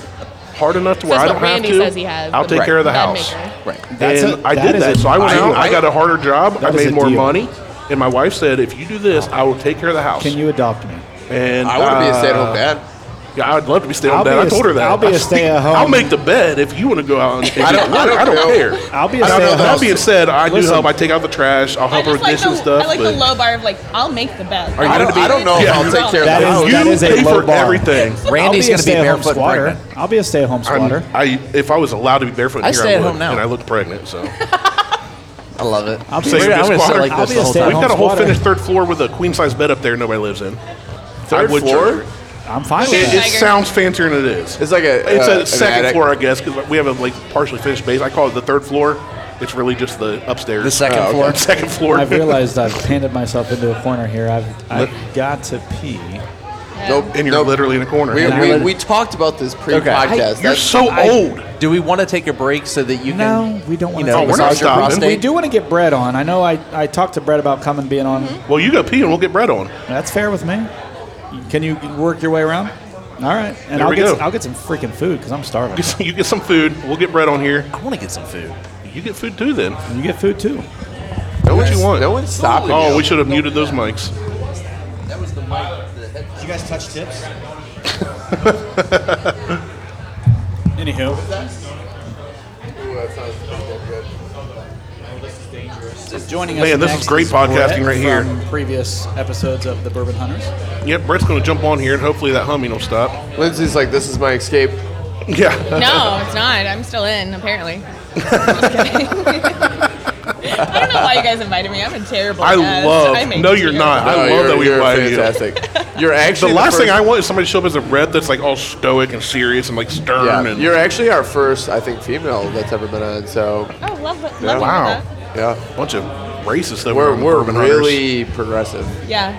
S1: hard enough to where
S3: That's
S1: I
S3: what
S1: don't
S3: Randy
S1: have to,
S3: says he has,
S1: I'll
S3: the
S1: take
S2: bed-
S1: care of the
S3: bed
S1: house.
S3: maker.
S2: Right.
S4: That's
S1: and
S4: a-
S1: I
S4: that
S1: did
S4: is
S1: that.
S4: a
S1: So I went
S6: deal.
S1: out. I got a harder job. I
S4: is a
S1: made more
S4: deal.
S1: money. And my wife said, if you do this, I will take care of the house.
S4: Can you adopt me?
S1: And
S6: I want to be a
S1: uh,
S6: stay-at-home dad.
S1: Yeah, I'd love to be stay at
S4: I'll
S1: home dad.
S4: be
S1: I
S4: a-
S1: told her that.
S4: I'll be
S1: I
S4: a
S1: said,
S4: stay-at-home-
S1: I'll make the bed if you want to go out. And,
S6: I don't- I don't
S1: I don't
S6: know.
S1: care.
S4: I'll be a
S1: I don't know.
S4: stay-at-home
S1: That being
S4: dad.
S1: said, I do
S4: Listen.
S1: help. I take out the trash. I'll
S3: I
S1: help her
S3: just
S1: with
S3: like
S1: dishes
S3: the,
S1: and stuff.
S3: I like the
S1: but-
S3: low bar of like I'll make the bed.
S1: Are you
S6: I
S1: gonna
S6: don't,
S1: be-
S6: I don't know if
S1: Yeah.
S6: I'll take care of
S4: That
S6: the
S4: is-
S6: house.
S4: that is a
S1: pay
S4: low
S1: for
S4: bar.
S1: everything.
S2: Randy's
S4: I'll be a
S2: going to be
S4: stay-at-home
S2: barefoot and
S4: squatter.
S2: pregnant.
S4: I'll be a stay-at-home
S1: I'm-
S4: squatter.
S1: I if I was allowed to be barefoot,
S2: I
S1: here,
S2: stay at
S1: would,
S2: home now.
S1: and I looked pregnant. So
S2: I love it. I'm,
S1: Say you're
S2: gonna- I'm going to sit
S1: squatter.
S2: like
S1: I'll
S2: this
S4: be
S2: the
S4: a
S2: whole
S1: we've
S4: stay-at-home
S2: time.
S1: got a whole
S4: squatter.
S1: finished third floor with a queen size bed up there. Nobody lives in.
S6: Third
S1: I would
S6: floor?
S1: charge it.
S4: I'm fine with
S1: It,
S4: that.
S1: it sounds fancier than it is.
S6: It's like a-
S1: it's
S6: uh,
S1: a
S6: an
S1: second
S6: attic.
S1: floor, I guess, because we have a like partially finished base. I call it the third floor. It's really just the upstairs. Uh,
S2: The second
S6: okay.
S2: floor.
S1: Second floor.
S4: I've realized I've painted myself into a corner here. I've, I've got to pee.
S6: Nope.
S1: and you're
S6: nope.
S1: literally in a corner.
S6: We,
S1: You're
S6: we, we talked about this pre-podcast.
S2: Okay. I-
S6: That's-
S1: you're so old.
S2: Do we want to take a break so that you
S4: No,
S2: can?
S4: we don't
S2: You
S4: want
S2: know,
S4: to.
S1: Oh, we're not
S2: massage your
S1: stopping.
S2: prostate?
S4: we do want to get Brett on. I know I, I talked to Brett about coming being on.
S1: Well, you go pee and we'll get bread on.
S4: That's fair with me. Can you work your way around? All right, and
S1: There
S4: I'll
S1: we
S4: get
S1: go.
S4: s- I'll get some freaking food because I'm starving.
S1: You get some food. We'll get bread on here.
S2: I want to get some food.
S1: You get food too, then.
S4: You get food too.
S6: no
S1: What you want?
S6: No one's stopping.
S1: Oh,
S6: you.
S1: we should have muted those mics.
S12: you guys touch tips?
S4: Anywho, joining us
S1: Man, this
S4: next
S1: is great podcasting
S4: Brett
S1: right here.
S4: From previous episodes of the Bourbon Hunters.
S1: Yep, Brett's going to jump on here, and hopefully that humming will stop.
S6: Lindsay's like, this is my escape.
S1: Yeah.
S3: No, it's not. I'm still in, apparently. Just kidding. I don't know why you guys invited me. I'm a terrible
S1: I
S3: guest.
S1: love.
S3: I make
S1: no, you're
S3: terrible-
S1: not. I
S6: No,
S1: love
S6: you're-
S1: that we
S6: you're
S1: invited you.
S6: fantastic. You're actually
S1: The last thing
S6: first-
S1: I want is somebody to show up as a red that's like all stoic and serious and like stern.
S6: Yeah,
S1: and
S6: you're actually our first, I think, female that's ever been on. So,
S3: Oh, love, love
S6: Yeah.
S3: you for
S1: Wow.
S3: that.
S6: yeah,
S1: a bunch of racists that
S6: we're
S1: on the
S6: we're
S1: Bourbon Hunters.
S6: really progressive.
S3: Yeah.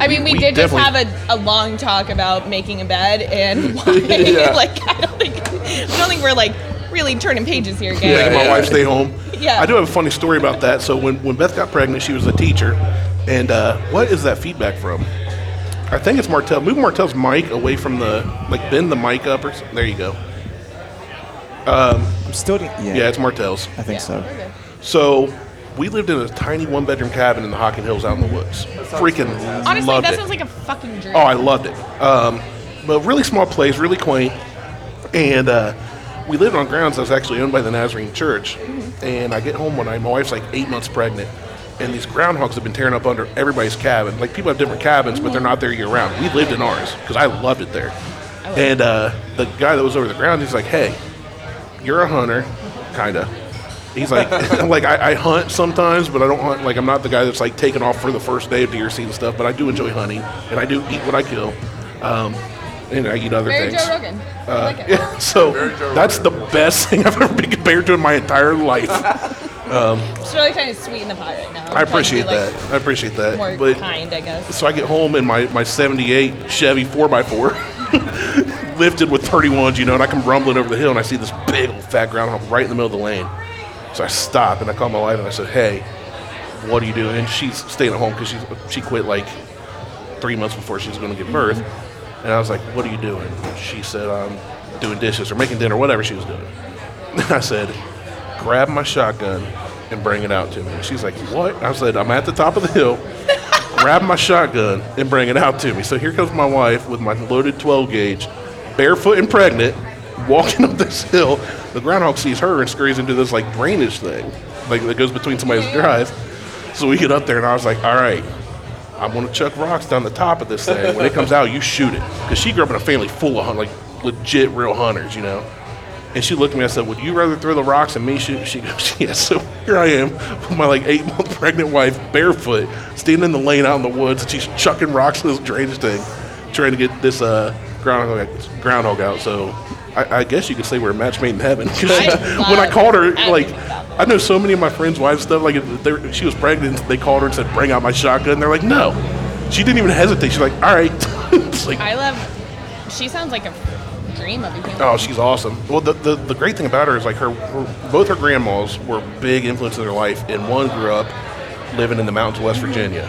S3: I mean, we,
S1: We
S3: did just have
S1: definitely-
S3: a, a long talk about making a bed and why. like, I don't think I don't think we're like really turning pages here,
S1: yeah,
S3: guys.
S1: my
S6: yeah.
S1: wife stay home.
S3: Yeah.
S1: I do have a funny story about that. So when, when Beth got pregnant, she was a teacher, and uh, what is that feedback from? I think it's Martell. Move Martell's mic away from the like bend the mic up or s- there you go.
S12: I'm still getting.
S1: Yeah, it's Martell's.
S12: I think so.
S1: So we lived in a tiny one bedroom cabin in the Hocking Hills out in the woods. Freaking
S3: Honestly,
S1: loved
S3: that
S1: it.
S3: sounds like a fucking dream.
S1: Oh, I loved it. Um, but really small place, really quaint. And uh, we lived on grounds that was actually owned by the Nazarene Church. And I get home one night, my wife's like eight months pregnant. And these groundhogs have been tearing up under everybody's cabin. Like people have different cabins, but they're not there year round. We lived in ours because I loved it there. And uh, the guy that was over the ground, he's like, hey, you're a hunter, kinda. He's like, I'm like I, I hunt sometimes, but I don't hunt. Like I'm not the guy that's like taking off for the first day of deer season stuff. But I do enjoy hunting, and I do eat what I kill, um, and I eat other
S3: Mary
S1: things.
S3: Joe Rogan. I like it.
S1: Uh, Yeah, so that's the best thing I've ever been compared to in my entire life.
S3: It's really trying to sweeten the pot right now. I'm
S1: I
S3: trying to be,
S1: appreciate
S3: like,
S1: that. I appreciate that.
S3: More
S1: but
S3: kind, I guess.
S1: so I get home in my my '78 Chevy 4x4, lifted with 31s, you know, and I come rumbling over the hill, and I see this big old fat groundhog right in the middle of the lane. So I stop and I call my wife and I said, "Hey, what are you doing?" And she's staying at home because she she quit like three months before she was going to give birth. And I was like, "What are you doing?" She said, "I'm doing dishes or making dinner, whatever she was doing." And I said, "Grab my shotgun and bring it out to me." And she's like, "What?" I said, "I'm at the top of the hill. Grab my shotgun and bring it out to me." So here comes my wife with my loaded 12 gauge, barefoot and pregnant, walking up this hill. The groundhog sees her and scurries into this like drainage thing, like that goes between somebody's drive. So we get up there, and I was like, "All right." I'm gonna chuck rocks down the top of this thing. When it comes out, you shoot it. Cause she grew up in a family full of hun- like legit real hunters, you know. And she looked at me. I said, "Would you rather throw the rocks at me shoot?" She goes, "Yes." So here I am with my like eight month pregnant wife, barefoot, standing in the lane out in the woods, and she's chucking rocks in this drainage thing, trying to get this uh, groundhog groundhog out. So I, I guess you could say we're a match made in heaven. 'Cause
S3: I
S1: when I
S3: love
S1: called her,
S3: everything
S1: like
S3: about that.
S1: I know so many of my friends' wives stuff. Like if they were- she was pregnant, they called her and said, "Bring out my shotgun." And they're like, "No." She didn't even hesitate. She's like, "All right." it's like,
S3: I love. She sounds like a dream of a human.
S1: oh, she's awesome. Well, the, the the great thing about her is like her, her both her grandmas were big influence in their life, and one grew up living in the mountains of West Virginia.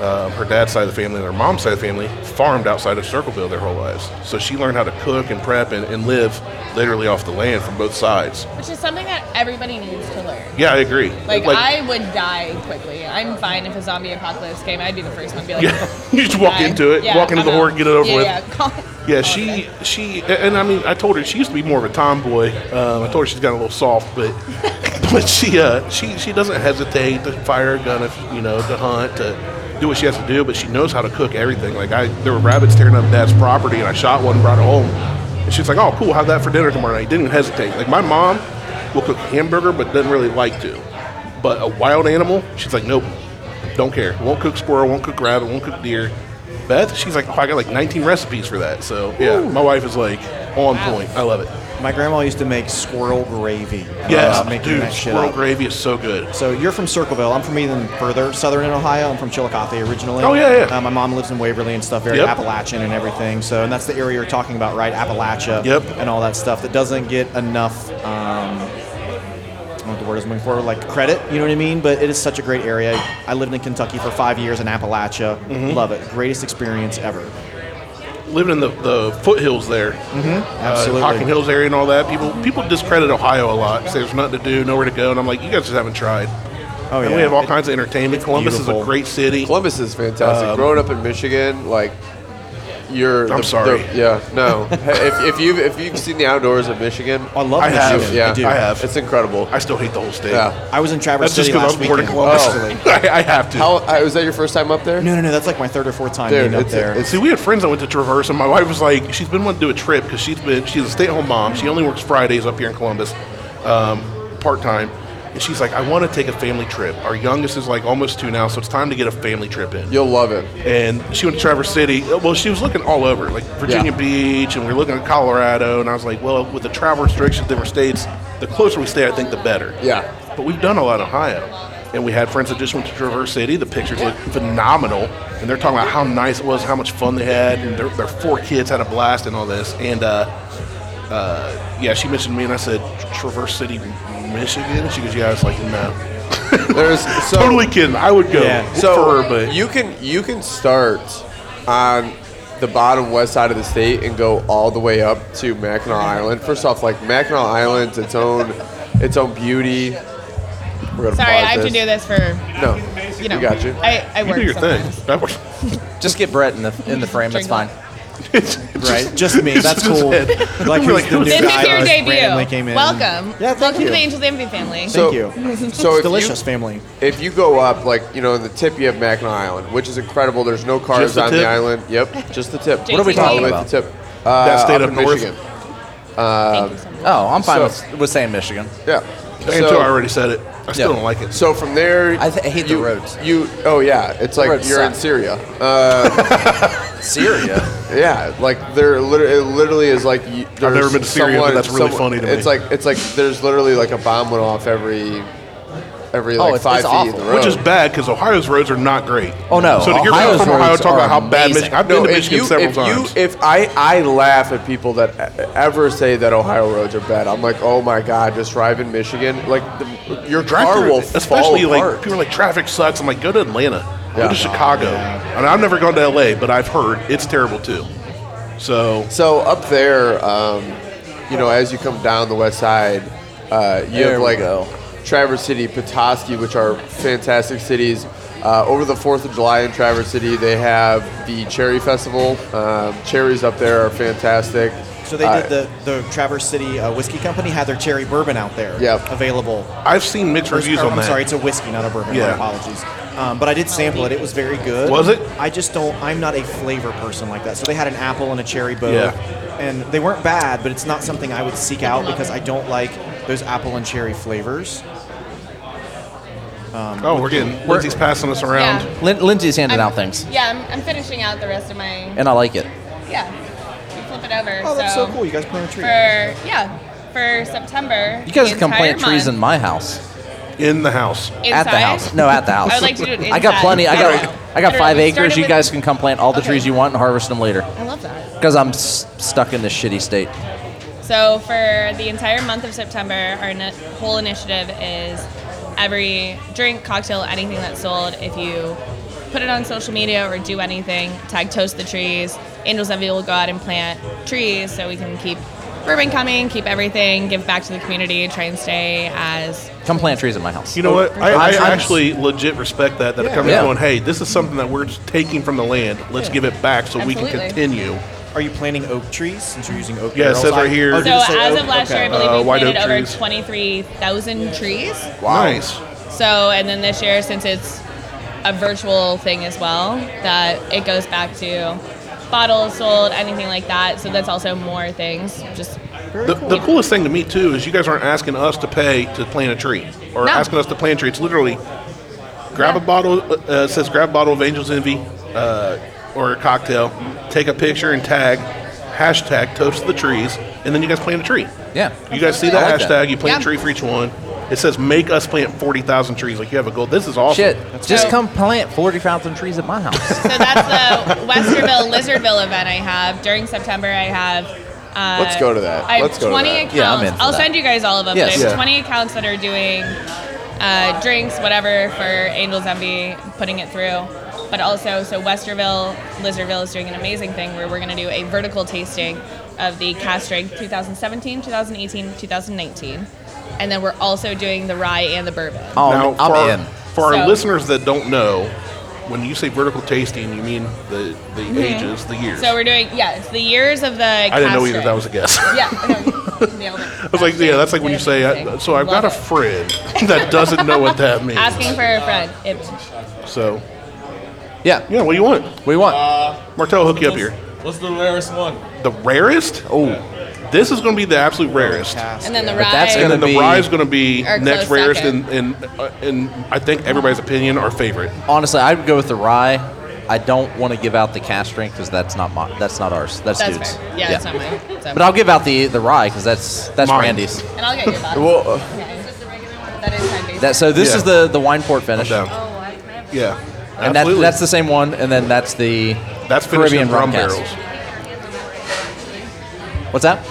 S1: uh, her dad's side of the family and her mom's side of the family farmed outside of Circleville their whole lives. So she learned how to cook and prep and, and live literally off the land from both sides.
S7: Which is something that everybody needs to learn.
S1: Yeah, I agree.
S7: Like, I would die quickly. I'm fine if a zombie apocalypse came. I'd be the first one to be like,
S1: Yeah, you just walk
S7: "Die."
S1: into it,
S7: Yeah,
S1: walk into
S7: I'm
S1: the
S7: out.
S1: horde, get it over
S7: yeah,
S1: with.
S7: Yeah, call,
S1: Yeah,
S7: call
S1: she
S7: it a-
S1: she and I mean I told her she used to be more of a tomboy. Um, I told her she's gotten a little soft, but but she uh, she she doesn't hesitate to fire a gun if you know to hunt to do what she has to do. But she knows how to cook everything. Like I there were rabbits tearing up dad's property, and I shot one, and brought it home, and she's like, "Oh, cool, have that for dinner tomorrow night." Didn't even hesitate. Like my mom will cook hamburger, but doesn't really like to. But a wild animal, she's like, "Nope, don't care. Won't cook squirrel, won't cook rabbit, won't cook deer." Beth, she's like, oh, I got like 19 recipes for that. So yeah, my wife is like on point. I love it.
S13: My grandma used to make squirrel gravy.
S1: Yes,
S13: uh, making
S1: dude,
S13: that shit
S1: squirrel
S13: up.
S1: gravy is so good.
S13: So you're from Circleville. I'm from even further southern in Ohio. I'm from Chillicothe originally.
S1: Oh, yeah, yeah.
S13: Uh, my mom lives in Waverly and stuff, very
S1: Yep.
S13: Appalachian and everything. So and that's the area you're talking about, right? Appalachia.
S1: Yep.
S13: And all that stuff that doesn't get enough. Um, I don't know what the word is moving for, like credit, you know what I mean? But it is such a great area. I lived in Kentucky for five years in Appalachia.
S1: Mm-hmm.
S13: Love it. Greatest experience ever.
S1: Living in the, the foothills there,
S13: Mm-hmm.
S1: uh,
S13: Absolutely.
S1: Hocking Hills area and all that, people people discredit Ohio a lot. Say there's nothing to do, nowhere to go, and I'm like, you guys just haven't tried.
S13: oh, yeah.
S1: And we have all kinds of entertainment. Columbus is
S13: beautiful.
S1: a great city.
S6: Columbus is fantastic. Growing up in Michigan, like you're.
S1: Um, I'm
S6: the-
S1: sorry.
S6: the- yeah, no. Hey, if, if you've if you've seen the outdoors of Michigan,
S13: I love
S1: I have,
S13: Michigan.
S6: yeah,
S13: I do.
S1: I have.
S6: It's incredible.
S1: I still hate the whole state.
S6: yeah.
S13: I was in Traverse
S1: That's just
S13: City
S1: because
S13: last
S1: I'm born in
S13: weekend.
S1: Columbus.
S6: Oh.
S1: I, I have to.
S6: How uh, was that your first time up there?
S13: No, no, no. That's like my third or fourth time
S6: Dude,
S13: being up
S6: it's-
S13: there.
S6: it's-
S1: See, we had friends that went to Traverse, and my wife was like, she's been wanting to do a trip because she's been she's a stay at home mom. She only works Fridays up here in Columbus, um, part time, and she's like, I want to take a family trip. Our youngest is like almost two now, so it's time to get a family trip in.
S6: You'll love it.
S1: And she went to Traverse City. Uh, Well, she was looking all over, like Virginia
S6: Yeah.
S1: Beach, and we were looking at Colorado. And I was like, well, with the travel restrictions, different states, the closer we stay, I think the better.
S6: Yeah.
S1: But we've done a lot in Ohio. And we had friends that just went to Traverse City. The pictures look phenomenal. And they're talking about how nice it was, how much fun they had. And their, their four kids had a blast and all this. And uh, uh, yeah, she mentioned me, and I said, Traverse City, Michigan? She goes, yeah. I was like, no.
S6: There's so,
S1: totally kidding. I would go
S13: Yeah.
S1: for
S6: So
S1: her, but.
S6: you can you can start on the bottom west side of the state and go all the way up to Mackinac Island. First off, like Mackinac Island's its own its own beauty. We're gonna
S7: Sorry,
S6: pause
S7: I have to do this for,
S6: No,
S7: you know.
S6: we got you.
S7: I, I
S1: You
S7: work
S1: do your thing.
S7: sometimes.
S1: That works.
S2: Just get Brett in the in the frame. That's fine.
S7: Drink
S1: It's- it's
S13: Right,
S1: just-
S13: just me.
S1: it's
S13: That's
S1: just
S13: cool.
S1: it.
S13: Like
S1: We're
S13: who's the
S1: who's
S13: new
S7: This
S13: guy
S7: is your
S13: that randomly
S7: debut.
S13: came in.
S7: Welcome.
S13: Yeah, thank
S7: Welcome
S13: you.
S7: to the Angels Envy family.
S13: Thank
S6: So-
S13: you.
S6: So
S13: it's
S6: if you-
S13: delicious, family.
S6: If you go up, like you know, in the tip, you have Mackinac Island, which is incredible. The's no cars
S1: Just the
S6: on
S1: tip?
S6: the island. Yep, just the tip.
S7: What are we
S6: All the
S7: talking
S6: way to
S2: about?
S6: The tip. Uh,
S1: That state up
S6: in
S1: north?
S6: Michigan.
S7: Thank you so much.
S2: Oh, I'm fine
S6: So-
S2: with, with saying Michigan.
S6: Yeah.
S1: Until I already said it. I still
S2: Yeah.
S1: don't like it.
S6: So from there,
S2: I th- I hate the
S6: you,
S2: roads.
S6: You oh yeah, it's like
S2: roads
S6: you're in
S2: suck.
S6: Syria. Uh,
S2: Syria.
S6: yeah, like there literally, it literally is like you, there's
S1: never been to Syria, but
S6: someone-
S1: that's really
S6: someone-
S1: funny to me.
S6: It's like it's like there's literally like a bomb went off every every
S2: Oh,
S6: like
S2: it's-
S6: five
S2: it's
S6: feet
S2: awful.
S6: in the
S2: Which
S6: road.
S1: Which is bad because Ohio's roads are not great.
S2: Oh, no.
S1: So to hear
S2: Ohio's
S1: people from Ohio
S2: roads
S1: talk
S2: are
S1: about how bad
S2: amazing.
S1: Michigan. I've been
S6: No,
S1: to
S6: if
S1: Michigan
S6: you,
S1: several
S6: if you-
S1: times.
S6: if I, I laugh at people that e- ever say that Ohio roads are bad, I'm like, oh my god, just drive in Michigan. Like the, your car
S1: Traffic-
S6: will fall
S1: especially like
S6: apart.
S1: people are like traffic sucks. I'm like, go to Atlanta, go
S6: Yeah.
S1: to Chicago. And I've never gone to LA, but I've heard it's terrible too. So
S6: So up there, um, you know, as you come down the west side, uh, you
S2: There
S6: have
S2: we
S6: like
S2: go.
S6: Traverse City, Petoskey, which are fantastic cities. Uh, over the Fourth of July in Traverse City, they have the Cherry Festival. Um, cherries up there are fantastic.
S13: So they
S6: Uh,
S13: did the the Traverse City uh, Whiskey Company had their cherry bourbon out there.
S6: Yep.
S13: Available.
S1: I've seen mixed
S13: Or-
S1: reviews
S13: or,
S1: on
S13: I'm
S1: that.
S13: sorry, it's a whiskey, not a bourbon.
S1: Yeah.
S13: My apologies. Um, but I did sample it. It was very good.
S1: Was it?
S13: I just don't. I'm not a flavor person like that. So they had an apple and a cherry both,
S1: Yeah.
S13: and they weren't bad, but it's not something I would seek out because I don't like those apple and cherry flavors.
S1: oh, we're getting Lindsay's passing us around.
S7: Yeah.
S2: Lin- Lindsay's handing
S7: I'm-
S2: out things,
S7: Yeah, I'm, I'm finishing out the rest of my.
S2: and I like it.
S7: Yeah. You flip it over.
S13: Oh, that's so, cool. You guys plant a
S7: For
S13: tree.
S7: yeah, for September.
S2: You guys
S7: the
S2: can
S7: entire
S2: plant trees in
S7: month,
S2: my house,
S1: In the house.
S2: at the
S7: inside.
S2: house. No, at the house.
S7: I would like to do it
S2: I got
S7: inside.
S2: plenty. I
S7: Alright.
S2: got I got
S7: Literally,
S2: five
S7: we
S2: acres.
S7: started
S2: You
S7: with-
S2: guys can come plant all the
S7: Okay.
S2: trees you want and harvest them later.
S7: I love that.
S2: Because I'm s- stuck in this shitty state.
S7: So for the entire month of September, our ne- whole initiative is every drink, cocktail, anything that's sold. If you
S3: put it on social media or do anything. Tag Toast the Trees. Angels Envy will go out and plant trees so we can keep bourbon coming, keep everything, give back to the community, try and stay as
S2: Come plant trees at my house.
S1: You know what? I, I
S2: Options.
S1: actually legit respect that. That a company's
S2: Yeah.
S1: going, hey, this is something that we're just taking from the land. Let's give it back so we can
S3: Absolutely.
S1: continue.
S13: Are you planting oak trees since you're using oak?
S1: Yeah, it
S13: barrels?
S1: says right
S13: I-
S1: here-
S13: oh, did
S3: So
S13: it say
S3: as
S13: oak?
S3: of last year, I
S13: Okay.
S3: believe
S1: Uh,
S3: we
S1: white
S3: planted
S1: oak
S3: over
S1: trees.
S3: 23,000 trees.
S1: Nice.
S3: So, and then this year, since it's a virtual thing as well, that it goes back to bottles sold, anything like that. So that's also more things. Just
S1: The, the coolest thing to me too is you guys aren't asking us to pay to plant a tree or
S3: No.
S1: asking us to plant a tree. It's literally grab a bottle. Uh, it says grab a bottle of Angel's Envy uh, or a cocktail, take a picture and tag hashtag toast the trees, and then you guys plant a tree.
S2: Yeah.
S1: You guys see
S2: I
S1: that
S2: like
S1: hashtag?
S2: that.
S1: You plant a
S3: Yeah.
S1: tree for each one. It says make us plant forty thousand trees. Like you have a goal. This is awesome.
S2: Shit, just
S3: great.
S2: come plant 40,000 trees at my house.
S3: so that's the Westerville Lizardville event I have during September. I have. Uh,
S6: Let's go to that.
S3: I have
S6: Let's go to
S3: 20
S6: that.
S3: accounts.
S2: Yeah, I'm in for
S3: I'll
S2: that.
S3: send you guys all of them.
S2: Yes.
S3: But I have
S2: Yeah.
S3: 20 accounts that are doing uh, drinks, whatever, for Angels Envy, putting it through. But also, so Westerville Lizardville is doing an amazing thing where we're going to do a vertical tasting of the cast strength 2017, 2018, 2019. And then we're also doing the rye and the bourbon.
S2: Oh,
S1: now,
S2: I'm
S1: for, our-
S2: in.
S1: for our
S3: So-
S1: listeners that don't know, when you say vertical tasting, you mean the the ages, the years.
S3: So we're doing, yes, the years of the
S1: I didn't know either. That was a guess.
S3: Yeah, I know. nailed it.
S1: I was like, yeah, that's like when you say. I, so I've got a friend that doesn't know what that means.
S3: asking for a friend. It,
S1: So
S2: yeah.
S1: yeah, what do you want?
S2: What do you want?
S1: Martel, hook you up here.
S14: What's the rarest one?
S1: The rarest? Oh, this is going to be the absolute rarest.
S3: and then the
S2: But
S3: rye.
S2: that's
S1: And
S2: gonna
S1: then the
S2: be-
S1: rye is going to be
S3: Our
S1: next
S3: close
S1: rarest, and
S3: second.
S1: in, in, in I think everybody's opinion, our favorite.
S2: Honestly, I would go with the rye. I don't want to give out the cast drink because that's not my, that's not ours. That's,
S3: that's
S2: dude's.
S3: fair. Yeah, that's not mine. So.
S2: But I'll give out the the rye because that's that's
S1: Mine.
S2: Randy's.
S3: and I'll get your bottle.
S6: Well, uh,
S3: Yeah, it's just a regular one. That is time based.
S2: That so this
S1: Yeah.
S2: is the the wine port
S1: I'm
S2: finish,
S1: down.
S2: and
S3: Oh,
S1: Yeah,
S2: that,
S1: absolutely.
S2: that's the same one, and then that's the
S1: that's finished
S2: Caribbean
S1: in rum
S2: cast.
S1: barrels.
S2: What's that?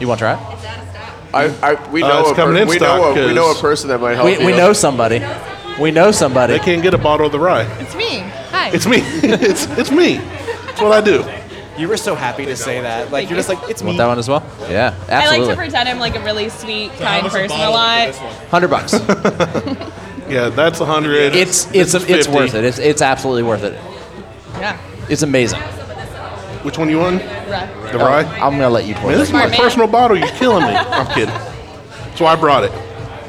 S2: You want to try it?
S6: I, I, we
S1: Uh,
S6: know
S1: it's
S6: a
S1: coming
S6: per-
S1: in
S6: we
S1: stock
S6: know a, we
S1: 'cause-
S6: know a person that might help.
S2: We,
S6: you.
S2: we know somebody. We know somebody.
S1: Oh, They can't get a bottle of the rye.
S3: it's me. Hi.
S1: It's me. it's it's me. It's what I do.
S13: You were so happy to say that. Like you're just like it's me.
S2: Want that one as well? Yeah,
S3: I like to
S2: absolutely.
S3: pretend I'm like a really sweet, kind
S14: How much a
S3: person a
S14: bottle
S3: lot.
S14: for this one?
S2: Hundred bucks.
S1: Yeah, that's a hundred.
S2: It's
S1: This
S2: it's
S1: is
S2: it's
S1: 50.
S2: worth it. It's it's absolutely worth it.
S3: Yeah.
S2: It's amazing.
S1: Which one you want?
S3: Right.
S1: The rye.
S2: I'm gonna let you pour
S1: Man, this
S2: it.
S1: is my
S3: Smart man.
S1: personal bottle. You're killing me. I'm kidding. So I brought it.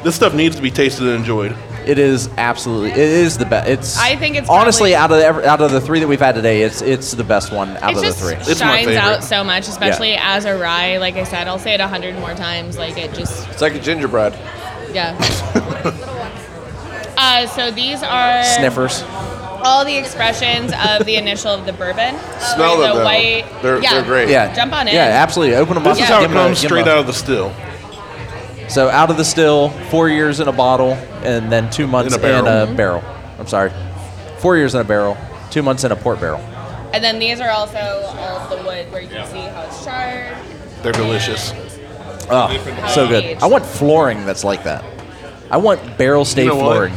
S1: This stuff needs to be tasted and enjoyed.
S2: It is absolutely. It is the best. It's.
S3: I think it's
S2: honestly
S3: probably-
S2: out of the, ever- out of the three that we've had today, it's it's the best one out
S3: It
S2: of the
S3: just
S2: three.
S1: It's my
S3: shines
S1: favorite.
S3: out so much, especially as a rye. Like I said, I'll say it a hundred more times. Like it just,
S6: It's like a gingerbread.
S3: yeah. uh, so these are
S2: Sniffers.
S3: all the expressions of the initial of the bourbon.
S6: Smell
S3: Like
S6: them,
S3: the
S6: though.
S3: white.
S6: They're-
S3: yeah.
S6: they're great.
S2: Yeah.
S3: Jump on in.
S2: Yeah, absolutely. Open them up.
S1: This is how it
S2: give 'em a-
S1: comes
S2: give 'em
S1: straight
S2: a-
S1: out of the still.
S2: So out of the still, four years in a bottle, and then two months in a barrel.
S1: barrel.
S2: I'm sorry, four years in a barrel, two months in a port barrel.
S3: And then these are also all of the wood where you can see how it's charred.
S1: They're delicious.
S2: Oh, so good.
S3: Aged.
S2: I want flooring that's like that. I want barrel stay
S1: know what?
S2: flooring.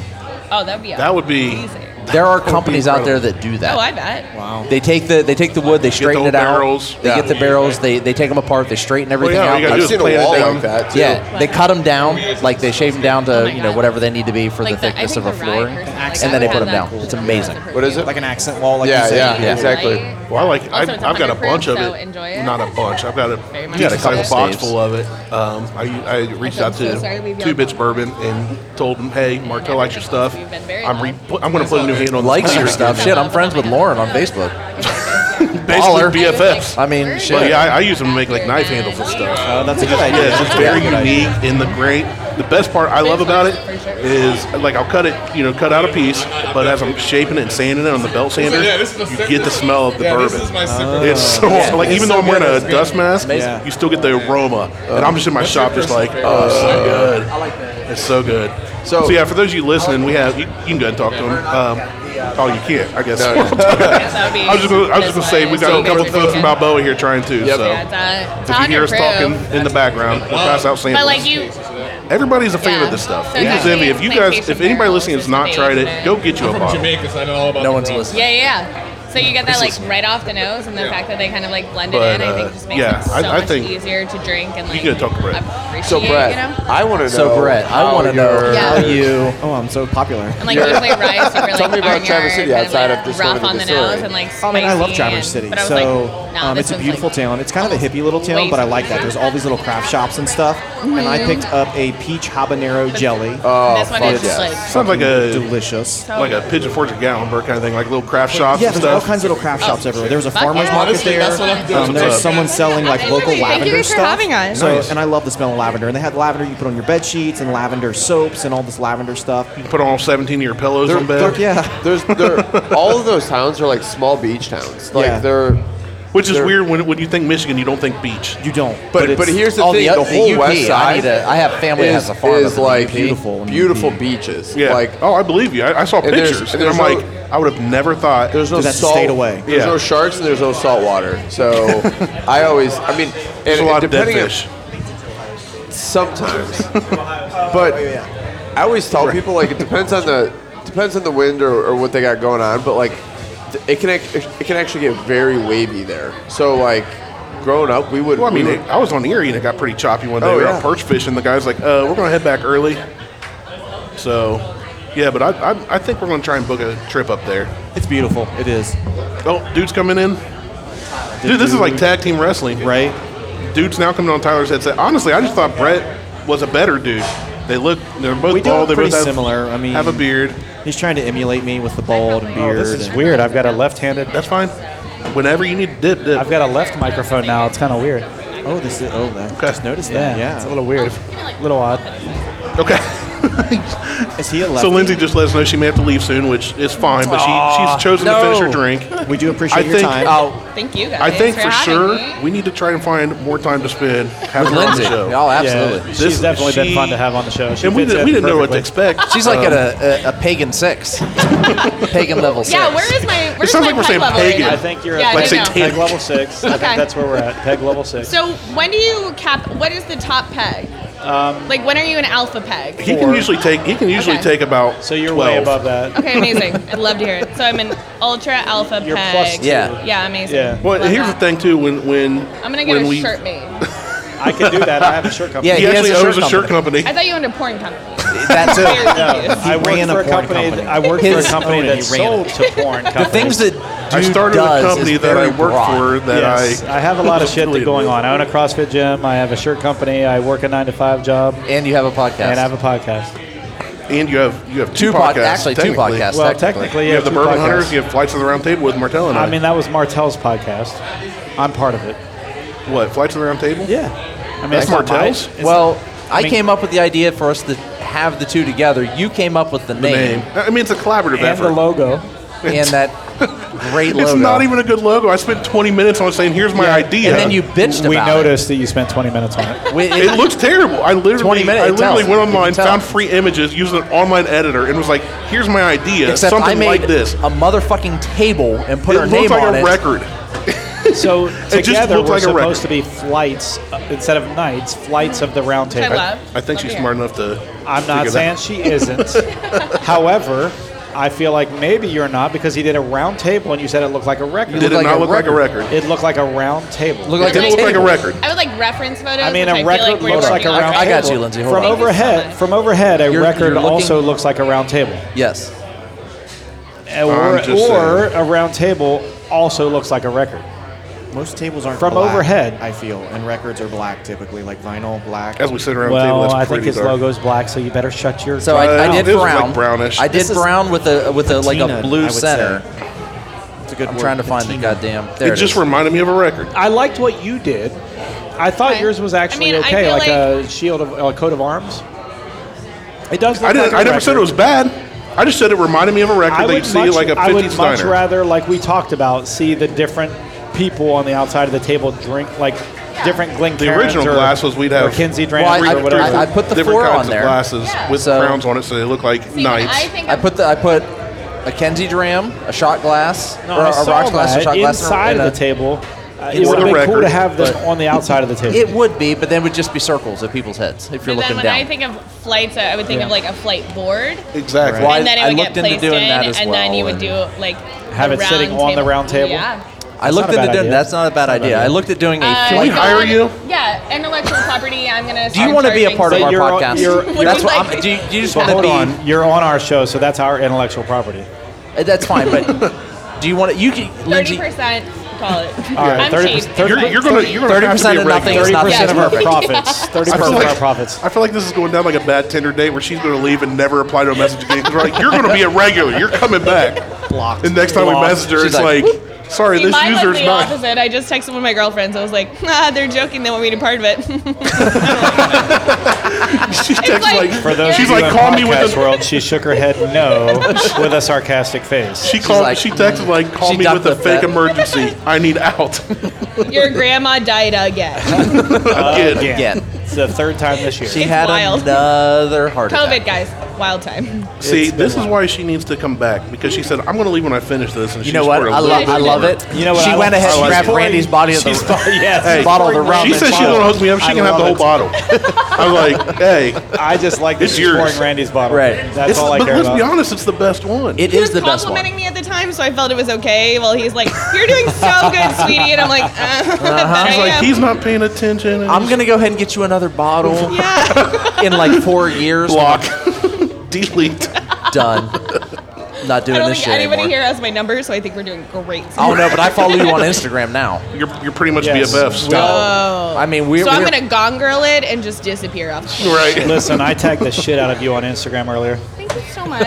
S3: Oh, that'd be
S1: That would be-
S3: amazing.
S2: There are companies out there that do that.
S3: Oh, I bet.
S13: Wow.
S2: They take the they take the wood, they straighten
S1: old
S2: it out.
S1: barrels.
S2: They
S1: Yeah.
S2: get the barrels, they they take them apart, they straighten
S1: Well,
S2: everything
S1: yeah, all you
S2: out.
S1: gotta do is
S6: I've seen a
S1: plant it
S6: wall
S1: down.
S6: like that too.
S2: Yeah, they cut them down, like they shave them down to
S3: Oh my
S2: you know
S3: God.
S2: whatever they need to be for the
S3: I
S2: thickness
S3: think
S2: of a
S3: the rye
S2: flooring,
S3: person, like,
S2: and then
S3: I
S2: they
S3: would
S2: put them
S3: have that
S2: down.
S3: cool
S2: It's
S3: stuff.
S2: amazing.
S3: That's a
S6: What is it?
S13: Like an accent wall. Like you
S6: yeah,
S13: said.
S6: yeah,
S2: Yeah.
S6: exactly.
S3: Right?
S1: Well, I like. I've,
S3: it's
S1: I've got a
S3: underproof,
S1: bunch of
S3: so
S1: it.
S3: enjoy it.
S1: Not a bunch. I've got a
S3: Very
S1: decent
S3: much. You got a
S2: couple
S1: sized box
S2: staves.
S1: full of it. Um, I, I reached
S3: I'm
S1: out to
S3: so sorry we've
S1: Two
S3: got-
S1: Bits Bourbon and told them, hey, Martel likes your stuff.
S3: You've been very
S1: I'm re-
S3: loud.
S1: put, I'm going to put a new hand on
S2: Likes
S1: this
S2: your
S1: later.
S2: stuff. Shit, I'm friends with Lauren on Facebook.
S1: Basically
S2: Baller.
S1: BFFs.
S2: I mean, shit.
S1: Well, yeah, I, I use them to make like knife handles and stuff.
S13: Oh, that's a good idea.
S1: Yeah, it's very unique in the great. The best part I love about it is like I'll cut it, you know, cut out a piece, but as I'm shaping it and sanding it on the belt sander,
S14: Yeah, this is the
S1: you get the smell of the
S14: yeah,
S1: bourbon.
S14: this is my super.
S1: It's so like
S13: It's
S1: even
S13: so
S1: though I'm wearing
S13: good.
S1: a
S13: It's good.
S1: dust mask,
S13: Amazing.
S1: you still get the aroma, and I'm just in my shop, just like oh, it's so good. I like that. It's so good. So,
S6: So-
S1: yeah, for those of you listening, we have you, you can go ahead and talk to them. Um, oh, you can't, I guess.
S6: No, no.
S3: That would be
S1: I was just gonna, I was just gonna say we
S3: that's
S1: got a
S3: why
S1: couple
S3: it's
S1: folks
S3: so
S1: from Balboa here trying too.
S6: Yep.
S1: So
S3: Yeah, it's, uh, it's
S1: if you hear us
S3: underproof.
S1: talking in the background, we'll pass out samples.
S3: But like you,
S1: Everybody's a fan
S7: Yeah.
S1: of this stuff.
S7: So
S1: Angels
S7: exactly,
S1: Envy. If
S7: it's
S1: you
S7: like
S1: guys,
S7: Asian
S1: if anybody
S7: barrels
S1: listening has
S7: is
S1: not tried it,
S7: amazing.
S1: go get you a bottle.
S15: Jamaica, so I know all about
S2: No
S15: the
S2: one's
S15: rum.
S2: listening.
S7: Yeah, yeah, yeah. So you get that like right off the nose, and the
S15: Yeah.
S7: fact that they kind of like blend it
S1: But,
S7: in, I
S1: uh,
S7: think just makes
S1: yeah,
S7: it so
S1: I- I
S7: much
S1: think-
S7: easier to drink and like
S1: gotta talk to Brett.
S7: appreciate.
S6: So Brett,
S7: you know,
S6: I want to know.
S2: So Brett, I
S6: how
S2: want to know
S6: your-
S7: Yeah.
S2: how you.
S13: Oh, I'm so popular.
S7: and like usually rye super like
S6: Tell me about
S7: barnyard,
S6: Traverse City
S7: kind of,
S6: outside
S7: like,
S6: of just going
S7: rough
S6: to
S7: on
S6: the
S7: the
S6: distillery.
S7: nose and like
S13: Oh man, I love
S7: spicy
S13: Traverse
S7: and-
S13: City.
S7: but I was like,
S13: So
S7: nah,
S13: um,
S7: this
S13: it's a
S7: one's,
S13: beautiful
S7: like,
S13: town. It's kind of a hippie little town,
S7: way
S13: but I
S7: too
S13: like that. There's all these little craft shops and stuff. And I picked up a peach habanero jelly.
S3: Uh,
S6: Oh,
S7: this one
S6: fuck
S7: is just
S6: yes.
S7: like
S1: Sounds like a
S13: delicious.
S7: so
S1: like a pigeon forge a gallon bird kind of thing, like little craft shops
S13: Yeah,
S1: and
S13: there's all
S1: stuff.
S13: kinds of little craft shops everywhere. There was a
S7: Oh, Fuck
S13: farmer's
S7: yeah.
S13: market
S15: Honestly,
S13: there.
S15: that's what I'm doing.
S13: Um, there was someone selling like local
S7: Thank you guys
S13: lavender
S16: for
S13: stuff.
S16: having us.
S13: So, and I love the smell of lavender. And they had lavender you put on your bed sheets and lavender soaps and all this lavender stuff.
S1: Put all 17 of your pillows on bed,
S13: Fuck yeah.
S6: There's there, all of those towns are like small beach towns. Like
S13: Yeah.
S6: they're
S1: which is
S6: They're-
S1: weird when, when you think Michigan, you don't think beach.
S13: You don't.
S6: but but,
S13: it's-
S6: here's the
S2: Oh,
S6: thing:
S2: the,
S6: the,
S2: the
S6: whole
S2: UP,
S6: west
S2: I,
S6: side
S2: need a, I have family that has
S6: is,
S2: a farm.
S6: is
S2: up in
S6: like
S2: the UP.
S6: beautiful, beautiful beaches.
S1: Yeah.
S6: Like
S1: oh, I believe you. I, I saw
S6: And there's-
S1: pictures,
S6: and
S1: and, I'm
S6: there's
S1: like, I would have never thought.
S6: There's no
S13: That's
S6: salt.
S13: stayed away.
S6: There's
S1: Yeah.
S6: no sharks and there's no salt water. So I always, I mean, and
S1: there's a lot of dead
S6: depending on-
S1: fish.
S6: sometimes, but I always tell people like it depends on the depends on the wind or, or what they got going on. But like th- it can act- it can actually get very wavy there. So like growing up, we would.
S1: Well, I mean,
S6: we
S1: it,
S6: would-
S1: I was on Erie and it got pretty choppy one day.
S6: Oh,
S1: we were
S6: yeah.
S1: out perch fishing. The guy's like, uh, we're going to head back early. So, yeah, but I, I, I think we're going to try and book a trip up there.
S13: It's beautiful. It is.
S1: Oh, dude's coming in. Dude, this is like tag team wrestling.
S13: Right?
S1: Dude's now coming on Tyler's headset. Honestly, I just thought Brett was a better dude. They look, they're both
S13: We do
S1: bald.
S13: look
S1: They both
S13: pretty
S1: have,
S13: similar. I mean-
S1: have a beard.
S13: He's trying to emulate me with the bald and
S4: Oh,
S13: beard.
S4: this is
S13: and-
S4: weird. I've got a left-handed.
S1: That's fine. Whenever you need to dip, dip.
S4: I've got a left microphone now. It's kind of weird.
S13: oh, this is. Oh, I just noticed
S4: Yeah,
S13: that. Yeah.
S4: it's a little weird, a little odd.
S1: okay.
S13: Is he a lefty?
S1: So Lindsay just let us know she may have to leave soon, which is fine, but she, she's chosen to finish her
S2: no.
S1: drink.
S13: We do appreciate
S1: I
S13: your
S1: think-
S13: time.
S2: Oh,
S7: thank you guys.
S1: I think for
S7: having
S1: sure
S7: me.
S1: we need to try and find more time to spend having
S2: with
S1: her on
S2: Lindsay.
S1: the show.
S2: Oh, absolutely.
S4: Yeah,
S1: This-
S4: she's definitely
S1: she-
S4: been fun to have on the show. She
S1: and we,
S4: fits
S1: did,
S4: in
S1: we didn't know what to
S4: perfectly.
S1: expect. Um,
S2: She's like at a, a, a pagan six, pagan level six.
S7: Yeah, where is my where's
S1: sounds
S7: my
S1: like we're
S7: peg
S1: saying
S7: level
S1: pagan.
S7: Right
S4: I
S7: now?
S4: think you're
S7: Yeah,
S4: at
S7: I
S4: peg,
S7: know.
S4: peg level six. I
S7: Okay.
S4: think that's where we're at. Peg level six.
S7: So when do you cap? What is the top peg? like when are you an alpha peg?
S1: He can usually take. He can usually
S7: Okay.
S1: take about.
S4: So you're
S1: 12.
S4: way above that.
S7: Okay, amazing. I'd love to hear it. So I'm an ultra alpha
S4: You're
S7: peg.
S4: plus two.
S2: Yeah.
S7: Yeah, amazing.
S4: Yeah.
S1: Well,
S7: Love
S1: here's
S7: that.
S1: the thing too. When when
S7: I'm gonna get
S1: when
S7: a
S1: we,
S7: shirt made.
S4: I can do that. I have a shirt company.
S2: Yeah,
S1: He,
S2: He has
S1: actually
S2: a shirt
S1: owns a shirt company.
S7: I thought you owned a porn company.
S2: That's it.
S4: I worked
S13: ran a
S4: for a
S13: porn
S4: company.
S13: company.
S4: that- I worked for a
S2: His-
S4: company that
S13: he ran
S4: sold to porn companies.
S2: The things that dude
S1: I started
S2: does
S1: a company
S2: is
S1: that I
S2: very
S1: worked
S2: broad.
S1: for. That
S4: Yes,
S1: I
S4: I have a lot of shit
S1: Really
S4: that going on. I own a CrossFit gym. I have a shirt company. I work a nine to five job,
S2: and you have a podcast.
S4: and I have a podcast.
S1: and you have you have two,
S2: two
S1: podcasts.
S2: podcasts, actually two
S1: technically.
S2: podcasts.
S4: well,
S2: technically.
S4: technically,
S1: You
S4: yeah,
S1: have the
S4: two
S1: Bourbon
S4: podcasts.
S1: Hunters. You have Flights to the Round Table with Martell and I.
S4: I mean, that was Martell's podcast. I'm part of it.
S1: what Flights to the Round Table?
S4: Yeah, I mean,
S1: That's
S4: it's not mine.
S1: Martell's?
S4: It's-
S2: Well, I,
S4: mean-
S2: came up with the idea for us to have the two together. You came up with the,
S1: The
S2: name,
S1: name. I mean, it's a collaborative
S4: and
S1: effort.
S4: the logo.
S2: and that great logo.
S1: It's not even a good logo. I spent 20 minutes on saying, "Here's my idea."
S2: And then you bitched
S4: we
S2: about
S4: noticed that you spent 20 minutes on
S2: it.
S4: it.
S2: We-
S1: It looks terrible. I literally,
S2: 20 minutes,
S1: I
S2: it
S1: literally
S2: tells.
S1: went
S2: You can
S1: online,
S2: tell.
S1: found free images, used an online editor, and was like, "Here's my idea,
S2: Except
S1: something
S2: I made
S1: like this."
S2: a motherfucking table and put
S1: it
S2: our
S1: looks
S2: name
S1: like
S2: on
S1: a
S2: it.
S1: record.
S4: So
S1: just
S4: together,
S1: looked
S4: we're
S1: like a record.
S4: supposed to be flights uh, instead of nights. Flights of the round
S7: I
S4: table.
S7: love.
S1: I think she's smart enough to.
S4: I'm not
S1: figure
S4: saying
S1: that-
S4: she isn't. However, I feel like maybe you're not because he did a round table and you said it looked like a record.
S1: Did it
S2: like
S1: not
S2: a
S1: look like a record?
S4: It looked like a round table.
S2: Look like
S1: It
S2: a
S1: looked like a
S2: table.
S1: record.
S7: I would like reference photos.
S4: I mean,
S7: which
S4: a
S7: I feel
S4: record
S7: like we're
S4: looks like
S7: working
S4: a
S7: on
S4: round
S7: right
S2: I
S4: table.
S2: got you, Lindsay. Hold
S4: from
S2: on.
S4: overhead, from overhead, a
S2: You're-
S4: record
S2: you're looking-
S4: also looks like a round table,
S2: Yes.
S4: Uh, or,
S1: I'm just
S4: or a round table also looks like a record.
S13: Most tables aren't
S4: From
S13: black,
S4: overhead.
S13: I feel, and records are black typically, like vinyl black.
S1: As we sit around the table,
S4: Well,
S1: that's
S4: I think
S1: pretty
S4: his
S1: dark.
S4: logo's black, so you better shut your.
S2: So I, I did
S1: it was
S2: brown.
S1: like brownish.
S2: I did
S13: This is
S2: brown with a with a like a
S13: patina, I
S2: blue
S13: would
S2: center.
S13: It's a good
S2: I'm
S13: word,
S2: trying to find the
S13: patina.
S2: goddamn. There
S1: It
S2: it
S1: just
S2: is.
S1: reminded me of a record.
S4: I liked what you did. I thought
S7: Okay.
S4: yours was
S7: I
S4: actually
S7: mean, I
S4: okay,
S7: feel
S4: like, a shield of a coat of arms. It does. Look
S1: I didn't.
S4: Like a
S1: I never said it
S4: record.
S1: was bad. I just said it reminded me of a record that you see at like a
S4: I would
S1: 50s
S4: much
S1: diner.
S4: rather, like we talked about, see the different people on the outside of the table drink like different Glencairns
S1: original
S4: or,
S1: glass was we'd have
S4: or Kinsey
S1: Well,
S4: Dram
S2: I-
S4: or
S2: I-
S4: whatever.
S2: I- put the
S1: different
S2: four
S1: kinds
S2: on there.
S1: of glasses with
S2: So-
S1: crowns on it, so they look like
S7: See, but
S1: knights.
S7: I think
S2: I
S7: I'm-
S2: put the I put a Kenzie dram, a shot glass,
S4: No,
S2: or
S4: I
S2: a
S4: saw
S2: rocks glass, a
S4: that
S2: shot glass, and a-
S4: inside
S2: and
S4: of
S2: a,
S4: the table. Uh, it would
S1: the
S4: have been cool
S1: record,
S4: to have them
S2: but-
S4: on the outside of the table.
S2: It would be, but then it would just be circles of people's heads if you're
S3: But then
S2: looking
S3: when
S2: down.
S3: I think of flights, I would think
S4: Yeah.
S3: of like a flight board,
S1: Exactly.
S2: Why-
S3: and then it
S2: I
S3: would
S2: looked
S3: get
S2: into
S3: placed
S2: doing
S3: in,
S2: that as
S3: and then you would do
S2: well,
S3: like
S4: Have
S3: a
S4: it sitting
S3: round
S4: on the
S3: table.
S4: round table?
S3: Yeah.
S2: I looked
S4: not a
S2: into
S4: bad
S2: doing
S4: idea.
S2: that's not a bad idea. I looked at doing a flight.
S3: you
S1: hire
S3: want-
S1: you?
S3: Yeah, intellectual property. I'm gonna.
S2: do you want to be a part of
S4: So
S2: our
S4: you're on-
S2: podcast?
S4: you're-
S3: Would
S2: that's
S3: you
S2: what
S3: like-
S2: I'm, do, you, do you just
S4: But
S2: want to
S4: hold
S2: be?
S4: on, you're on our show, so that's our intellectual property.
S2: Uh, That's fine, but do you want to? You can,
S3: Thirty
S2: Lindsay.
S3: percent. Call it.
S4: All right,
S3: I'm
S4: 30%,
S3: cheap.
S4: 30%,
S1: You're, you're gonna you're gonna
S2: 30%
S1: have to be a
S2: of nothing
S1: regular.
S2: is not
S4: 30% of our
S2: Yeah.
S4: profits. 30%
S1: I
S4: of
S1: feel,
S4: our
S1: like,
S4: profits.
S1: I feel like this is going down like a bad Tinder date where she's going to leave and never reply to a message again. Because we're like, you're going to be a regular. You're coming back.
S13: Blocked.
S1: And next time we
S13: Blocked.
S1: message her, it's
S2: She's like,
S1: like, sorry,
S3: See,
S1: this
S3: mine was
S1: user's
S3: the
S1: not.
S3: opposite. I just texted one of my girlfriends. I was like, ah, they're joking. They want me to be part of it.
S1: She texts like,
S3: like-
S4: For those
S1: she's
S4: of you
S1: like,
S4: in
S1: call me
S4: podcast
S1: with a.
S4: world, she shook her head no with a sarcastic face.
S1: She called.
S2: like,
S1: she texted like, call
S2: she
S1: me
S2: ducked
S1: with a
S2: the
S1: fake
S2: fat-
S1: emergency. I need out.
S3: Your grandma died again.
S1: Again.
S2: Again,
S4: It's the third time this year.
S2: she
S3: It's
S2: had
S3: wild.
S2: another heart
S3: COVID,
S2: attack.
S3: guys, wild time.
S1: See, this is why she needs to come back because she said, I'm going to leave when I finish this. And
S2: You
S1: she
S2: know
S1: just
S2: what?
S1: poured a
S2: I, lo-
S1: little
S2: I
S1: bit
S2: love
S1: more.
S2: it.
S4: You know what?
S2: She
S4: I
S2: went
S4: like-
S2: ahead
S4: I
S2: and
S4: like
S2: grabbed
S4: it.
S2: Randy's bottle of the,
S4: She's fu- yes,
S1: Hey.
S2: bottle of the rum.
S1: She
S2: and
S1: said she's
S2: bottle.
S1: going to hook me up. She
S4: I
S1: can have the whole
S4: love
S1: bottle. I was like, hey.
S4: I just like that
S1: It's
S4: she's
S1: yours.
S4: pouring Randy's bottle.
S2: Right.
S4: That's
S1: It's-
S4: all I
S1: but
S4: care
S1: let's
S4: about.
S1: be honest, it's the best one.
S2: It
S3: He
S2: is
S3: was
S2: the best one.
S3: complimenting me at the time, so I felt it was okay. Well, he's like, "You're doing so good, sweetie," and I'm like, uh,
S4: Uh-huh.
S1: He's
S3: "He's
S1: like, he's not paying attention. And
S2: I'm gonna go ahead and get you another bottle
S3: yeah."
S2: in like four years.
S1: block, delete.
S2: Done. Not
S3: I
S2: doing
S3: don't
S2: this
S3: think
S2: shit
S3: anybody
S2: anymore.
S3: here has my number, so I think we're doing great.
S2: Oh no, but I follow you on Instagram now.
S1: You're, you're pretty much
S4: Yes.
S1: BFFs.
S4: We all-
S3: Oh.
S2: I mean, we're-
S3: so I'm
S2: we're-
S3: gonna gong girl it and just disappear off. the-
S1: Right.
S4: Listen, I tagged the shit out of you on Instagram earlier.
S3: Thank you so much.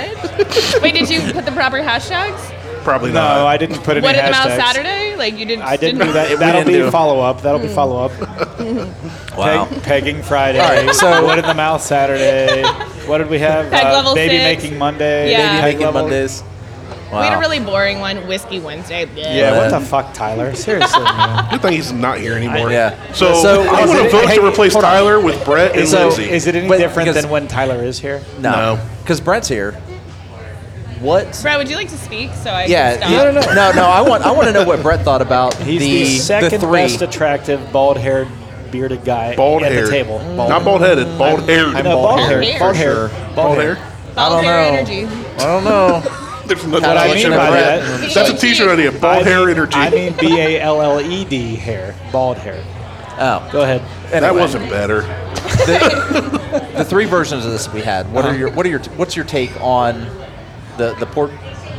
S3: Wait, did you put the proper hashtags?
S1: Probably
S4: No,
S1: not.
S4: I didn't put any
S3: What in the mouth
S4: hashtags.
S3: Saturday? Like you didn't.
S4: I didn't
S3: didn't-
S4: do that.
S2: We
S4: That'll
S2: didn't do
S4: be
S2: it.
S4: follow up. That'll
S3: Hmm.
S4: be follow up.
S2: Wow.
S4: Peg, pegging Friday.
S2: All right, so-
S4: what in the mouth Saturday? What did we have?
S3: Peg level
S4: baby
S3: six.
S4: making Monday.
S3: Yeah.
S4: Baby
S3: Baby
S4: making Monday.
S2: Mondays. Wow.
S3: We had a really boring one, Whiskey Wednesday. Bleh.
S4: Yeah. What
S2: Uh,
S4: the fuck, Tyler? Seriously, man.
S1: Good thing he's not here anymore.
S2: yeah.
S1: So,
S2: So,
S1: I
S2: is
S1: want to
S2: it-
S1: vote
S2: hey,
S1: to replace
S2: hold on.
S1: Tyler with Brett and
S2: So,
S1: Lindsay.
S4: Is it any
S2: But
S4: different
S2: because-
S4: than when Tyler is here?
S2: no,
S1: No.
S2: because Brent's here. What?
S3: Brad, would you like to speak? So I
S2: Yeah,
S3: Can stop?
S2: no, no, no, no, I want, I want to know what Brett thought about
S4: He's the,
S2: the
S4: second
S2: the three.
S4: best attractive, bald-haired, bearded guy
S1: bald
S4: at
S1: hair.
S4: the table.
S1: Not bald headed. Bald haired.
S4: No, bald hair.
S3: Hair.
S4: Bald hair.
S1: Bald hair.
S3: Ball
S2: don't
S3: hair
S2: know.
S3: energy.
S2: I don't know.
S1: There's nothing
S2: What I
S1: much
S2: mean
S1: in
S2: by
S1: Brett.
S4: that-
S1: That's a T-shirt idea. Bald
S4: I
S1: hair
S4: mean-
S1: energy.
S4: I mean B A L L E D hair. Bald hair.
S2: Oh,
S4: Go ahead.
S1: that wasn't better.
S2: the three versions of this we had. What are your what are your what's your take on the the port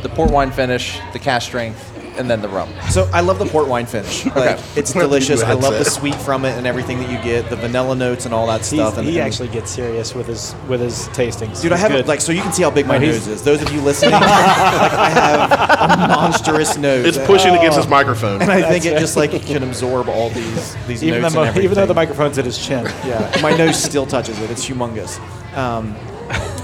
S2: the port wine finish, the cash strength, and then the rum?
S13: So I love the port wine finish. Like it's
S1: You
S13: delicious. I
S1: had
S13: love the
S1: said.
S13: sweet from it and everything that you get, the vanilla notes and all that
S4: He's-
S13: stuff. And,
S4: he
S13: and-
S4: actually gets serious with his with his tastings.
S13: Dude, I
S4: He's
S13: have
S4: good.
S13: like so you can see how big my
S4: No, he's-
S13: nose is. Those of you listening, like, I have a monstrous nose.
S1: It's pushing
S4: Oh.
S1: against his microphone.
S13: And I think it just like can absorb all these these
S4: even
S13: notes
S4: though,
S13: and
S4: even though the
S13: everything.
S4: microphone's at his chin. Yeah.
S13: my nose still touches it. It's humongous. Um,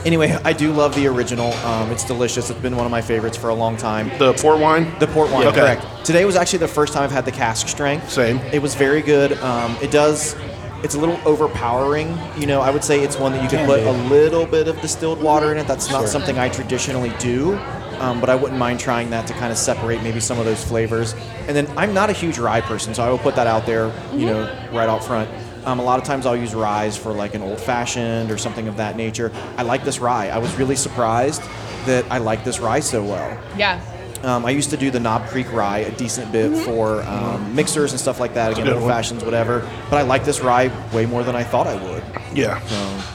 S13: anyway, I do love the original. Um, it's delicious. It's been one of my favorites for a long time.
S1: The port wine.
S13: The port wine,
S1: Okay.
S13: correct. Today was actually the first time I've had the cask strength.
S1: Same.
S13: It was very good. Um, it does. It's a little overpowering. You know, I would say it's one that you could
S4: Can
S13: put
S4: be.
S13: a little bit of distilled water in it. That's not something I traditionally do. Um, but I wouldn't mind trying that to kind of separate maybe some of those flavors. And then I'm not a huge rye person, so I will put that out there, you know, right out front. Um, a lot of times I'll use rye for like an old fashioned or something of that nature. I like this rye. I was really surprised that I like this rye so well.
S3: Yeah.
S13: Um, I used to do the Knob Creek rye a decent bit
S3: Mm-hmm.
S13: for um, mixers and stuff like that. Again,
S1: good
S13: old
S1: one.
S13: fashions, whatever. But I like this rye way more than I thought I would.
S1: Yeah.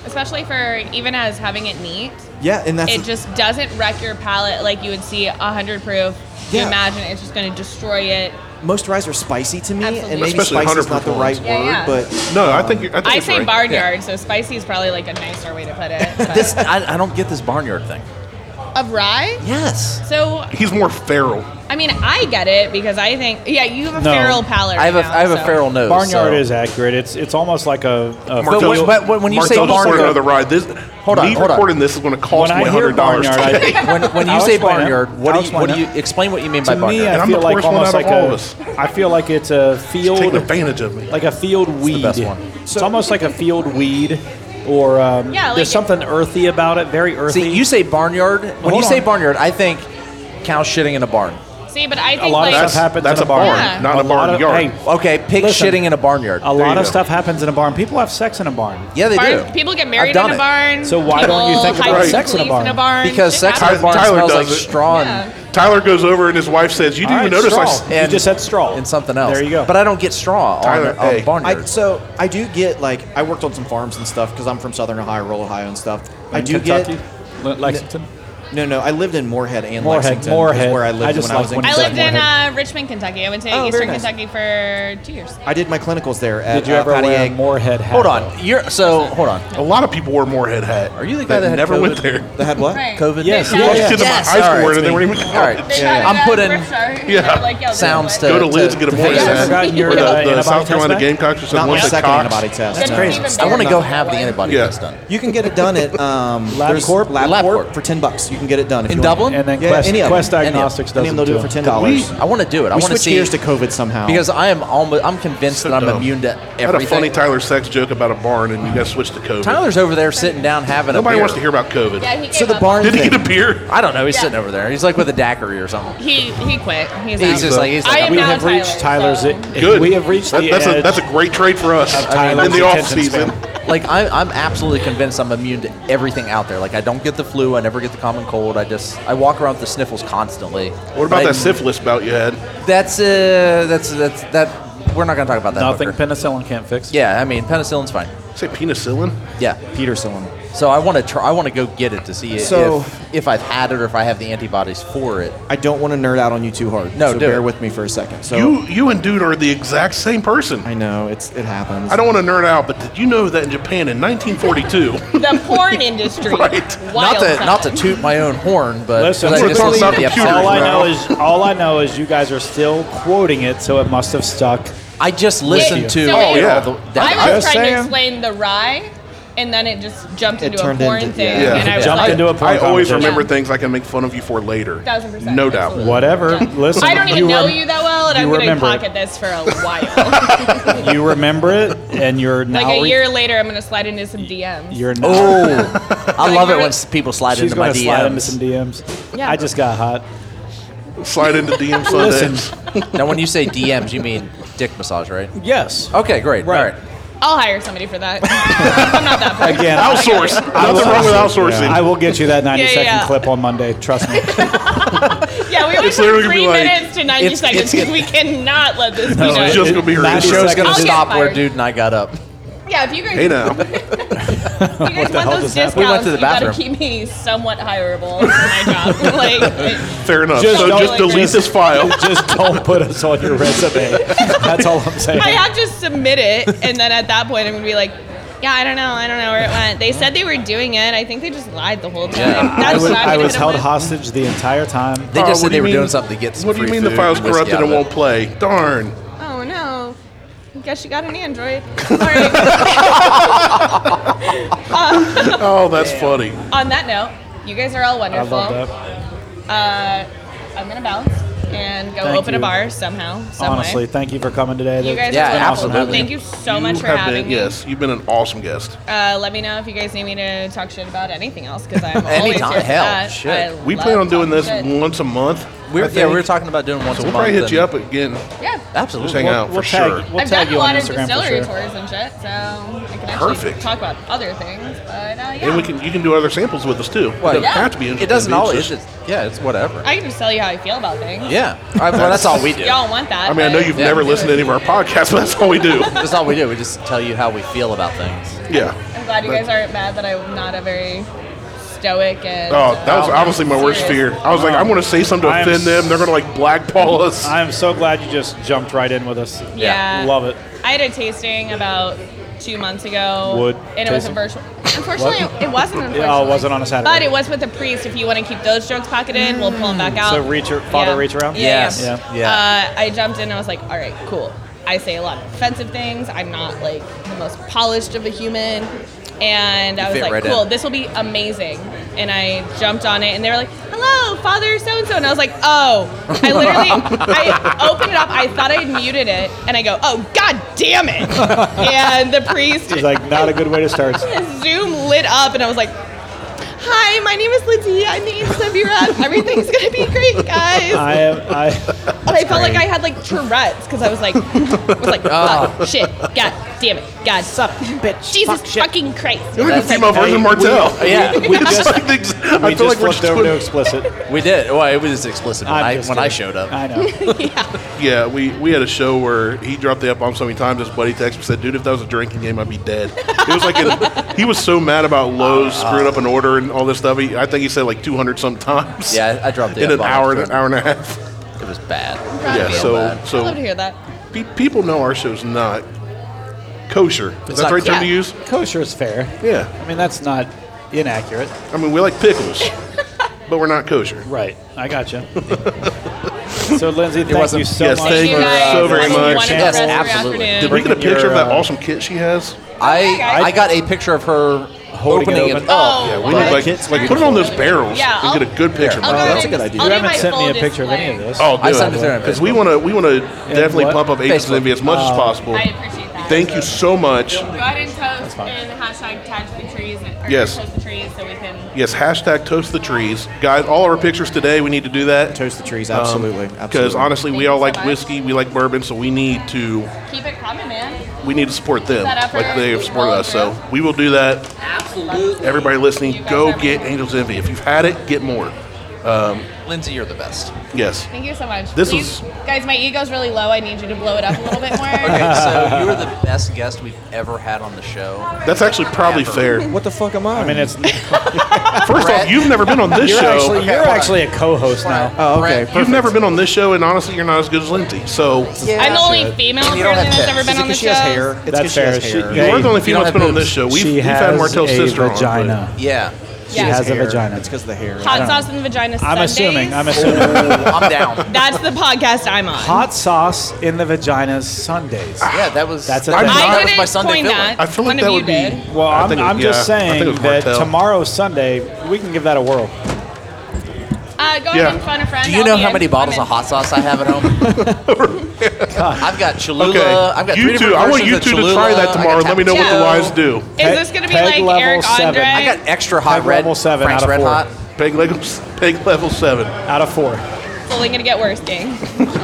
S3: Especially for even as having it neat,
S13: Yeah, and that's
S3: it just doesn't wreck your palate like you would see a hundred proof. You
S13: Yeah.
S3: imagine it's just going to destroy it.
S13: most ryes are spicy to me,
S3: Absolutely.
S13: and maybe
S1: Especially
S13: spicy is
S1: 100%
S13: not the right
S3: Yeah,
S13: word.
S3: yeah.
S13: But
S1: No, I think. You're, I think
S3: I
S1: it's
S3: say
S1: right.
S3: barnyard, so spicy is probably like a nicer way to put it. but-
S2: This I, I don't get this barnyard thing.
S3: of rye.
S2: Yes.
S3: So
S1: He's more feral.
S3: I mean, I get it because I think yeah, you have a
S4: No.
S3: feral palate.
S2: I have a
S3: right now,
S2: I have a
S3: so.
S2: feral nose.
S4: Barnyard
S2: so-
S4: is accurate. It's it's almost like a, a
S2: But
S1: Martell's-
S2: when- but when- when you say
S1: Martell's
S2: barnyard-
S1: ordered another ride, this
S2: Hold on,
S1: me
S2: hold on.
S1: recording this is going to cost
S4: When
S1: me
S4: I hear
S1: hundred dollars
S4: barnyard, I-
S1: today.
S2: when when you
S4: I'll
S2: say
S4: explain it.
S2: barnyard. What
S4: I'll
S2: do you what do
S4: explain
S2: you explain what you mean by
S4: to me,
S2: barnyard?
S1: And
S4: I
S1: I'm
S4: feel
S1: the
S4: like
S1: poorest one
S4: almost
S1: out of
S4: like
S1: all
S4: a.
S1: of us.
S4: I feel like it's a field.
S1: Taking advantage of me.
S4: like a field weed.
S2: best one.
S4: It's almost like a field weed, or um,
S3: Yeah, like
S4: there's
S3: it-
S4: something earthy about it. Very earthy.
S2: See, you say barnyard. When
S4: Hold
S2: you say
S4: on.
S2: barnyard, I think cow shitting in a barn.
S3: See, but I think
S4: a lot
S3: like
S4: of stuff happens.
S1: that's
S4: in
S1: a barn,
S3: Yeah.
S1: not a,
S4: lot
S1: barn
S4: of-
S1: yard.
S4: hey,
S2: Okay, pigs
S4: Listen.
S2: shitting in a barnyard.
S4: A lot
S1: you
S4: of
S1: go.
S4: stuff happens in a barn. People have sex in a barn.
S2: yeah, they
S3: barn-
S2: do.
S3: people get
S2: I've
S3: married
S2: done
S3: in a
S2: it.
S3: barn.
S4: So why
S3: people
S4: don't you think
S3: hide
S4: about
S3: their
S4: sex in a
S3: police
S4: barn?
S2: Because
S3: It
S2: sex in a
S3: happens.
S2: barn
S1: Tyler
S2: smells like
S1: does it.
S2: straw
S3: Yeah.
S2: and,
S1: Tyler goes over and his wife says, "You
S4: All
S1: didn't
S4: right,
S1: even notice." I
S4: straw.
S1: s-
S4: You
S2: and-
S4: just said straw.
S2: and something else.
S4: There you go.
S2: But I don't get straw
S1: Tyler,
S2: on, on
S1: hey.
S13: I,
S2: barnyard.
S13: so I do get like I worked on some farms and stuff because I'm from Southern Ohio, rural Ohio and stuff. I do
S4: Kentucky,
S13: get
S4: L- Lexington.
S13: no, no. I lived in Moorhead and
S4: Moorhead,
S13: Lexington.
S4: Moorhead.
S13: is where I lived
S4: I just
S13: when I was
S4: like
S13: in.
S4: when you
S3: I
S13: Kentucky.
S3: lived in uh, Richmond, Kentucky. I went to
S13: Oh, very
S3: Eastern
S13: nice.
S3: Kentucky for two years.
S13: I did my clinicals there. At,
S4: Did you
S13: uh,
S4: ever
S13: Patty
S4: wear a
S13: Egg.
S4: Moorhead hat?
S2: hold
S4: though?
S2: on. You're so hold on.
S1: A lot of people wore Moorhead hat.
S2: Are you the guy that had
S1: never
S2: COVID?
S1: went there?
S13: They had what?
S3: Right.
S2: COVID.
S4: Yes,
S3: They
S4: yeah,
S3: shot-
S1: Kids in my
S2: Yes,
S1: high
S2: all
S1: school
S2: right,
S1: wore it
S2: it's
S1: and they
S2: me.
S1: weren't even.
S2: All right.
S3: they shot it
S2: I'm
S3: at
S2: putting
S3: thrift store, and they
S1: yeah.
S3: were like, "Yo, this
S2: sounds
S3: is
S2: to
S3: what-
S1: Go to Lids
S2: to-
S1: get a
S2: to
S1: Moorhead
S2: fix
S4: You ever
S1: hat.
S4: gotten your
S1: Or
S4: uh,
S1: the, the
S4: antibody
S1: South Carolina
S4: test back?
S1: Gamecocks or
S13: Not
S1: something.
S13: my
S1: One said
S13: second
S1: Cox.
S13: antibody test.
S3: That's
S13: no.
S3: crazy.
S2: I want to
S3: Yeah.
S2: go have the antibody
S1: Yeah.
S2: test done.
S13: You can get it done at um, there's
S4: LabCorp?
S13: LabCorp
S2: LabCorp.
S13: for ten bucks. You can get it done if
S2: In
S13: you want.
S2: Dublin?
S4: And then
S13: Yeah,
S4: Quest,
S13: any of
S4: Quest
S13: them.
S4: Diagnostics
S13: Any
S4: does
S13: of them
S4: them
S13: they'll do it
S4: too.
S13: for ten dollars.
S2: I want to do it. I
S13: We
S2: want to
S13: switch
S2: see
S13: gears to COVID somehow.
S2: because I am almost. I'm convinced
S1: So
S2: that I'm
S1: dumb.
S2: immune to
S1: I had
S2: everything.
S1: a funny Tyler sex joke about a barn, and you guys switched to COVID.
S2: Tyler's over there sitting down having a
S1: Nobody
S2: beer.
S1: wants to hear about COVID.
S3: Yeah, he gave
S13: so the
S3: up.
S13: barn.
S1: Did he
S13: thing.
S1: get a beer?
S2: I don't know. He's
S3: Yeah.
S2: sitting over there. He's like with a daiquiri or something.
S3: He he quit. He's,
S2: He's
S3: out.
S2: just like he's
S3: I
S2: like.
S3: am
S4: We
S3: now
S4: have reached
S3: Tyler,
S4: Tyler's. e-,
S3: so-
S1: Good.
S4: We have reached
S1: That-
S4: the
S1: that's
S4: edge.
S1: a that's a great trade for us
S4: Tyler's
S1: in the off
S4: attention
S1: season.
S4: span.
S2: I'm, like I, I'm absolutely convinced I'm immune to everything out there. Like I don't get the flu. I never get the common cold. I just I walk around with the sniffles constantly.
S1: What about
S2: I-
S1: that syphilis bout you had?
S2: That's uh, that's that's that. We're not gonna talk about that.
S4: Nothing
S2: Booker.
S4: penicillin can't fix.
S2: Yeah, I mean penicillin's fine.
S1: Say penicillin.
S2: Yeah.
S13: Peterson.
S2: So I want to try. I want to go get it to see
S13: So-
S2: if if I've had it or if I have the antibodies for it.
S13: I don't want to nerd out on you too hard.
S2: No,
S13: so
S2: do
S13: bear
S2: it.
S13: with me for a second. So
S1: You you and dude are the exact same person.
S13: I know it's it happens.
S1: I don't want to nerd out, but did you know that in Japan in 1942,
S3: the porn industry.
S1: Right.
S3: Wild
S2: not to
S3: side.
S2: not to toot my own horn, but
S4: Listen,
S2: 'cause I
S1: we're
S2: just
S1: talking
S2: listened
S1: about
S2: to the episode.
S1: computers
S4: All I
S1: now.
S4: know is all I know is you guys are still quoting it, so it must have stuck.
S2: I just listened to.
S3: so
S2: all
S3: wait,
S1: Oh, yeah.
S2: the,
S3: I was
S4: Just
S3: trying
S4: saying.
S3: to explain the rye, and then it just jumped
S13: It
S3: into a
S13: turned
S3: porn
S13: into-
S3: thing,
S1: yeah.
S3: and I was
S4: Jumped
S3: like,
S4: into a porn
S1: I always
S4: competition.
S1: remember things I can make fun of you for later.
S3: thousand percent,
S1: No doubt.
S3: absolutely.
S4: Whatever.
S3: Yeah.
S4: Listen,
S3: I don't even
S4: you
S3: know
S4: rem-
S3: you that well, and
S4: you
S3: I'm going to
S4: remember
S3: pocket
S4: it.
S3: this for a while.
S4: You remember it, and you're now
S3: like a
S4: re-
S3: year later, I'm going to slide into some DMs.
S4: You're now.
S2: Oh, I love it when s- people slide
S4: She's
S2: into my
S4: going to slide into
S2: DMs.
S4: some DMs.
S3: Yeah.
S4: I just got hot.
S1: Slide into DM Sunday.
S2: now, when you say DMs, you mean dick massage, right?
S4: Yes.
S2: Okay, great.
S4: Right.
S2: All right.
S3: I'll hire somebody for that. I'm not that bad.
S4: Again, I-
S1: Outsource. Nothing wrong with outsourcing.
S4: I will get you that 90
S3: Yeah,
S4: second
S3: yeah.
S4: clip on Monday. Trust me.
S3: Yeah, we only
S1: It's literally gonna
S3: have three
S1: be like-
S3: minutes to 90
S2: it's-
S3: seconds
S2: it's-
S3: because we cannot let this be
S1: It's
S3: done.
S1: just gonna be
S4: Not
S2: The
S1: her.
S4: sure.
S2: show's gonna
S3: I'll get
S2: stop where
S3: fired.
S2: dude and I got up.
S3: yeah, if you guys,
S1: Hey now,
S3: if you guys want
S4: hell
S3: those
S4: just
S3: discounts,
S2: happened? We went to the
S3: you got to
S2: bathroom.
S3: keep me somewhat hireable for my job. like,
S1: fair enough.
S4: Just
S1: so
S4: don't-
S1: just delete
S3: just-
S1: this file.
S4: just don't put us on your resume. That's all I'm saying.
S3: I have to submit it, and then at that point, I'm gonna be like, "Yeah, I don't know, I don't know where it went." They said they were doing it. I think they just lied the whole time.
S2: Yeah.
S3: That's
S4: I was,
S3: what I'm
S4: I
S3: gonna
S4: was
S3: hit 'em
S4: held
S3: with.
S4: hostage the entire time.
S2: They
S1: Carl,
S2: just
S1: Oh, what
S2: said
S1: do
S2: they
S1: you
S2: were
S1: mean-
S2: doing something to get some
S1: What do you
S2: free
S1: mean
S2: food
S1: the file's
S2: and whiskey
S1: corrupted
S2: out
S1: and
S2: of it.
S1: won't play? Darn.
S3: Oh no. Guess you got an Android. All right.
S1: Oh, that's funny.
S3: On that note, you guys are all
S4: I
S3: wonderful.
S4: love that.
S3: Uh, I'm gonna bounce and go
S4: Thank
S3: open a
S4: you.
S3: bar somehow, some
S4: Honestly,
S3: way.
S4: thank you for coming today.
S3: You guys
S2: Yeah,
S3: are wonderful.
S2: awesome having
S3: Thank
S2: you.
S3: you so
S1: You
S3: much for
S1: have
S3: having
S1: been,
S3: me.
S1: Yes, you've been an awesome guest.
S3: Uh, let me know if you guys need me to talk shit about anything else because I'm always
S2: Anytime.
S3: here for
S2: Hell,
S3: that.
S2: shit.
S3: I
S1: We
S3: love
S1: plan on doing
S3: talking
S1: this
S3: shit.
S1: once a month.
S2: We
S1: I
S2: were, yeah, we
S1: think.
S2: were talking about doing once
S1: So
S2: a
S1: we'll
S2: month.
S1: probably hit you
S2: and-
S1: up again.
S3: Yeah.
S1: Just
S2: Absolutely.
S1: hang out
S4: we'll
S1: Oh, for
S4: tag,
S1: sure.
S4: We'll
S3: I've
S4: tag
S3: done a
S4: you on
S3: lot of
S4: Instagram for
S3: distillery
S4: sure.
S3: tours and shit, so I can actually
S1: Perfect.
S3: talk about other things. But uh, yeah,
S1: And we can you can do other samples with us too.
S2: Well,
S1: it doesn't
S2: yeah.
S1: have to be.
S2: It doesn't always. It's
S1: just-
S2: just, yeah, it's whatever.
S3: I can just tell you how I feel about things.
S2: yeah. All right, well, that's all we do.
S3: Y'all want that?
S1: I mean, I know
S3: but-
S1: you've
S2: Yeah.
S1: never listened to any of our podcasts, but that's all we do.
S2: That's all we do. We just tell you how we feel about things.
S1: Yeah.
S3: I'm glad you guys aren't mad that I'm not a very stoic and.
S1: Oh, that was
S3: uh,
S1: obviously my worst fear.
S3: serious-
S1: I was like, I'm going to say something to
S4: I am
S1: offend them. They're going to like blackball us.
S4: I am so glad you just jumped right in with us.
S3: Yeah.
S4: Love it.
S3: I had a tasting about two months ago.
S4: Wood
S3: And it was a
S4: tasting.
S3: virtual. Unfortunately, it wasn't. Unfortunately.
S4: Yeah, oh, it wasn't on a Saturday.
S3: But it was with a priest. If you want to keep those jokes pocketed, we'll pull them back out.
S4: So reach ar- father reach around?
S2: Mm. Yes.
S3: Yeah.
S4: Yeah.
S2: Yeah.
S3: Uh, I jumped in and I was like, all right, cool. I say a lot of offensive things. I'm not like the most polished of a human. And I was
S2: fit
S3: like,
S2: right in.
S3: cool, this will be amazing. And I jumped on it and they were like, hello, Father so and so. And I was like, oh. I literally, I opened it up. I thought I had muted it. And I go, oh, god damn it. And the priest
S4: It's like not a good way to start.
S3: Zoom lit up, and I was like, "Hi, my name is Lindsay. I'm the Ace of your that. Everything's gonna be great, guys.
S4: I am. I,
S3: and I felt like I had like Tourette's because I was like, I was like, oh. shit, god damn it, god, suck, bitch, Jesus fucking Christ.
S1: You're like a
S3: It's like-
S1: female version of Martell.
S2: yeah,
S1: It's like the ex- I
S4: we
S1: feel like we're
S4: just flipped
S1: just
S4: over to
S1: doing,
S4: explicit.
S2: we did. Well, it was explicit when
S4: I'm
S2: I
S4: just
S2: when I
S4: kidding.
S2: showed up.
S4: I know.
S1: yeah. We we had a show where he dropped the f bomb so many times. His buddy texted me said, "Dude, if that was a drinking game, I'd be dead." It was like an, he was so mad about Lowe's screwing up an order and all this stuff. He, I think he said like 200 sometimes.
S2: Yeah, I- I dropped the
S1: in an
S2: F-bomb
S1: hour,
S2: after
S1: an hour and a half.
S2: It was bad.
S1: Yeah.
S2: Real
S1: So
S2: bad.
S1: so
S3: I love to hear that.
S1: Pe- people know our show's not kosher. Is that
S2: not
S1: the right term to
S3: Yeah.
S1: use?
S4: Kosher is fair.
S1: Yeah.
S4: I mean, that's not inaccurate.
S1: I mean, we like pickles, but we're not kosher.
S4: Right. I got you. so, Lindsay, thank
S2: wasn't-
S4: you so
S1: Yes,
S4: much.
S1: thank you
S3: you
S4: for,
S3: guys.
S1: so very
S3: Have a
S1: much.
S3: wonderful
S2: Yes,
S3: rest of your
S2: absolutely.
S3: afternoon.
S1: Did we get a
S4: Bringing
S1: picture of
S4: your,
S1: that
S4: uh,
S1: awesome kit she has?
S2: I Oh. I got a picture of her opening it up.
S4: open.
S1: Oh, Yeah, we
S3: wow.
S1: need like,
S13: kit's
S1: like put it on those barrels
S3: Yeah,
S1: and get a good picture.
S3: I'll
S1: bro.
S3: go ahead
S13: that's a good
S3: and-
S13: idea.
S3: I'll
S4: You
S3: do
S4: haven't
S3: my
S4: sent me
S3: full
S4: a picture of any
S3: display.
S4: of this.
S1: Oh,
S2: I signed it there on
S1: because we
S2: Facebook.
S1: want to we want to definitely
S4: what?
S1: pump up Agents of
S2: Facebook.
S1: Envy as much as possible.
S3: I appreciate that.
S1: Thank you so much.
S3: Go ahead and toast and hashtag tag the trees. Or
S1: Yes.
S3: Toast the trees so we can.
S1: Yes, hashtag toast the trees, guys. All our pictures today, we need to do that.
S13: Toast the trees, absolutely.
S1: Because
S13: absolutely.
S1: honestly, we
S3: Thank
S1: all
S3: you so
S1: like
S3: much.
S1: whiskey, we like bourbon, so we need to
S3: Keep it coming, man.
S1: we need to support them
S3: Set up
S1: like
S3: for
S1: they have supported
S3: all
S1: us.
S3: of you.
S1: So we will do that.
S3: Absolutely.
S1: Everybody listening,
S3: You guys
S1: go
S3: are
S1: get Angels Envy. If you've had it, get more.
S2: Lindsay, you're the best.
S1: Yes.
S3: Thank you so much.
S1: This
S3: Please,
S1: was-
S3: guys. My ego's really low. I need you to blow it up a little bit more.
S2: Okay, so you're the best guest we've ever had on the show.
S1: That's actually probably fair.
S13: what the fuck am I?
S4: I mean, it's,
S1: First off, you've never been on this
S4: you're,
S1: show.
S4: actually,
S2: okay,
S4: you're
S2: hold on.
S4: actually a co host now.
S13: oh, okay.
S1: You've never been on this show, and honestly, you're not as good as Lindsay. So
S3: I'm the only female person
S2: You don't have
S3: that's
S2: tits.
S3: ever
S13: Is it
S3: been on the
S13: 'cause she
S3: show.
S13: has hair? It's 'cause
S4: That's
S13: she has
S4: fair. She-
S13: hair.
S1: you are the only
S2: you
S1: female that's
S2: don't have
S1: been on
S2: boobs.
S1: this show. We've,
S4: she
S1: we've
S4: has
S1: had Martell's
S4: a
S1: sister on.
S4: vagina.
S2: Yeah.
S4: She
S3: Yeah.
S4: has a
S13: Hair.
S4: vagina.
S13: It's because of the hair.
S3: Hot sauce and vagina.
S4: I'm
S3: Sundays.
S4: assuming. I'm assuming.
S2: I'm down.
S3: That's the podcast I'm on.
S4: Hot sauce in the vagina Sundays.
S2: Yeah, that was
S4: That's a
S2: that
S4: thing.
S2: was-
S1: I
S2: that
S3: I
S2: was
S3: didn't
S2: my Sunday
S3: coin
S2: feeling.
S3: that.
S1: I feel
S3: One
S1: like
S3: of
S1: that
S3: you
S1: would be.
S3: did.
S4: Well,
S1: I
S4: I'm,
S1: think it-
S4: I'm just
S1: yeah, I think it
S4: saying
S1: was
S4: that
S1: Martell.
S4: tomorrow, Sunday, we can give that a whirl.
S3: Uh, go
S1: Yeah.
S3: ahead and phone a friend.
S2: Do you
S3: I'll
S2: know
S3: be
S2: how
S3: in.
S2: many
S3: I'm
S2: bottles
S3: in.
S2: of hot sauce I have at home? I've got Cholula.
S1: Okay,
S2: I've got
S1: you
S2: three
S1: two.
S2: different
S1: I want
S2: versions
S1: you
S2: of
S1: two to
S2: Cholula.
S1: try that
S2: I got
S1: tomorrow. Let me know what the
S3: Tapatio.
S1: wives do.
S3: Is
S4: Peg-
S3: this going to be
S4: peg
S3: like
S4: level
S3: Eric
S4: seven.
S3: Andre?
S4: I
S2: I got extra hot
S4: Peg
S2: red.
S4: level seven
S2: Frank's
S4: out of
S2: Red
S4: four.
S2: Hot.
S1: Peg level, peg level seven.
S4: Out of four.
S3: it's only going to get worse, gang.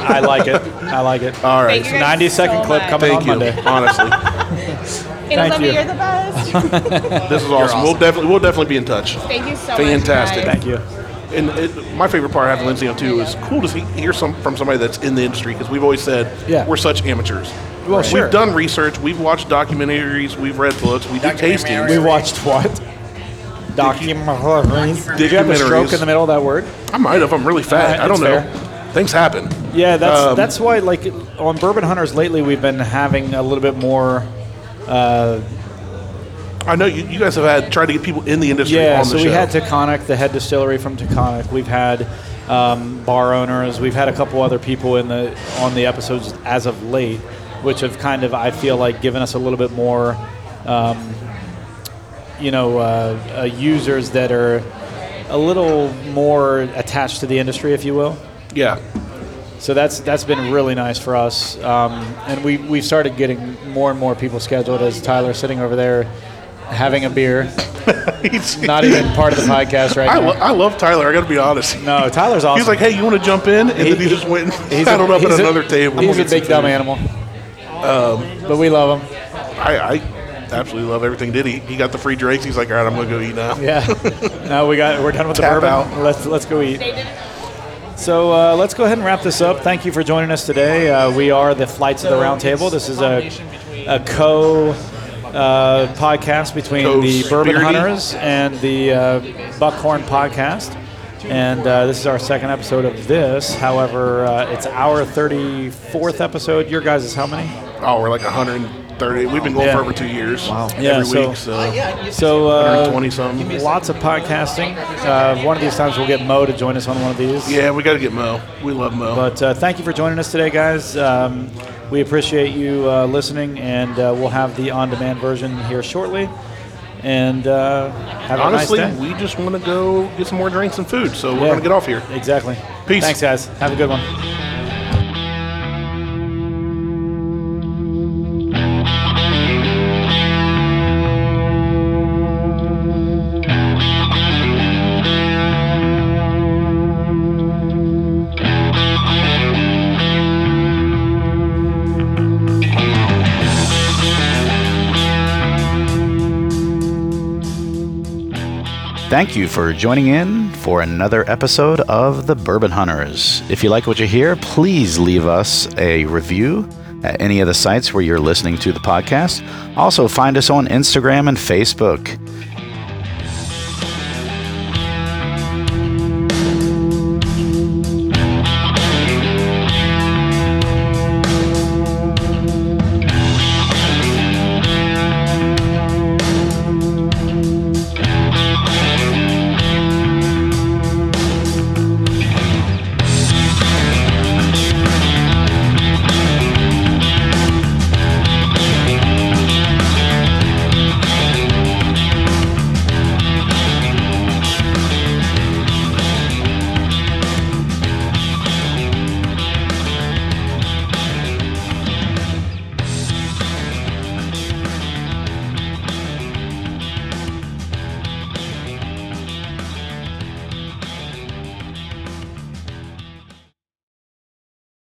S4: I like it. I like it.
S1: All right.
S3: Thank you guys
S4: 90 second
S3: so
S4: clip
S3: much.
S4: coming
S1: Thank
S4: on
S1: you.
S4: Monday.
S1: Honestly,
S3: Angels
S4: you.
S3: you. you're the best.
S1: this is awesome. We'll definitely we'll definitely be in touch.
S3: Thank you so
S1: Fantastic.
S3: much. guys.
S4: Thank you.
S1: And it, my favorite part of having Lindsay on too is cool to see, hear some from somebody that's in the industry because we've always said
S4: Yeah.
S1: we're such amateurs.
S4: Well,
S1: we've
S4: sure.
S1: done research, we've watched documentaries, we've read books, we do tastings.
S4: We watched what? Documentaries. Did you have a stroke
S1: Documentaries.
S4: in the middle of that word?
S1: I might have. I'm really fat.
S4: Alright,
S1: I don't know.
S4: that's
S1: Things happen.
S4: Yeah, that's
S1: Um,
S4: that's why. Like on Bourbon Hunters lately, we've been having a little bit more.
S1: I know you, you guys have had tried to get people in the industry
S4: Yeah,
S1: on
S4: so
S1: the show.
S4: we had Taconic, the head distillery from Taconic. We've had um, bar owners. We've had a couple other people in the on the episodes as of late, which have kind of I feel like given us a little bit more, um, you know, uh, uh, users that are a little more attached to the industry, if you will.
S1: yeah,
S4: So that's that's been really nice for us, um, and we we've started getting more and more people scheduled. As Tyler sitting over there, having a beer, not even part of the podcast right
S1: I,
S4: now.
S1: lo- I love Tyler. I got to be honest.
S4: no, Tyler's awesome.
S1: He's like, hey, you want to jump in? And then he
S4: He-
S1: just went and
S4: He's a-
S1: settled up at
S4: he's a-
S1: another table.
S4: He's a big dumb animal. Um, but we love him.
S1: I, I absolutely love everything. Did he? He got the free drinks. He's like, all right, I'm gonna go eat now.
S4: Yeah. now we got we're done with the
S1: Tap
S4: bourbon.
S1: out.
S4: Let's let's go eat.
S3: They did it.
S4: So uh, let's go ahead and wrap this up. Thank you for joining us today. Uh, we are the Flights of the Roundtable. This is a, a co uh, podcast between the Bourbon
S1: Co-spirity.
S4: Hunters and the uh, Buckhorn Podcast. And uh, this is our second episode of this. However, uh, it's our 34th episode. Your guys is how many?
S1: Oh, we're like 130. We've been going
S4: Yeah.
S1: for over two years. Wow. Every
S4: Yeah, so-
S1: week. So
S4: So uh,
S1: 120 something.
S4: Lots of podcasting. Uh, one of these times we'll get Mo to join us on one of these.
S1: Yeah, we got to get Mo. We love Mo.
S4: But uh, thank you for joining us today, guys. Um, we appreciate you uh, listening, and uh, we'll have the on-demand version here shortly. And uh, have
S1: Honestly,
S4: a nice day.
S1: we just want to go get some more drinks and food. So we're
S4: Yeah.
S1: gonna get off here.
S4: Exactly.
S1: Peace.
S4: Thanks, guys. Have a good one.
S5: Thank you for joining in for another episode of The Bourbon Hunters. If you like what you hear, please leave us a review at any of the sites where you're listening to the podcast. Also, find us on Instagram and Facebook.